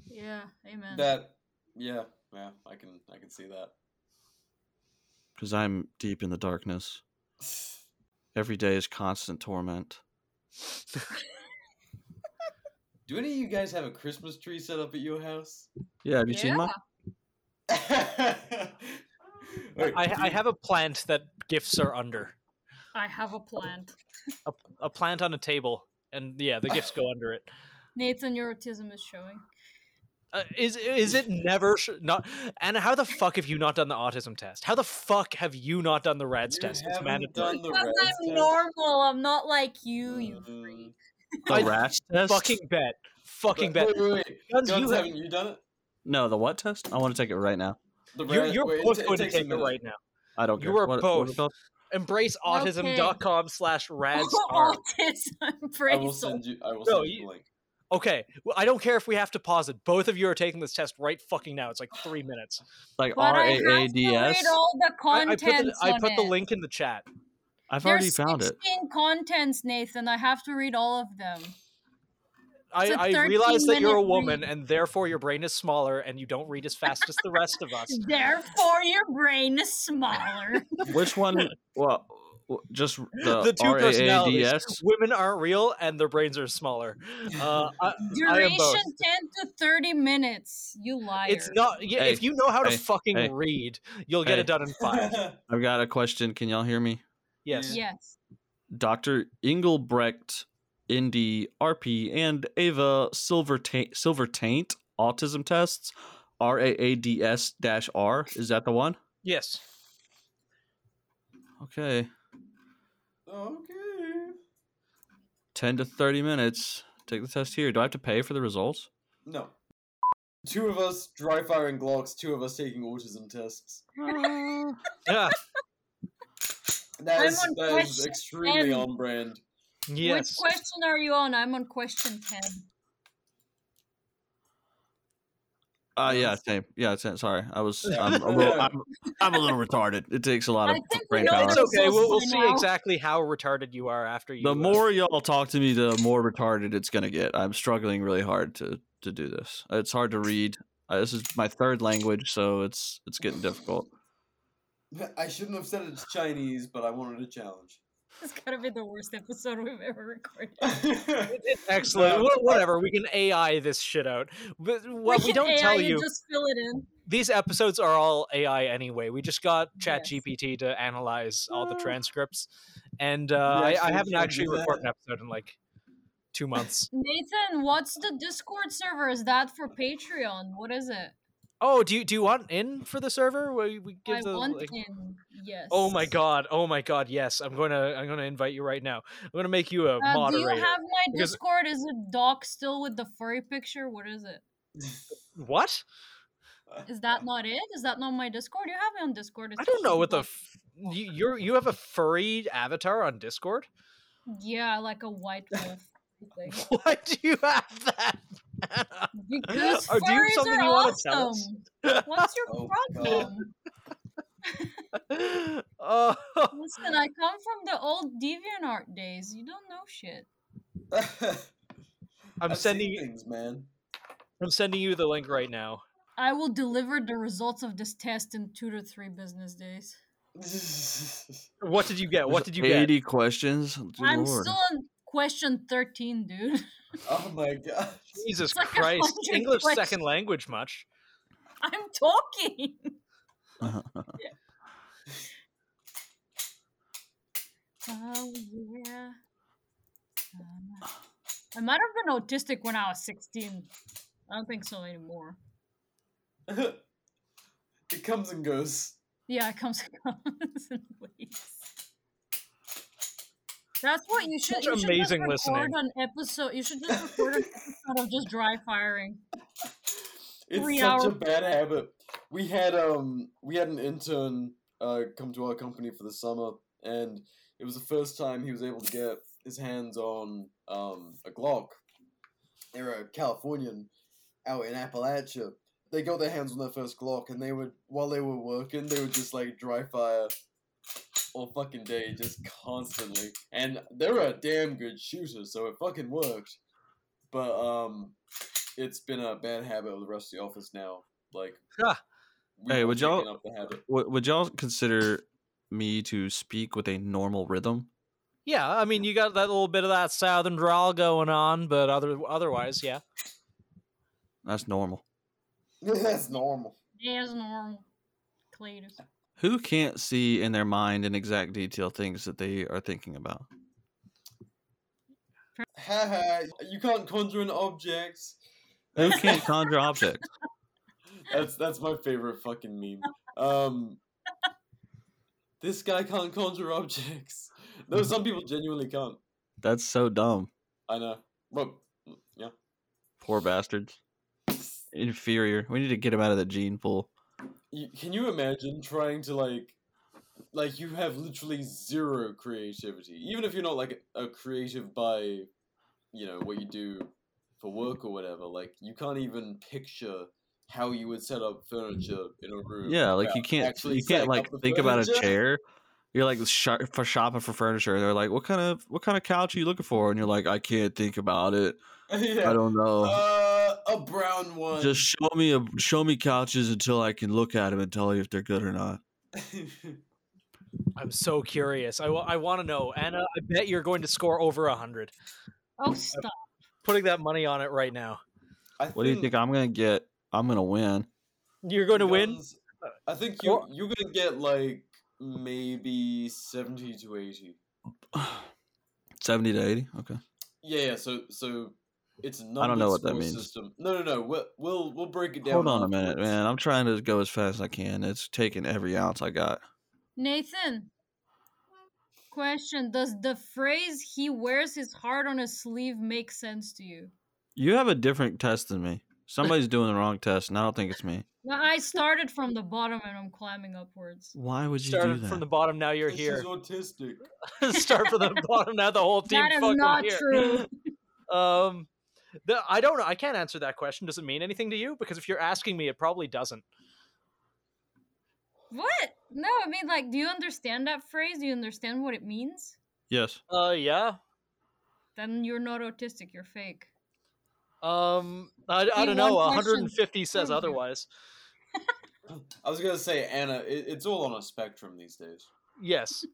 [SPEAKER 4] Yeah, amen.
[SPEAKER 1] That yeah, yeah, I can I can see that.
[SPEAKER 2] Because I'm deep in the darkness. Every day is constant torment.
[SPEAKER 1] Do any of you guys have a Christmas tree set up at your house?
[SPEAKER 2] Yeah, have you seen mine?
[SPEAKER 1] Wait,
[SPEAKER 3] I,
[SPEAKER 1] do
[SPEAKER 3] I
[SPEAKER 1] you-
[SPEAKER 3] have a plant that gifts are under.
[SPEAKER 4] I have a plant.
[SPEAKER 3] A, a plant on a table, and yeah, the gifts go under it.
[SPEAKER 4] Nathan, your autism is showing.
[SPEAKER 3] Uh, is is it never sh- not? And how the fuck have you not done the autism test? How the fuck have you not done the RADS
[SPEAKER 1] You
[SPEAKER 3] test? It's
[SPEAKER 1] haven't
[SPEAKER 3] mandatory.
[SPEAKER 1] done the
[SPEAKER 4] Because
[SPEAKER 1] rats
[SPEAKER 4] I'm
[SPEAKER 1] test?
[SPEAKER 4] normal. I'm not like you, you
[SPEAKER 1] Mm.
[SPEAKER 4] freak.
[SPEAKER 2] The
[SPEAKER 3] I
[SPEAKER 2] rat test?
[SPEAKER 3] Fucking bet. Fucking
[SPEAKER 1] But-
[SPEAKER 3] bet.
[SPEAKER 1] Wait, wait, wait.
[SPEAKER 3] Guns,
[SPEAKER 1] Guns,
[SPEAKER 3] you have,
[SPEAKER 1] haven't you done it?
[SPEAKER 2] No, the what test? I want to take it right now.
[SPEAKER 1] The
[SPEAKER 3] you're,
[SPEAKER 1] rat-
[SPEAKER 3] you're
[SPEAKER 1] wait, it
[SPEAKER 3] both
[SPEAKER 1] ta- it
[SPEAKER 3] going to
[SPEAKER 1] takes a
[SPEAKER 3] take it
[SPEAKER 1] minute.
[SPEAKER 3] right now.
[SPEAKER 2] I don't
[SPEAKER 3] You
[SPEAKER 2] care.
[SPEAKER 3] are
[SPEAKER 2] What- what-
[SPEAKER 3] both. EmbraceAutism.com slash RADS.
[SPEAKER 4] Autism.
[SPEAKER 1] I will
[SPEAKER 4] Praise the
[SPEAKER 1] send you. I will
[SPEAKER 3] No,
[SPEAKER 1] send you
[SPEAKER 3] you-
[SPEAKER 1] the link.
[SPEAKER 3] Okay, well, I don't care if we have to pause it. Both of you are taking this test right fucking now. It's like three minutes.
[SPEAKER 2] Like
[SPEAKER 4] But
[SPEAKER 2] R
[SPEAKER 4] I have to
[SPEAKER 2] A A
[SPEAKER 4] read
[SPEAKER 2] D S.
[SPEAKER 4] all the
[SPEAKER 3] I, I put
[SPEAKER 4] contents
[SPEAKER 3] the, I
[SPEAKER 4] on
[SPEAKER 3] put the
[SPEAKER 4] it.
[SPEAKER 3] link in the chat.
[SPEAKER 2] I've already
[SPEAKER 4] There's
[SPEAKER 2] found it.
[SPEAKER 4] 16 contents, Nathan. I have to read all of them.
[SPEAKER 3] I,
[SPEAKER 4] It's a
[SPEAKER 3] I realize that you're a
[SPEAKER 4] 13-minute
[SPEAKER 3] woman
[SPEAKER 4] read.
[SPEAKER 3] and therefore your brain is smaller and you don't read as fast as the rest of us.
[SPEAKER 4] Therefore, your brain is smaller.
[SPEAKER 2] Which one? Well, w- just the,
[SPEAKER 3] the two
[SPEAKER 2] R A A D
[SPEAKER 3] personalities.
[SPEAKER 2] S.
[SPEAKER 3] Women aren't real and their brains are smaller. Uh, I, I am
[SPEAKER 4] Duration 10
[SPEAKER 3] both.
[SPEAKER 4] to 30 minutes. You liar.
[SPEAKER 3] It's not. Yeah,
[SPEAKER 2] Hey,
[SPEAKER 3] if you know how to
[SPEAKER 2] hey,
[SPEAKER 3] fucking
[SPEAKER 2] hey,
[SPEAKER 3] read, you'll get
[SPEAKER 2] hey.
[SPEAKER 3] it done in five.
[SPEAKER 2] I've got a question. Can y'all hear me?
[SPEAKER 3] Yes.
[SPEAKER 4] Yes.
[SPEAKER 2] Dr. Engelbrecht, Indy, RP, and Ava Silvertaint, Silvertaint autism tests, R A A D S dash R. Is that the one?
[SPEAKER 3] Yes.
[SPEAKER 2] Okay.
[SPEAKER 1] okay.
[SPEAKER 2] 10 to 30 minutes. Take the test here. Do I have to pay for the results?
[SPEAKER 1] No. Two of us dry firing Glocks. Two of us taking autism tests.
[SPEAKER 3] Yeah.
[SPEAKER 1] That
[SPEAKER 4] I'm
[SPEAKER 1] is,
[SPEAKER 4] on
[SPEAKER 1] that is
[SPEAKER 4] question
[SPEAKER 1] extremely
[SPEAKER 4] 10.
[SPEAKER 1] on brand.
[SPEAKER 3] Yes.
[SPEAKER 4] Which question are you on? I'm on question 10.
[SPEAKER 2] Uh, yeah, same. Yeah, same. sorry. I was, I'm a
[SPEAKER 1] Yeah.
[SPEAKER 2] little, I'm, I'm a little retarded. It takes a lot
[SPEAKER 4] I
[SPEAKER 2] of
[SPEAKER 4] think we
[SPEAKER 2] brain
[SPEAKER 4] know
[SPEAKER 2] power.
[SPEAKER 3] It's
[SPEAKER 4] It's
[SPEAKER 3] okay.
[SPEAKER 4] so
[SPEAKER 3] We'll, we'll
[SPEAKER 4] silly
[SPEAKER 3] see
[SPEAKER 4] now.
[SPEAKER 3] exactly how retarded you are after you.
[SPEAKER 2] The
[SPEAKER 3] uh,
[SPEAKER 2] more y'all talk to me, the more retarded it's gonna get. I'm struggling really hard to to do this. It's hard to read. Uh, this is my third language, so it's it's getting difficult.
[SPEAKER 1] I shouldn't have said it's Chinese, but I wanted a challenge.
[SPEAKER 4] This got to be the worst episode we've ever recorded.
[SPEAKER 3] excellent.
[SPEAKER 1] No,
[SPEAKER 3] Wha-
[SPEAKER 1] I-
[SPEAKER 3] whatever. We can AI this shit out. But what we,
[SPEAKER 4] can
[SPEAKER 3] don't
[SPEAKER 4] AI
[SPEAKER 3] tell
[SPEAKER 4] and
[SPEAKER 3] you,
[SPEAKER 4] Just fill it in.
[SPEAKER 3] these episodes are all AI anyway. We just got Chat
[SPEAKER 4] Yes.
[SPEAKER 3] GPT to analyze all the
[SPEAKER 4] Mm.
[SPEAKER 3] transcripts, and uh, I, I
[SPEAKER 1] actually
[SPEAKER 3] haven't
[SPEAKER 1] should
[SPEAKER 3] actually
[SPEAKER 1] do that.
[SPEAKER 3] recorded an episode in like two months.
[SPEAKER 4] Nathan, what's the Discord server? Is that for Patreon? What is it?
[SPEAKER 3] oh, do you do you want in for the server? We, we give
[SPEAKER 4] I
[SPEAKER 3] the
[SPEAKER 4] want
[SPEAKER 3] like-
[SPEAKER 4] in. Yes.
[SPEAKER 3] Oh my god! Oh my god! Yes, I'm gonna I'm gonna invite you right now. I'm gonna make you a
[SPEAKER 4] Uh, do you
[SPEAKER 3] moderator.
[SPEAKER 4] have my
[SPEAKER 3] because-
[SPEAKER 4] Discord? Is it Doc still with the furry picture? What is it?
[SPEAKER 3] what?
[SPEAKER 4] Is that not it? Is that not my Discord? You have me on Discord.
[SPEAKER 3] I
[SPEAKER 4] it's
[SPEAKER 3] don't know
[SPEAKER 4] just
[SPEAKER 3] what the
[SPEAKER 4] Doc.
[SPEAKER 3] f- you you're, you have a furry avatar on Discord.
[SPEAKER 4] yeah, like a white wolf. thing.
[SPEAKER 3] Why do you have that?
[SPEAKER 4] Because
[SPEAKER 3] Or do you have
[SPEAKER 4] furries
[SPEAKER 3] something
[SPEAKER 4] are
[SPEAKER 3] you wanna
[SPEAKER 4] awesome.
[SPEAKER 3] tell us?
[SPEAKER 4] What's your
[SPEAKER 1] Oh, God.
[SPEAKER 4] problem?
[SPEAKER 3] oh,
[SPEAKER 4] Listen, I come from the old DeviantArt days. You don't know shit.
[SPEAKER 3] I'm
[SPEAKER 1] I've seen
[SPEAKER 3] sending you.
[SPEAKER 1] things, man.
[SPEAKER 3] I'm sending you the link right now.
[SPEAKER 4] I will deliver the results of this test in two to three business days.
[SPEAKER 3] What did you get? What
[SPEAKER 2] There's
[SPEAKER 3] did you get?
[SPEAKER 2] Eighty questions. Oh, dear
[SPEAKER 4] I'm
[SPEAKER 2] Lord.
[SPEAKER 4] still on question 13, dude.
[SPEAKER 1] oh my god.
[SPEAKER 3] Jesus
[SPEAKER 4] like a
[SPEAKER 3] Christ!
[SPEAKER 4] hundred
[SPEAKER 3] English second
[SPEAKER 4] questions.
[SPEAKER 3] language much?
[SPEAKER 4] I'm talking. Oh, yeah. Um, I might have been autistic when I was 16. I don't think so anymore.
[SPEAKER 1] it comes and goes.
[SPEAKER 4] Yeah, it comes and goes in waves. That's what you should.
[SPEAKER 3] Such
[SPEAKER 4] you should
[SPEAKER 3] amazing
[SPEAKER 4] just record
[SPEAKER 3] listening.
[SPEAKER 4] An episode. You should just record an episode of just dry firing.
[SPEAKER 1] It's
[SPEAKER 4] Three
[SPEAKER 1] such a
[SPEAKER 4] hours.
[SPEAKER 1] bad habit. We had um we had an intern uh come to our company for the summer and it was the first time he was able to get his hands on um a Glock. They're a Californian out in Appalachia they got their hands on their first Glock, and they would while they were working, they would just like dry fire all fucking day, just constantly. And they were a damn good shooter, so it fucking worked. But um, it's been a bad habit of the rest of the office now. Like,
[SPEAKER 3] Ah.
[SPEAKER 1] we've
[SPEAKER 2] Hey,
[SPEAKER 1] all
[SPEAKER 2] would y'all-
[SPEAKER 1] taken up the habit.
[SPEAKER 2] Would, would y'all consider me to speak with a normal rhythm?
[SPEAKER 3] Yeah, I mean, you got that little bit of that southern drawl going on, but other otherwise, yeah.
[SPEAKER 2] That's normal.
[SPEAKER 1] That's normal.
[SPEAKER 4] As normal. Cletus.
[SPEAKER 2] Who can't see in their mind in exact detail things that they are thinking about?
[SPEAKER 1] Haha, you can't conjure an object.
[SPEAKER 2] Who can't conjure objects?
[SPEAKER 1] That's that's my favorite fucking meme. Um, this guy can't conjure objects. Though some people genuinely can't.
[SPEAKER 2] That's so dumb.
[SPEAKER 1] I know. But yeah.
[SPEAKER 2] Poor bastards. Inferior. We need to get him out of the gene pool.
[SPEAKER 1] You, can you imagine trying to like, like you have literally zero creativity, even if you're not like a creative by, you know, what you do for work or whatever. Like you can't even picture how you would set up furniture in a room.
[SPEAKER 2] Yeah, like you
[SPEAKER 1] without
[SPEAKER 2] can't
[SPEAKER 1] actually
[SPEAKER 2] you
[SPEAKER 1] setting
[SPEAKER 2] can't
[SPEAKER 1] up
[SPEAKER 2] like
[SPEAKER 1] the
[SPEAKER 2] think about a
[SPEAKER 1] furniture.
[SPEAKER 2] chair. You're like shop for shopping for furniture. and They're like, what kind of what kind of couch are you looking for? And you're like, I can't think about it.
[SPEAKER 1] yeah.
[SPEAKER 2] I don't know.
[SPEAKER 1] Uh, a brown one.
[SPEAKER 2] Just show me a show me couches until I can look at them and tell you if they're good or not.
[SPEAKER 3] I'm so curious. I, wa- I want to know, Anna. I bet you're going to score over hundred.
[SPEAKER 4] Oh, stop.
[SPEAKER 3] Putting that money on it right now.
[SPEAKER 1] I
[SPEAKER 2] What do you think I'm gonna get? I'm gonna win.
[SPEAKER 3] You're going to win.
[SPEAKER 1] guns- I think you
[SPEAKER 3] Or-
[SPEAKER 1] you're gonna get like maybe seventy to eighty.
[SPEAKER 2] Seventy to eighty. Okay.
[SPEAKER 1] Yeah, yeah. So so it's not.
[SPEAKER 2] don't know what that means.
[SPEAKER 1] System. No, no, no. We'll we'll, we'll break it down.
[SPEAKER 2] Hold on a minute,
[SPEAKER 1] afterwards.
[SPEAKER 2] man. I'm trying to go as fast as I can. It's taking every ounce I got.
[SPEAKER 4] Nathan. Question Does the phrase he wears his heart on his sleeve make sense to you?
[SPEAKER 2] You have a different test than me. Somebody's doing the wrong test, and I don't think it's me.
[SPEAKER 4] Well, I started from the bottom and I'm climbing upwards.
[SPEAKER 2] Why would you do
[SPEAKER 3] Started
[SPEAKER 2] that?
[SPEAKER 3] from the bottom. Now you're
[SPEAKER 1] This
[SPEAKER 3] here.
[SPEAKER 1] is autistic.
[SPEAKER 3] Start from the bottom. Now the whole team.
[SPEAKER 4] that is
[SPEAKER 3] fucking
[SPEAKER 4] not
[SPEAKER 3] here.
[SPEAKER 4] true.
[SPEAKER 3] Um, the, I don't know. I can't answer that question. Does it mean anything to you? Because if you're asking me, it probably doesn't.
[SPEAKER 4] what? No, I mean, like, do you understand that phrase? Do you understand what it means?
[SPEAKER 2] yes.
[SPEAKER 3] Uh, yeah.
[SPEAKER 4] Then you're not autistic, you're fake.
[SPEAKER 3] Um, I, I
[SPEAKER 4] Hey,
[SPEAKER 3] don't
[SPEAKER 4] one
[SPEAKER 3] know.
[SPEAKER 4] question.
[SPEAKER 3] 150 says
[SPEAKER 4] Oh, yeah.
[SPEAKER 3] otherwise.
[SPEAKER 1] I was gonna say Anna. It, it's all on a spectrum these days.
[SPEAKER 3] Yes.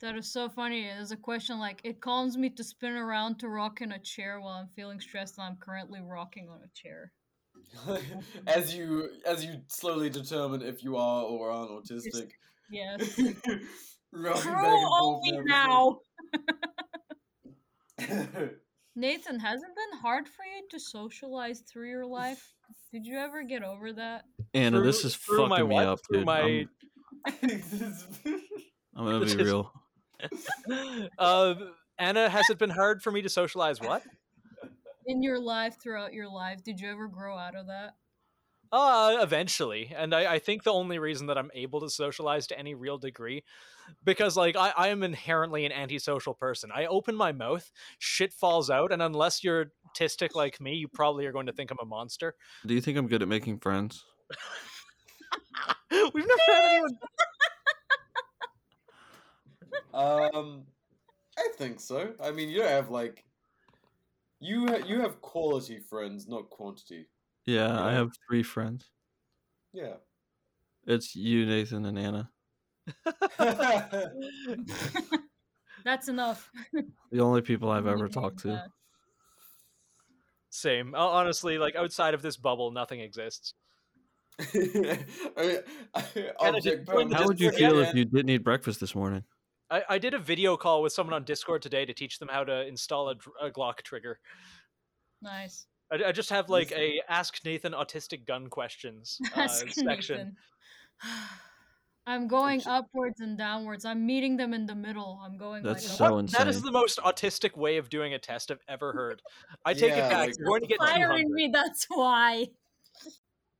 [SPEAKER 4] That is so funny. There's a question like, it calms me to spin around to rock in a chair while I'm feeling stressed and I'm currently rocking on a chair.
[SPEAKER 1] as you as you slowly determine if you are or aren't autistic.
[SPEAKER 4] Yes.
[SPEAKER 1] Rocking back and
[SPEAKER 4] True
[SPEAKER 1] forth
[SPEAKER 4] only
[SPEAKER 1] and
[SPEAKER 4] now.
[SPEAKER 1] everything.
[SPEAKER 4] Nathan, has it been hard for you to socialize through your life? Did you ever get over that?
[SPEAKER 2] Anna,
[SPEAKER 3] Through-
[SPEAKER 2] this is
[SPEAKER 3] through
[SPEAKER 2] fucking
[SPEAKER 3] my
[SPEAKER 2] me
[SPEAKER 3] what?
[SPEAKER 2] up,
[SPEAKER 3] Through
[SPEAKER 2] dude.
[SPEAKER 3] my-
[SPEAKER 2] I'm, I'm gonna
[SPEAKER 3] This
[SPEAKER 2] be
[SPEAKER 3] is-
[SPEAKER 2] real.
[SPEAKER 3] uh, Anna, has it been hard for me to socialize? What?
[SPEAKER 4] In your life, throughout your life, did you ever grow out of that?
[SPEAKER 3] Uh, eventually. And I, I think the only reason that I'm able to socialize to any real degree, because like I, I am inherently an antisocial person. I open my mouth, shit falls out, and unless you're autistic like me, you probably are going to think I'm a monster.
[SPEAKER 2] Do you think I'm good at making friends?
[SPEAKER 3] We've never had anyone.
[SPEAKER 1] Um, I think so. I mean, you don't have like you ha- you have quality friends, not quantity.
[SPEAKER 2] Yeah, I
[SPEAKER 1] Yeah.
[SPEAKER 2] have three friends.
[SPEAKER 1] Yeah.
[SPEAKER 2] It's you, Nathan, and Anna.
[SPEAKER 4] That's enough.
[SPEAKER 2] The only people I've
[SPEAKER 4] You
[SPEAKER 2] ever
[SPEAKER 4] made
[SPEAKER 2] talked to.
[SPEAKER 4] that.
[SPEAKER 3] Same. Hon- Honestly, like outside of this bubble, nothing exists.
[SPEAKER 1] I- I- object
[SPEAKER 3] join the
[SPEAKER 2] How
[SPEAKER 3] Just
[SPEAKER 2] would you
[SPEAKER 3] forget
[SPEAKER 2] feel if you didn't eat breakfast this morning?
[SPEAKER 3] I, I did a video call with someone on Discord today to teach them how to install a, dr- a Glock trigger.
[SPEAKER 4] Nice.
[SPEAKER 3] I, I just have like
[SPEAKER 1] Listen.
[SPEAKER 3] a Ask Nathan Autistic Gun Questions uh,
[SPEAKER 4] Ask
[SPEAKER 3] section.
[SPEAKER 4] Nathan. I'm going upwards and downwards. I'm meeting them in the middle. I'm going
[SPEAKER 2] That's
[SPEAKER 4] like
[SPEAKER 2] so
[SPEAKER 4] up.
[SPEAKER 2] insane.
[SPEAKER 3] That is the most autistic way of doing a test I've ever heard. I take
[SPEAKER 1] Yeah,
[SPEAKER 3] it back.
[SPEAKER 1] like-
[SPEAKER 3] You're going to get
[SPEAKER 1] Firing
[SPEAKER 3] 200.
[SPEAKER 4] me. That's why.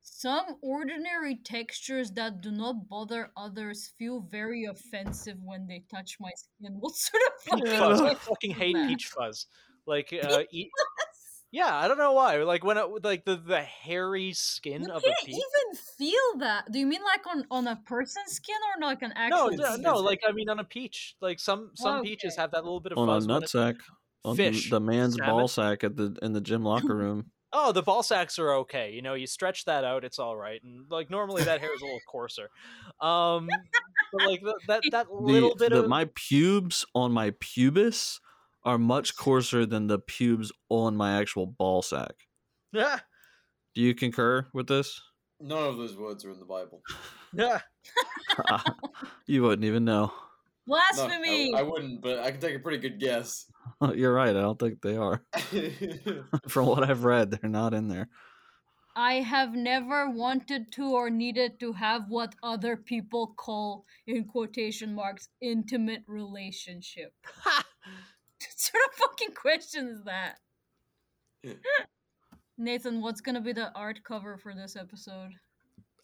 [SPEAKER 4] Some ordinary textures that do not bother others feel very offensive when they touch my skin. What sort of
[SPEAKER 3] Peach
[SPEAKER 4] fucking
[SPEAKER 3] fuzz. I
[SPEAKER 4] text-
[SPEAKER 3] fucking hate
[SPEAKER 4] that.
[SPEAKER 3] peach fuzz. Like, uh, e- yeah, I don't know why. Like when it, like the the hairy skin
[SPEAKER 4] You
[SPEAKER 3] of
[SPEAKER 4] can't
[SPEAKER 3] a peach.
[SPEAKER 4] even feel that. Do you mean like on on a person's skin or like an
[SPEAKER 3] No,
[SPEAKER 4] actual?
[SPEAKER 3] no,
[SPEAKER 4] skin?
[SPEAKER 3] no, like I mean on a peach. Like some some peaches
[SPEAKER 4] Okay.
[SPEAKER 3] have that little bit of
[SPEAKER 2] on
[SPEAKER 3] fuzz.
[SPEAKER 2] a
[SPEAKER 3] when it-
[SPEAKER 2] nutsack, on the-
[SPEAKER 3] Fish,
[SPEAKER 2] the man's
[SPEAKER 3] salmon.
[SPEAKER 2] ball sack at the in the gym locker room.
[SPEAKER 3] Oh, the ball sacks are okay. You know, you stretch that out, it's all right. And like normally that hair is a little coarser. Um, but like the, that that
[SPEAKER 2] The,
[SPEAKER 3] little bit
[SPEAKER 2] the-
[SPEAKER 3] of
[SPEAKER 2] my pubes on my pubis are much coarser than the pubes on my actual ball sack.
[SPEAKER 3] yeah
[SPEAKER 2] Do you concur with this?
[SPEAKER 1] None of those words are in the Bible.
[SPEAKER 3] yeah.
[SPEAKER 2] you wouldn't even know.
[SPEAKER 1] No, I-
[SPEAKER 4] blasphemy.
[SPEAKER 1] I, wouldn't, but I can take a pretty good guess.
[SPEAKER 2] You're right. I don't think they are. From what I've read, they're not in there.
[SPEAKER 4] I have never wanted to or needed to have what other people call, in quotation marks, intimate relationship.
[SPEAKER 3] Ha!
[SPEAKER 4] What sort of fucking question is that? Nathan, what's gonna be the art cover for this episode?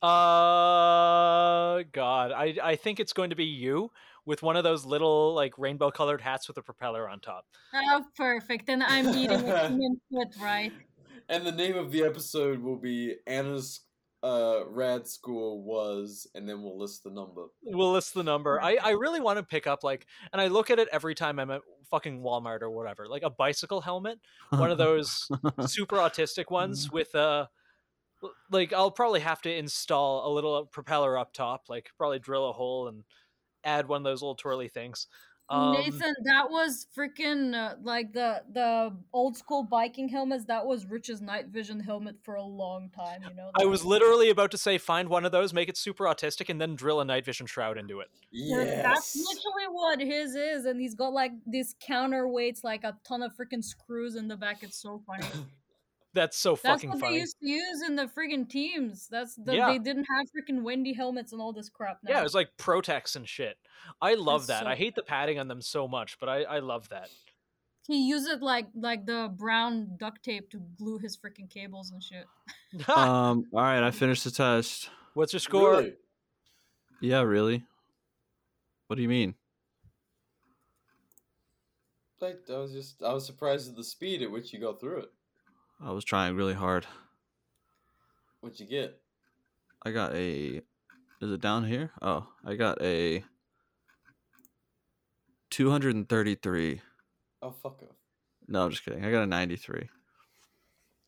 [SPEAKER 3] Uh, God, I I think it's going to be you with one of those little like rainbow colored hats with a propeller on top.
[SPEAKER 4] Oh, perfect. And I'm eating a human foot, right?
[SPEAKER 1] And the name of the episode will be Anna's uh, rad score was, and then we'll list the number.
[SPEAKER 3] We'll list the number. I I really want to pick up like, and I look at it every time I'm at fucking Walmart or whatever, like a bicycle helmet, one of those super autistic ones with a. l- Like I'll probably have to install a little propeller up top, like probably drill a hole and add one of those little twirly things. Um,
[SPEAKER 4] Nathan, that was freaking uh, like the the old school biking helmets. That was Rich's night vision helmet for a long time. You know,
[SPEAKER 3] I
[SPEAKER 4] that-
[SPEAKER 3] was literally about to say find one of those, make it super autistic, and then drill a night vision shroud into it.
[SPEAKER 4] Th- That's
[SPEAKER 1] Yes.
[SPEAKER 4] literally what his is, and he's got like these counterweights, like a ton of freaking screws in the back. It's so funny.
[SPEAKER 3] That's so
[SPEAKER 4] That's
[SPEAKER 3] fucking
[SPEAKER 4] what
[SPEAKER 3] funny.
[SPEAKER 4] they used to use in the freaking teams. That's the,
[SPEAKER 3] Yeah.
[SPEAKER 4] they didn't have freaking Wendy helmets and all this crap. Now.
[SPEAKER 3] yeah, it was like Protex and shit. I love
[SPEAKER 4] That's
[SPEAKER 3] that.
[SPEAKER 4] so
[SPEAKER 3] I hate the padding on them so much, but I, I love that.
[SPEAKER 4] he used it like like the brown duct tape to glue his freaking cables and shit.
[SPEAKER 2] um. All right. I finished the test.
[SPEAKER 3] What's your score?
[SPEAKER 1] Uh, Really?
[SPEAKER 2] Yeah. Really. What do you mean?
[SPEAKER 1] Like, I was just, I was surprised at the speed at which you got through it.
[SPEAKER 2] I was trying really hard.
[SPEAKER 1] What'd you get?
[SPEAKER 2] I got a. Is it down here? Oh, I got a. Two hundred and thirty-three.
[SPEAKER 1] Oh, fuck off.
[SPEAKER 2] No, I'm just kidding. I got a ninety-three.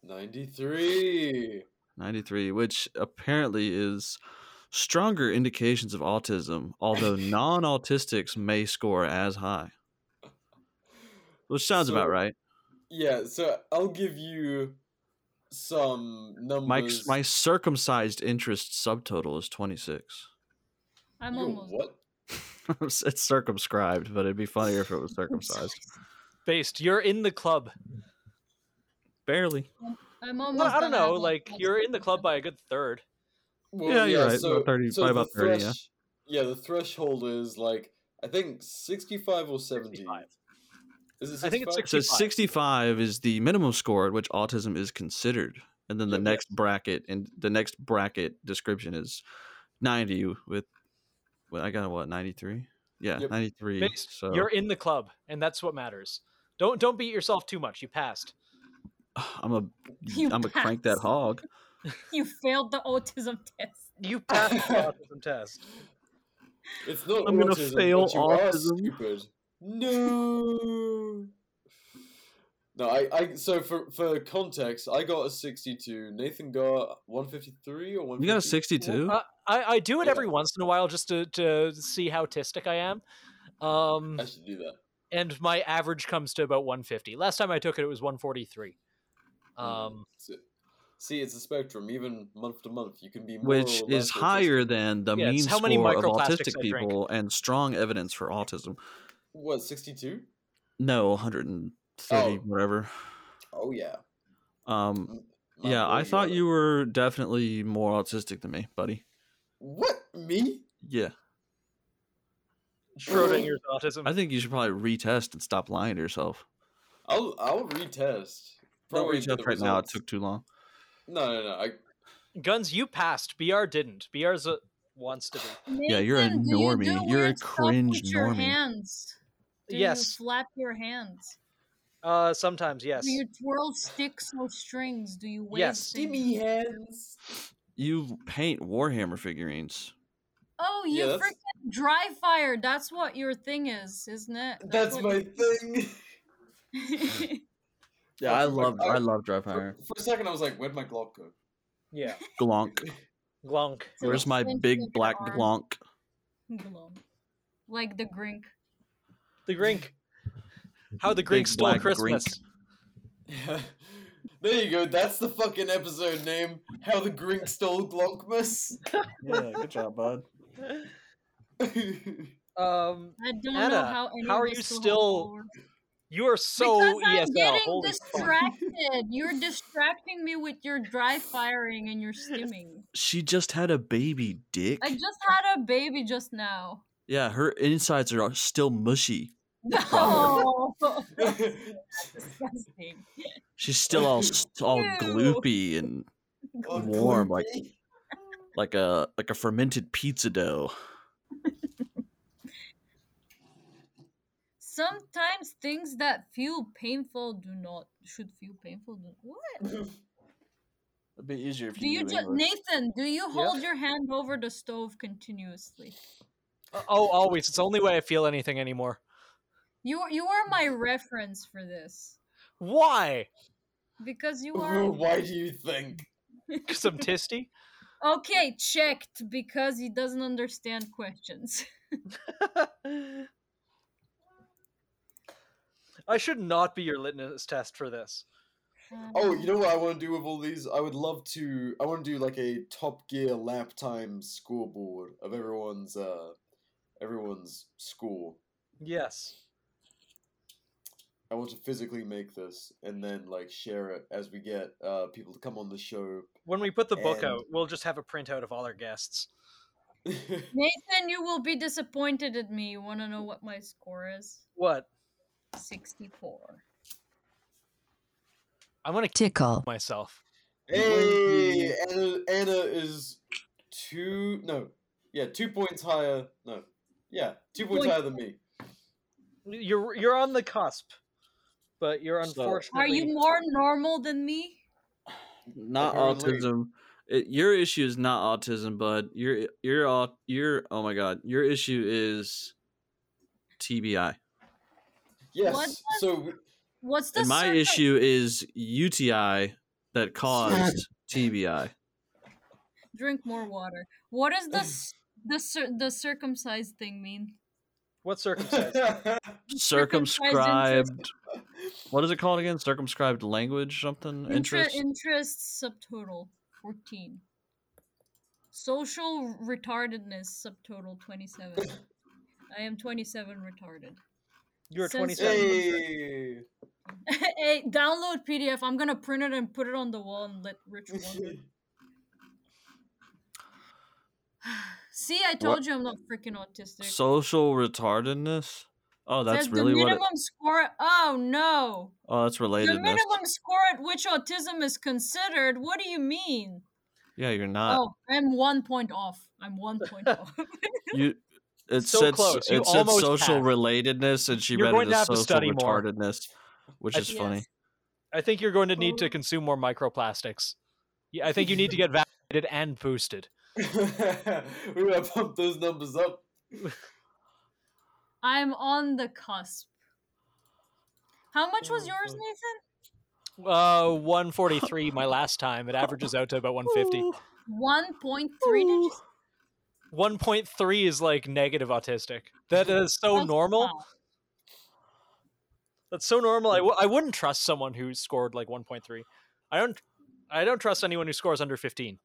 [SPEAKER 1] 93.
[SPEAKER 2] 93, which apparently is stronger indications of autism, although non autistics may score as high, which sounds
[SPEAKER 1] So,
[SPEAKER 2] about right.
[SPEAKER 1] Yeah, so I'll give you some
[SPEAKER 2] My,
[SPEAKER 1] numbers.
[SPEAKER 2] my circumcised interest subtotal is 26.
[SPEAKER 4] I'm
[SPEAKER 1] Yo,
[SPEAKER 4] almost.
[SPEAKER 1] what?
[SPEAKER 2] it's circumscribed, but it'd be funnier if it was circumcised.
[SPEAKER 3] Based, you're in the club.
[SPEAKER 2] Barely.
[SPEAKER 4] I'm
[SPEAKER 3] Well,
[SPEAKER 4] almost.
[SPEAKER 3] I don't
[SPEAKER 4] done. have
[SPEAKER 3] know,
[SPEAKER 4] one
[SPEAKER 3] like
[SPEAKER 4] left.
[SPEAKER 3] you're in the club by a good third.
[SPEAKER 1] Well,
[SPEAKER 2] Yeah, you're right, about
[SPEAKER 1] So,
[SPEAKER 2] 30
[SPEAKER 1] so
[SPEAKER 2] probably
[SPEAKER 1] the
[SPEAKER 2] about 30, yeah.
[SPEAKER 1] thresh- yeah. the threshold is like I think sixty-five or seventy.
[SPEAKER 3] 65.
[SPEAKER 1] Is it
[SPEAKER 3] I think it's
[SPEAKER 1] 65?
[SPEAKER 2] So
[SPEAKER 3] 65.
[SPEAKER 2] 65 is the minimum score at which autism is considered. And then the
[SPEAKER 1] Yep, yep.
[SPEAKER 2] next bracket and the next bracket description is 90 with what I got what 93? Yeah,
[SPEAKER 1] Yep.
[SPEAKER 2] 93.
[SPEAKER 3] Based,
[SPEAKER 2] so
[SPEAKER 3] you're in the club, and that's what matters. Don't don't beat yourself too much. You passed.
[SPEAKER 2] I'm a
[SPEAKER 4] You
[SPEAKER 2] I'm a crank that
[SPEAKER 4] passed.
[SPEAKER 2] hog.
[SPEAKER 4] You failed the autism test.
[SPEAKER 3] You passed the autism test.
[SPEAKER 1] It's not
[SPEAKER 2] I'm gonna
[SPEAKER 1] autism,
[SPEAKER 2] fail
[SPEAKER 1] but you are
[SPEAKER 2] autism.
[SPEAKER 1] stupid. No. No, I, I so for for context, I got a sixty-two. Nathan got one fifty-three or one.
[SPEAKER 2] You got a 62?
[SPEAKER 3] Uh, I, I do it
[SPEAKER 1] Yeah.
[SPEAKER 3] every once in a while just to, to see how autistic I am. Um,
[SPEAKER 1] I should do that.
[SPEAKER 3] and my average comes to about 150. Last time I took it, it was 143. Um,
[SPEAKER 1] So- see, it's a spectrum. Even month to month, you can be more
[SPEAKER 2] Which
[SPEAKER 1] or less
[SPEAKER 2] is
[SPEAKER 1] autistic.
[SPEAKER 2] higher than the
[SPEAKER 3] Yeah, it's
[SPEAKER 2] mean
[SPEAKER 3] how many
[SPEAKER 2] score of
[SPEAKER 3] microplastics
[SPEAKER 2] autistic
[SPEAKER 3] I drink.
[SPEAKER 2] people and strong evidence for autism.
[SPEAKER 1] What sixty-two?
[SPEAKER 2] No, 130
[SPEAKER 1] Oh.
[SPEAKER 2] whatever.
[SPEAKER 1] Oh yeah.
[SPEAKER 2] Um
[SPEAKER 1] My
[SPEAKER 2] yeah, I
[SPEAKER 1] boy,
[SPEAKER 2] thought
[SPEAKER 1] got it.
[SPEAKER 2] you were definitely more autistic than me, buddy.
[SPEAKER 1] What me?
[SPEAKER 2] Yeah.
[SPEAKER 3] Schrodinger's autism.
[SPEAKER 2] I think you should probably retest and stop lying to yourself.
[SPEAKER 1] I'll I'll retest.
[SPEAKER 2] Don't
[SPEAKER 1] Probably
[SPEAKER 2] reach
[SPEAKER 1] get
[SPEAKER 2] up
[SPEAKER 1] the
[SPEAKER 2] right now. It
[SPEAKER 1] results.
[SPEAKER 2] took too long.
[SPEAKER 1] No, no, no. I,
[SPEAKER 3] Guns, you passed. BR didn't. BR's a, wants to be.
[SPEAKER 2] Yeah, you're a
[SPEAKER 4] Nathan, do
[SPEAKER 2] normie.
[SPEAKER 4] You do
[SPEAKER 2] You're a
[SPEAKER 4] weird stuff
[SPEAKER 2] cringe
[SPEAKER 4] with your
[SPEAKER 2] normie.
[SPEAKER 4] hands?
[SPEAKER 6] Do
[SPEAKER 3] yes.
[SPEAKER 6] you flap your hands?
[SPEAKER 3] Uh, sometimes yes.
[SPEAKER 4] Do you twirl sticks or strings? Do you wave?
[SPEAKER 3] Yes.
[SPEAKER 4] things?
[SPEAKER 8] hands.
[SPEAKER 2] You paint Warhammer figurines.
[SPEAKER 4] Oh,
[SPEAKER 1] Yeah,
[SPEAKER 4] you
[SPEAKER 1] that's-
[SPEAKER 4] freaking dry fire. That's what your thing is, isn't it?
[SPEAKER 1] That's
[SPEAKER 4] what
[SPEAKER 1] my thing.
[SPEAKER 4] you-
[SPEAKER 2] Yeah, I love I love dry fire.
[SPEAKER 1] For, for a second, I was like, "Where'd my Glock go?"
[SPEAKER 3] Yeah.
[SPEAKER 2] Glonk.
[SPEAKER 3] Glonk.
[SPEAKER 4] It's an
[SPEAKER 2] Where's my
[SPEAKER 4] extension
[SPEAKER 2] big
[SPEAKER 4] of your
[SPEAKER 2] black
[SPEAKER 4] arm.
[SPEAKER 2] glonk?
[SPEAKER 4] Glomp. Like the grink.
[SPEAKER 3] The Grink. How the Grink
[SPEAKER 2] Big
[SPEAKER 3] stole
[SPEAKER 2] black Grink.
[SPEAKER 3] Christmas.
[SPEAKER 1] there you go. That's the fucking episode name. How the Grink stole Glockmas.
[SPEAKER 2] Yeah, good job, bud.
[SPEAKER 3] Um,
[SPEAKER 4] I don't know
[SPEAKER 3] Anna,
[SPEAKER 4] how. Any
[SPEAKER 3] how
[SPEAKER 4] of
[SPEAKER 3] are
[SPEAKER 4] this
[SPEAKER 3] you
[SPEAKER 4] will
[SPEAKER 3] still-
[SPEAKER 4] hold forward.
[SPEAKER 3] you are so
[SPEAKER 4] because I'm
[SPEAKER 3] ESL.
[SPEAKER 4] getting
[SPEAKER 3] Holy fuck.
[SPEAKER 4] distracted. You're distracting me with your dry firing and your stimming.
[SPEAKER 2] She just had a baby dick.
[SPEAKER 4] I just had a baby just now.
[SPEAKER 2] Yeah, her insides are still mushy.
[SPEAKER 4] No, Oh, disgusting.
[SPEAKER 2] She's still all s- all
[SPEAKER 4] Ew.
[SPEAKER 2] gloopy and
[SPEAKER 1] Oh,
[SPEAKER 2] warm, like-
[SPEAKER 1] Gloopy.
[SPEAKER 2] like a like a fermented pizza dough.
[SPEAKER 4] Sometimes things that feel painful do not should feel painful. Do what?
[SPEAKER 2] It'd be easier if
[SPEAKER 4] Do you just Nathan? Do you hold your hand over the stove continuously?
[SPEAKER 3] Oh, always. It's the only way I feel anything anymore.
[SPEAKER 4] You you are my reference for this
[SPEAKER 3] Why?
[SPEAKER 4] because you
[SPEAKER 1] Ooh,
[SPEAKER 4] are
[SPEAKER 1] Why do you think?
[SPEAKER 3] Because I'm tisty.
[SPEAKER 4] okay checked because he doesn't understand questions.
[SPEAKER 3] I should not be your litmus test for this.
[SPEAKER 4] Um,
[SPEAKER 1] Oh, you know what I want to do with all these? I would love to. I want to do like a Top Gear lap time scoreboard of everyone's uh everyone's score.
[SPEAKER 3] Yes.
[SPEAKER 1] I want to physically make this and then like share it as we get uh people to come on the show.
[SPEAKER 3] When we put the book
[SPEAKER 1] And-
[SPEAKER 3] out, we'll just have a printout of all our guests.
[SPEAKER 4] Nathan, you will be disappointed at me. You want to know what my score is?
[SPEAKER 3] What?
[SPEAKER 4] Sixty-four.
[SPEAKER 3] I'm gonna kill
[SPEAKER 9] Tickle.
[SPEAKER 3] myself.
[SPEAKER 1] hey, Anna, Anna is two. No, yeah, two points higher. No, yeah, two points
[SPEAKER 4] Point-
[SPEAKER 1] higher than me.
[SPEAKER 3] You're you're on the cusp, but you're
[SPEAKER 2] So-
[SPEAKER 3] unfortunately.
[SPEAKER 4] Are you more normal than me?
[SPEAKER 2] Not
[SPEAKER 1] Apparently.
[SPEAKER 2] autism. It, your issue is not autism, bud. Your your au- your oh my god, your issue is TBI.
[SPEAKER 4] What
[SPEAKER 1] Yes.
[SPEAKER 4] does-
[SPEAKER 1] So we-
[SPEAKER 4] What's the
[SPEAKER 2] And my
[SPEAKER 4] circle-
[SPEAKER 2] issue is UTI that caused TBI.
[SPEAKER 4] Drink more water. What does the s- the cir- the circumcised thing mean?
[SPEAKER 3] What circumstance?
[SPEAKER 2] Circumscribed. What is it called again? Circumscribed language, something
[SPEAKER 4] Inter-
[SPEAKER 2] interest.
[SPEAKER 4] interest subtotal fourteen. Social retardedness subtotal twenty-seven. I am twenty-seven retarded.
[SPEAKER 3] You're
[SPEAKER 4] Since-
[SPEAKER 3] 27.
[SPEAKER 1] Hey.
[SPEAKER 4] hey, download PDF. I'm gonna print it and put it on the wall and let Rich wonder. See, I told you I'm not freaking autistic.
[SPEAKER 2] Social retardedness. Oh, that's
[SPEAKER 4] Says
[SPEAKER 2] really
[SPEAKER 4] the
[SPEAKER 2] what.
[SPEAKER 4] minimum
[SPEAKER 2] It,
[SPEAKER 4] score. Oh no.
[SPEAKER 2] oh, that's
[SPEAKER 4] The
[SPEAKER 2] relatedness.
[SPEAKER 4] minimum score at which autism is considered. What do you mean?
[SPEAKER 2] Yeah, you're not.
[SPEAKER 4] oh, I'm one point off. I'm one point off.
[SPEAKER 2] You. It
[SPEAKER 3] So
[SPEAKER 2] said so,
[SPEAKER 3] close, you
[SPEAKER 2] it said
[SPEAKER 3] almost
[SPEAKER 2] social
[SPEAKER 3] passed.
[SPEAKER 2] relatedness, and she
[SPEAKER 3] You're
[SPEAKER 2] read
[SPEAKER 3] going
[SPEAKER 2] it
[SPEAKER 3] to
[SPEAKER 2] as
[SPEAKER 3] have to
[SPEAKER 2] social
[SPEAKER 3] study more.
[SPEAKER 2] retardedness, which
[SPEAKER 3] I-
[SPEAKER 2] is funny.
[SPEAKER 3] I think you're going to need to consume more microplastics. Yeah, I think you need to get vaccinated and boosted.
[SPEAKER 1] we gotta pump those numbers up.
[SPEAKER 4] I'm on the cusp. How much was
[SPEAKER 1] Oh,
[SPEAKER 4] yours,
[SPEAKER 1] fuck.
[SPEAKER 4] Nathan?
[SPEAKER 3] Uh, 143 my last time. It averages out to about 150.
[SPEAKER 4] One point three. Did you say?
[SPEAKER 3] 1.3 is like negative autistic. That is so
[SPEAKER 4] Oh,
[SPEAKER 3] normal.
[SPEAKER 4] wow.
[SPEAKER 3] That's so normal. I w- I wouldn't trust someone who scored like 1.3. I don't. I don't trust anyone who scores under 15.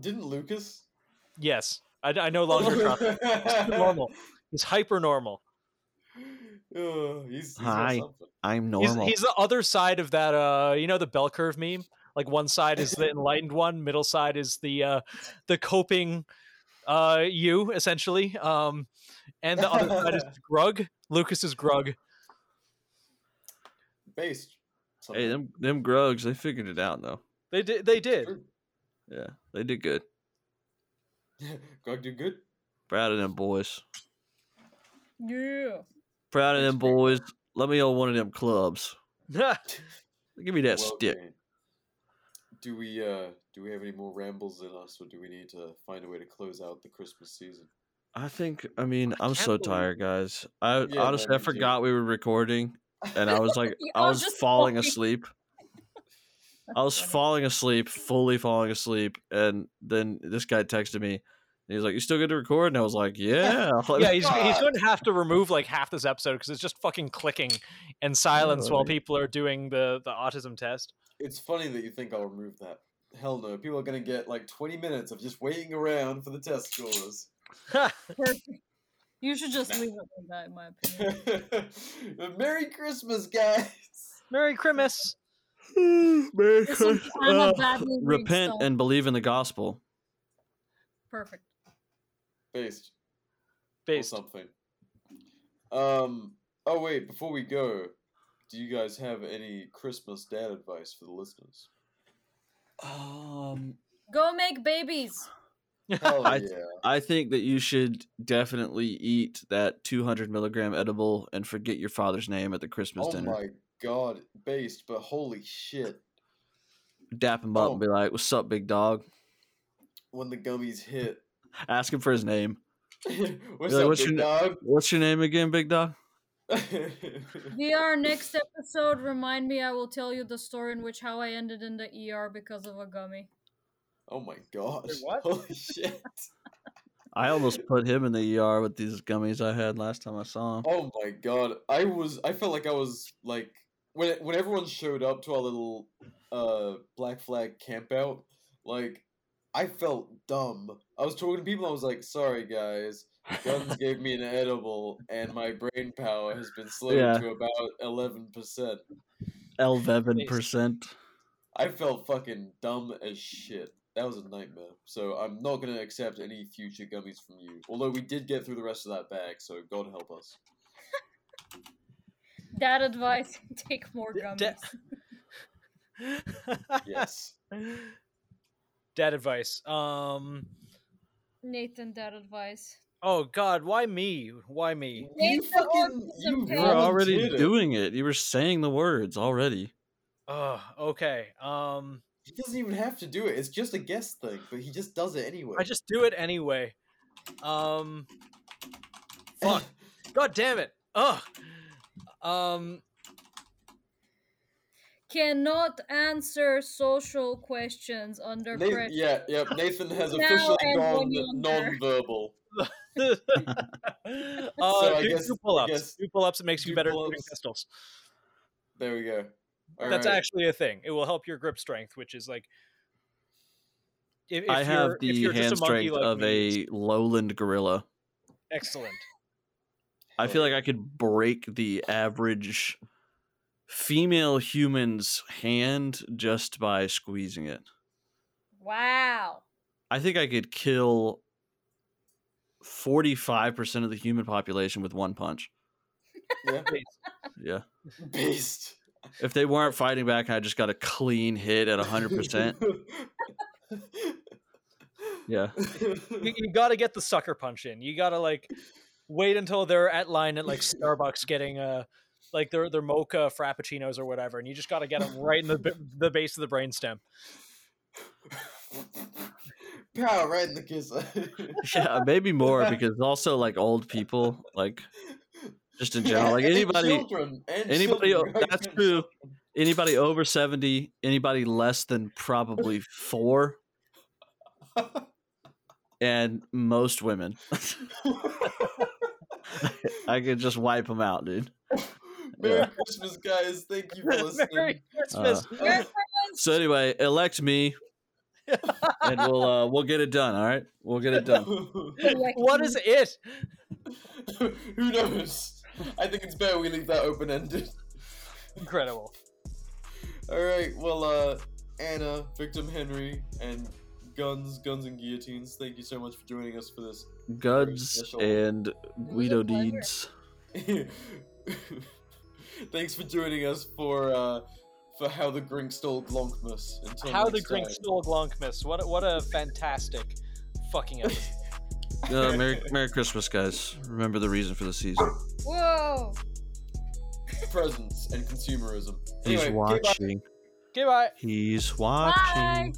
[SPEAKER 1] Didn't Lucas?
[SPEAKER 3] Yes, I, I no longer trust. him. He's too normal. He's hyper normal.
[SPEAKER 1] Oh, he's, he's got
[SPEAKER 2] Hi.
[SPEAKER 1] something.
[SPEAKER 2] I'm
[SPEAKER 3] He's,
[SPEAKER 2] normal.
[SPEAKER 3] he's the other side of that. Uh, you know the bell curve meme. Like one side is the enlightened one, middle side is the uh, the coping uh, you essentially, um, and the other side is Grug. Lucas is Grug.
[SPEAKER 1] Based.
[SPEAKER 2] hey, them them grugs, they figured it out though.
[SPEAKER 3] They did. They did.
[SPEAKER 1] True.
[SPEAKER 2] Yeah, they did good.
[SPEAKER 1] Greg did good.
[SPEAKER 2] Proud of them boys.
[SPEAKER 6] Yeah.
[SPEAKER 2] Proud of
[SPEAKER 1] Thanks,
[SPEAKER 2] them
[SPEAKER 1] Greg.
[SPEAKER 2] boys. Let me own one of them clubs. Give me that
[SPEAKER 1] Well,
[SPEAKER 2] stick.
[SPEAKER 1] Green, Do we uh do we have any more rambles in us, or do we need to find a way to close out the Christmas season?
[SPEAKER 2] I think. I mean,
[SPEAKER 3] I
[SPEAKER 2] I'm
[SPEAKER 3] can't
[SPEAKER 2] so
[SPEAKER 3] believe-
[SPEAKER 2] tired, guys. I
[SPEAKER 1] Yeah,
[SPEAKER 2] honestly,
[SPEAKER 1] man,
[SPEAKER 2] I
[SPEAKER 1] me too.
[SPEAKER 2] forgot we were recording, and I was like,
[SPEAKER 4] You
[SPEAKER 2] I
[SPEAKER 4] all
[SPEAKER 2] was
[SPEAKER 4] just
[SPEAKER 2] falling
[SPEAKER 4] talking.
[SPEAKER 2] asleep. I was falling asleep, fully falling asleep, and then this guy texted me. And he's like, "You still good to record?" And I was like, "Yeah." Like,
[SPEAKER 3] Yeah, he's, he's
[SPEAKER 1] God.
[SPEAKER 3] going to have to remove like half this episode because it's just fucking clicking and silence while
[SPEAKER 2] Really?
[SPEAKER 3] people are doing the the autism test.
[SPEAKER 1] It's funny that you think I'll remove that. Hell no, people are gonna get like twenty minutes of just waiting around for the test scores.
[SPEAKER 6] You should just leave it like that, in my opinion.
[SPEAKER 1] Merry Christmas, guys.
[SPEAKER 3] Merry Christmas.
[SPEAKER 2] Merry
[SPEAKER 4] Listen,
[SPEAKER 2] Christ-
[SPEAKER 4] I'm a
[SPEAKER 2] Ugh.
[SPEAKER 4] badly rigged
[SPEAKER 2] repent
[SPEAKER 4] song.
[SPEAKER 2] and believe in the gospel.
[SPEAKER 6] Perfect.
[SPEAKER 1] Based. or
[SPEAKER 3] Based.
[SPEAKER 1] something. Um. Oh wait, before we go, do you guys have any Christmas dad advice for the listeners?
[SPEAKER 2] Um,
[SPEAKER 4] Go make babies.
[SPEAKER 1] Hell
[SPEAKER 2] I-
[SPEAKER 1] yeah!
[SPEAKER 2] I think that you should definitely eat that 200 milligram edible and forget your father's name at the Christmas
[SPEAKER 1] oh
[SPEAKER 2] dinner.
[SPEAKER 1] my god, based, but holy shit!
[SPEAKER 2] Dap him up and
[SPEAKER 1] Oh.
[SPEAKER 2] be like, "What's up, big dog?"
[SPEAKER 1] When the gummies hit,
[SPEAKER 2] Ask him for his name.
[SPEAKER 1] what's
[SPEAKER 2] like,
[SPEAKER 1] up,
[SPEAKER 2] "What's
[SPEAKER 1] big
[SPEAKER 2] your
[SPEAKER 1] dog?
[SPEAKER 2] What's your name again, big dog?
[SPEAKER 4] VR next episode. Remind me, I will tell you the story in which how I ended in the ER because of a gummy.
[SPEAKER 1] oh my gosh!
[SPEAKER 3] what?
[SPEAKER 1] Holy shit!
[SPEAKER 2] I almost put him in the ER with these gummies I had last time I saw him.
[SPEAKER 1] Oh my god, I was I felt like I was like when when everyone showed up to our little uh black flag camp out, like I felt dumb. I was talking to people, I was like, sorry guys, guns gave me an edible and my brain power has been slowed
[SPEAKER 2] Yeah.
[SPEAKER 1] to about eleven percent.
[SPEAKER 2] Elvevin percent.
[SPEAKER 1] I felt fucking dumb as shit. That was a nightmare. So I'm not gonna accept any future gummies from you. Although we did get through the rest of that bag, so God help us.
[SPEAKER 4] That advice. Take more
[SPEAKER 3] D-
[SPEAKER 4] gummies.
[SPEAKER 3] d-
[SPEAKER 1] Yes.
[SPEAKER 3] Dad advice. Um.
[SPEAKER 4] Nathan, that advice.
[SPEAKER 3] Oh God, why me? Why me?
[SPEAKER 4] Names of autism
[SPEAKER 2] You
[SPEAKER 4] Yeah,
[SPEAKER 2] were already
[SPEAKER 1] volunteered it.
[SPEAKER 2] doing it. You were saying the words already.
[SPEAKER 3] Oh, okay. Um,
[SPEAKER 1] He doesn't even have to do it. It's just a guess thing, but he just does it anyway.
[SPEAKER 3] I just do it anyway. Um, fuck. God damn it. Ugh. Um,
[SPEAKER 4] Cannot answer social questions under
[SPEAKER 1] Nath-
[SPEAKER 4] pressure.
[SPEAKER 1] yeah, yeah. Nathan has
[SPEAKER 4] Now
[SPEAKER 1] officially gone
[SPEAKER 4] everyone wonder.
[SPEAKER 1] non-verbal.
[SPEAKER 3] uh,
[SPEAKER 1] I
[SPEAKER 3] do,
[SPEAKER 1] guess-
[SPEAKER 3] do
[SPEAKER 1] I
[SPEAKER 3] pull-ups.
[SPEAKER 1] guess
[SPEAKER 3] do pull-ups. It makes you
[SPEAKER 1] do
[SPEAKER 3] better at shooting
[SPEAKER 1] pull-ups.
[SPEAKER 3] pistols.
[SPEAKER 1] There we go. All
[SPEAKER 3] That's
[SPEAKER 1] right.
[SPEAKER 3] actually a thing. It will help your grip strength, which is like. If, if
[SPEAKER 2] I have
[SPEAKER 3] you're- if
[SPEAKER 2] the
[SPEAKER 3] you're just
[SPEAKER 2] hand
[SPEAKER 3] a monkey
[SPEAKER 2] strength
[SPEAKER 3] like
[SPEAKER 2] of
[SPEAKER 3] me, it's
[SPEAKER 2] a lowland gorilla.
[SPEAKER 3] excellent.
[SPEAKER 2] I feel
[SPEAKER 1] Oh.
[SPEAKER 2] like I could break the average female human's hand just by squeezing it.
[SPEAKER 4] Wow.
[SPEAKER 2] I think I could kill 45% of the human population with one punch. Yeah.
[SPEAKER 1] yeah. Beast.
[SPEAKER 2] If they weren't fighting back and I just got a clean hit at 100%. yeah.
[SPEAKER 3] You, you got to get the sucker punch in. You got to like wait until they're at line at like Starbucks getting a like their their mocha frappuccinos or whatever, and you just got to get them right in the b- the base of the brainstem.
[SPEAKER 1] Pow! Right in the kisser.
[SPEAKER 2] Yeah, maybe more because also like old people, like just in general, like
[SPEAKER 1] And
[SPEAKER 2] anybody
[SPEAKER 1] children, and
[SPEAKER 2] anybody o-
[SPEAKER 1] children, right?
[SPEAKER 2] that's true. Anybody over 70, anybody less than probably 4 and most women. I could just wipe them out, dude.
[SPEAKER 1] Merry
[SPEAKER 2] Yeah.
[SPEAKER 1] Christmas, guys! Thank you for listening.
[SPEAKER 3] Merry Christmas.
[SPEAKER 1] Uh,
[SPEAKER 2] So anyway, elect me, and we'll uh, we'll get it done. All right, we'll get it done.
[SPEAKER 3] what is it?
[SPEAKER 1] Who knows? I think it's better we leave that open ended.
[SPEAKER 3] Incredible.
[SPEAKER 1] All right. Well, uh, Anna, Victim Henry, and Guns, Guns and Guillotines. Thank you so much for joining us for this.
[SPEAKER 2] Guns
[SPEAKER 1] special.
[SPEAKER 2] and Guido
[SPEAKER 4] pleasure.
[SPEAKER 2] deeds.
[SPEAKER 1] Thanks for joining us for uh, for how the Grink stole Glonkmus. Until
[SPEAKER 3] How the
[SPEAKER 1] next
[SPEAKER 3] Grink
[SPEAKER 1] time.
[SPEAKER 3] stole Glonkmas. What a, what a fantastic fucking episode.
[SPEAKER 2] Uh, Merry, Merry Christmas, guys. Remember the reason for the season.
[SPEAKER 4] Whoa.
[SPEAKER 1] presence and consumerism.
[SPEAKER 2] He's
[SPEAKER 1] Anyway, goodbye.
[SPEAKER 2] watching.
[SPEAKER 3] Goodbye.
[SPEAKER 2] He's watching.